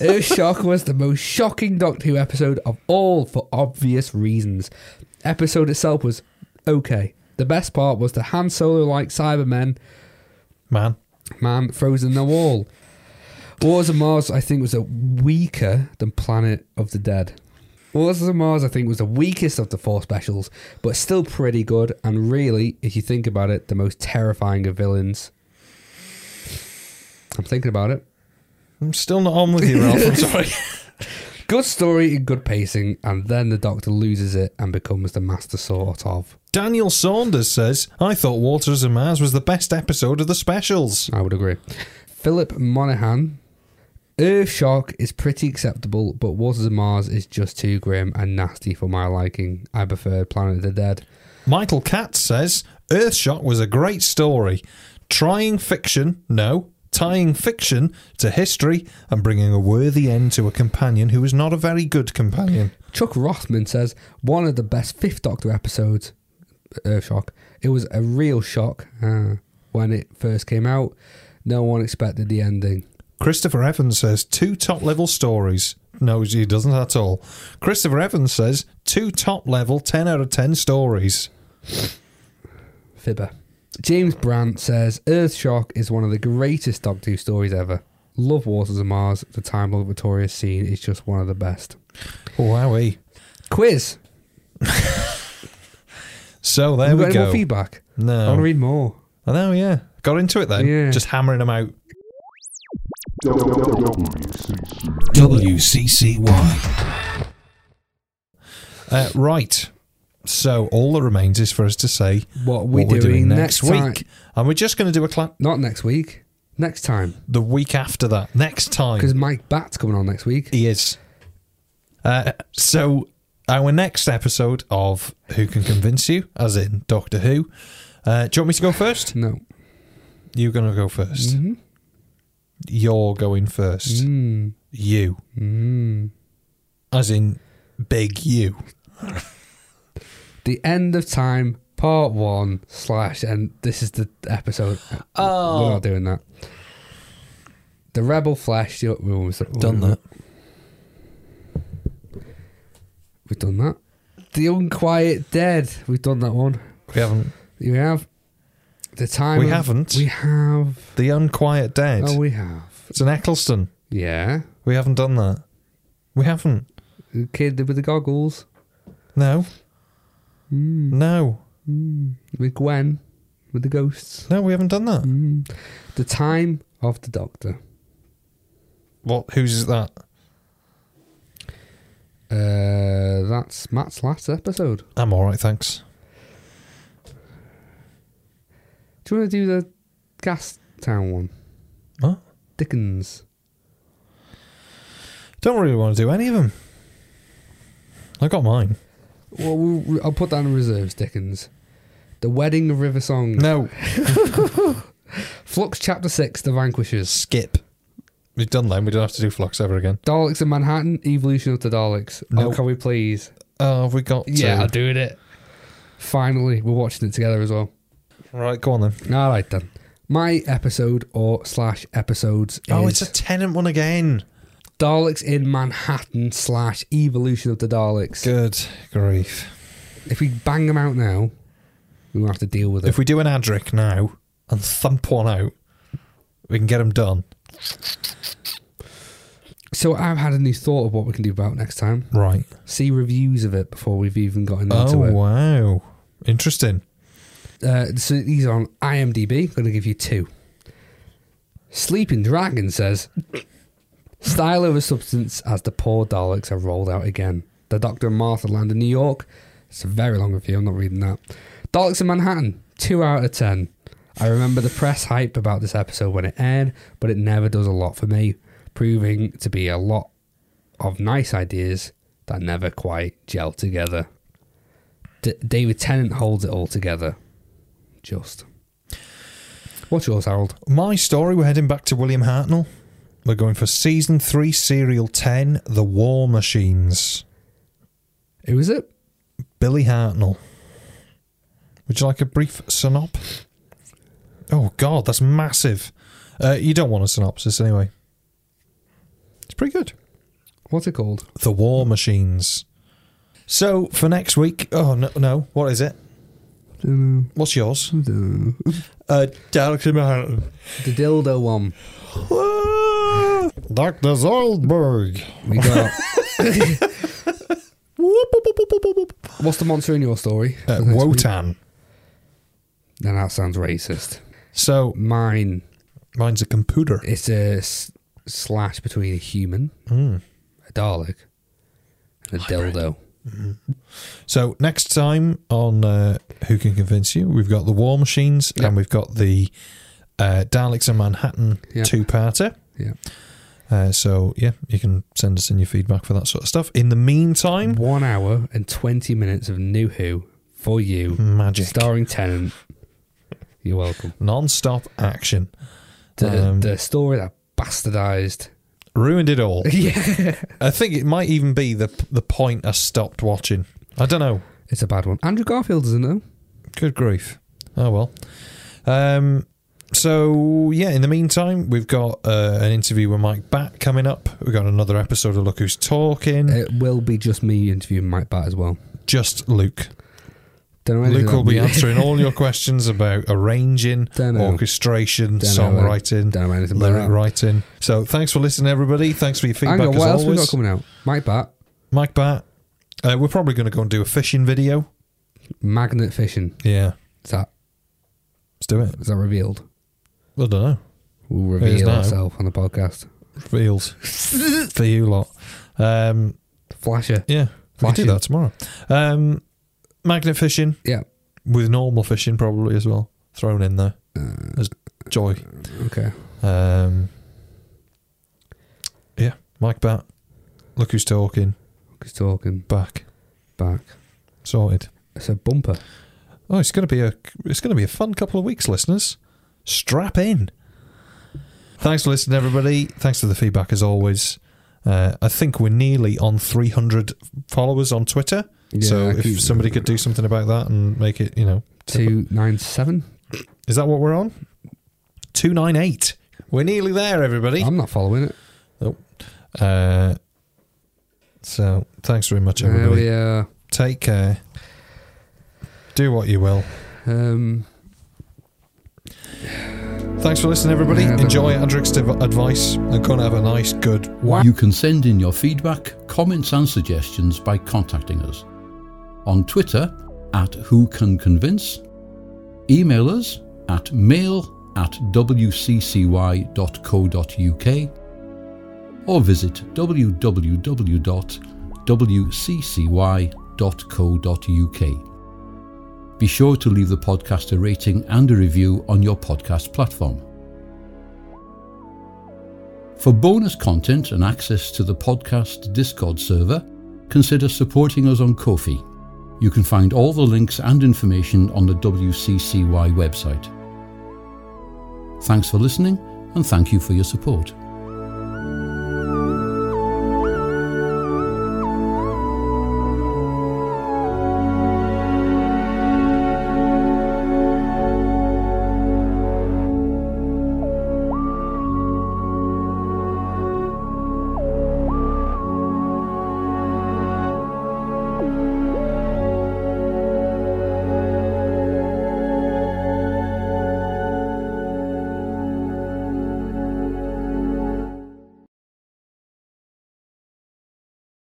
C: Earthshock was the most shocking Doctor Who episode of all for obvious reasons. Episode itself was okay. The best part was the Han Solo like Cybermen
A: Man,
C: man frozen in the wall. Wars of Mars, I think, was a weaker than Planet of the Dead. Wars of Mars, I think, was the weakest of the four specials, but still pretty good, and really, if you think about it, the most terrifying of villains. I'm thinking about it.
A: I'm still not on with you, Ralph. I'm sorry.
C: Good story and good pacing, and then the Doctor loses it and becomes the master sort of.
A: Daniel Saunders says, I thought Waters and Mars was the best episode of the specials.
C: I would agree. Philip Monaghan. Earthshock is pretty acceptable, but Waters of Mars is just too grim and nasty for my liking. I prefer Planet of the Dead.
A: Michael Katz says, Earthshot was a great story. Trying fiction, no, tying fiction to history and bringing a worthy end to a companion who is not a very good companion.
C: Chuck Rothman says one of the best Fifth Doctor episodes, Earthshock. It was a real shock uh, when it first came out. No one expected the ending.
A: Christopher Evans says, two top level stories. No, he doesn't at all. Christopher Evans says, two top level 10 out of 10 stories.
C: Fibber. James Brandt says Earthshock is one of the greatest Doctor Who stories ever. Love Waters of Mars. The Time Lord Victorious scene is just one of the best.
A: Wowie.
C: Quiz.
A: So there
C: Have
A: we
C: got Any
A: go. Oh.
C: more feedback? I want
A: No.
C: to read more.
A: I know, yeah. Got into it then.
C: Yeah.
A: Just hammering them out.
B: WCCY.
A: Uh, right. So all that remains is for us to say
C: What we
A: we're
C: doing next
A: week,
C: time.
A: and we're just going to do a clap
C: Not next week. Next time.
A: the week after that. Next
C: Because
A: time
C: Mike Batt's coming on next week.
A: he is. Uh, so our next episode of Who Can Convince You, as in Doctor Who. Uh, do you want me to go first?
C: No.
A: You're going to go 1st you You're going first.
C: Mm-hmm. Mm.
A: You, as in big you.
C: The End of Time, Part 1, slash, and this is the episode. Oh. We're not doing that. The Rebel Flash. the- we always-
A: Mm-hmm.
C: We've done that. The Unquiet Dead. We've done that one.
A: We haven't.
C: You have. The time.
A: We
C: of-
A: haven't.
C: We have.
A: The Unquiet Dead.
C: Oh, we have.
A: It's an Eccleston.
C: Yeah.
A: We haven't done that. We haven't.
C: The kid with the goggles. Mm,
A: No. No.
C: With Gwen. With the ghosts. Mm.
A: No, we haven't done that.
C: The time of the Doctor.
A: What? Whose is that?
C: Uh, that's Matt's last episode.
A: I'm all right, thanks.
C: Do you want to do the Gas Town one?
A: What?
C: Dickens.
A: Don't really want to do any of them. I got mine.
C: Well, we'll I'll put that in reserves. Dickens. The Wedding of River Song.
A: No.
C: Flux Chapter Six. The Vanquishers.
A: Skip. We've done them. We don't have to do Flux ever again.
C: Daleks in Manhattan. Evolution of the Daleks.
A: Nope.
C: Oh, can we please?
A: Oh, have we got
C: Yeah,
A: to?
C: I'm doing it. Finally, we're watching it together as well.
A: Right, go on then.
C: All right then. My episode or slash episodes is
A: Oh, it's a tenant one again.
C: Daleks in Manhattan slash Evolution of the Daleks.
A: Good grief.
C: If we bang them out now, we won't have to deal with it.
A: If we do an Adric now and thump one out, we can get them done.
C: So I've had a new thought of what we can do about next time.
A: Right.
C: See reviews of it before we've even gotten into
A: Oh,
C: it.
A: wow. Interesting.
C: Uh, so these are on IMDb. Going to give you two. Sleeping Dragon says, "Style over substance as the poor Daleks are rolled out again." The Doctor and Martha land in New York. It's a very long review. I'm not reading that. Daleks in Manhattan. Two out of ten. I remember the press hype about this episode when it aired, but it never does a lot for me, proving to be a lot of nice ideas that never quite gel together. D- David Tennant holds it all together. Just. What's yours, Harold?
A: My story, we're heading back to William Hartnell. We're going for season three, serial 10, The War Machines.
C: Who is it?
A: Billy Hartnell. Would you like a brief synopsis? Oh, God, that's massive. Uh, you don't want a synopsis anyway. It's pretty good.
C: What's it called?
A: The War Machines. So, for next week. Oh, no, no. What is it? What's yours?
C: The
A: Uh, Daleks in Manhattan.
C: dildo one.
A: Dr. Zoldberg.
C: We got. What's the monster in your story?
A: Uh,
C: For next week?
A: Wotan.
C: Now that sounds racist.
A: So
C: Mine.
A: mine's a computer.
C: It's a s- slash between a human, a Dalek, and a dildo.
A: So next time on uh, Who Can Convince You, we've got the War Machines
C: Yep.
A: and we've got the uh, Daleks and Manhattan
C: Yep.
A: two-parter.
C: Yeah.
A: Uh, so yeah, you can send us in your feedback for that sort of stuff. In the meantime,
C: One hour and 20 minutes of New Who for you.
A: magic,
C: Starring Tennant. You're welcome.
A: non-stop action,
C: The,
A: Um,
C: the story that bastardized.
A: ruined it all.
C: yeah.
A: I think it might even be the the point I stopped watching. I don't know.
C: It's a bad one. Andrew Garfield doesn't know.
A: Good grief. Oh well. Um, so yeah, in the meantime, we've got uh, an interview with Mike Bat coming up. We've got another episode of Look Who's Talking.
C: It will be just me interviewing Mike Bat as well.
A: Just Luke.
C: Don't know anything
A: Luke will
C: about
A: be
C: mu-
A: answering all your questions about arranging,
C: Don't know.
A: orchestration,
C: Don't know about-
A: songwriting,
C: don't know anything about
A: lyric
C: that.
A: writing. So thanks for listening, everybody. Thanks for your feedback
C: Hang on,
A: as
C: what else we got
A: always.
C: coming out? Mike Bat,
A: Mike Bat. Uh, we're probably going to go and do a fishing video.
C: magnet fishing.
A: Yeah,
C: Is that
A: let's do it.
C: is that revealed?
A: I don't know.
C: We'll
A: It is
C: reveal
A: now.
C: ourselves on the podcast.
A: Feels for you lot. Um,
C: Flasher.
A: Yeah, we can do
C: Flashing.
A: that tomorrow. Um, magnet fishing
C: Yeah.
A: with normal fishing probably as well thrown in there as joy.
C: Okay.
A: Um, yeah, Mike Bat. Look who's talking.
C: Just talking
A: Back
C: back.
A: sorted.
C: It's a bumper.
A: Oh, it's gonna be a it's gonna be a fun couple of weeks, listeners. Strap in. Thanks for listening, everybody. Thanks for the feedback as always. Uh, I think we're nearly on 300 followers on Twitter.
C: Yeah,
A: so
C: I
A: if
C: keep-
A: somebody could do something about that and make it, you know,
C: Two nine seven.
A: Is that what we're on? 298. We're nearly there, everybody.
C: I'm not following it.
A: Nope. Uh, so, thanks very much,
C: There
A: everybody.
C: we are.
A: Take care. Do what you will.
C: Um,
A: Thanks for listening, everybody.
C: Yeah,
A: Enjoy Adric's div- advice and go and have a nice, good
I: You can send in your feedback, comments, and suggestions by contacting us on Twitter at Who Can Convince, email us at mail at wccy.co.uk, or visit www.wccy.co.uk. Be sure to leave the podcast a rating and a review on your podcast platform. For bonus content and access to the podcast Discord server, consider supporting us on Ko-fi. You can find all the links and information on the WCCY website. Thanks for listening and thank you for your support.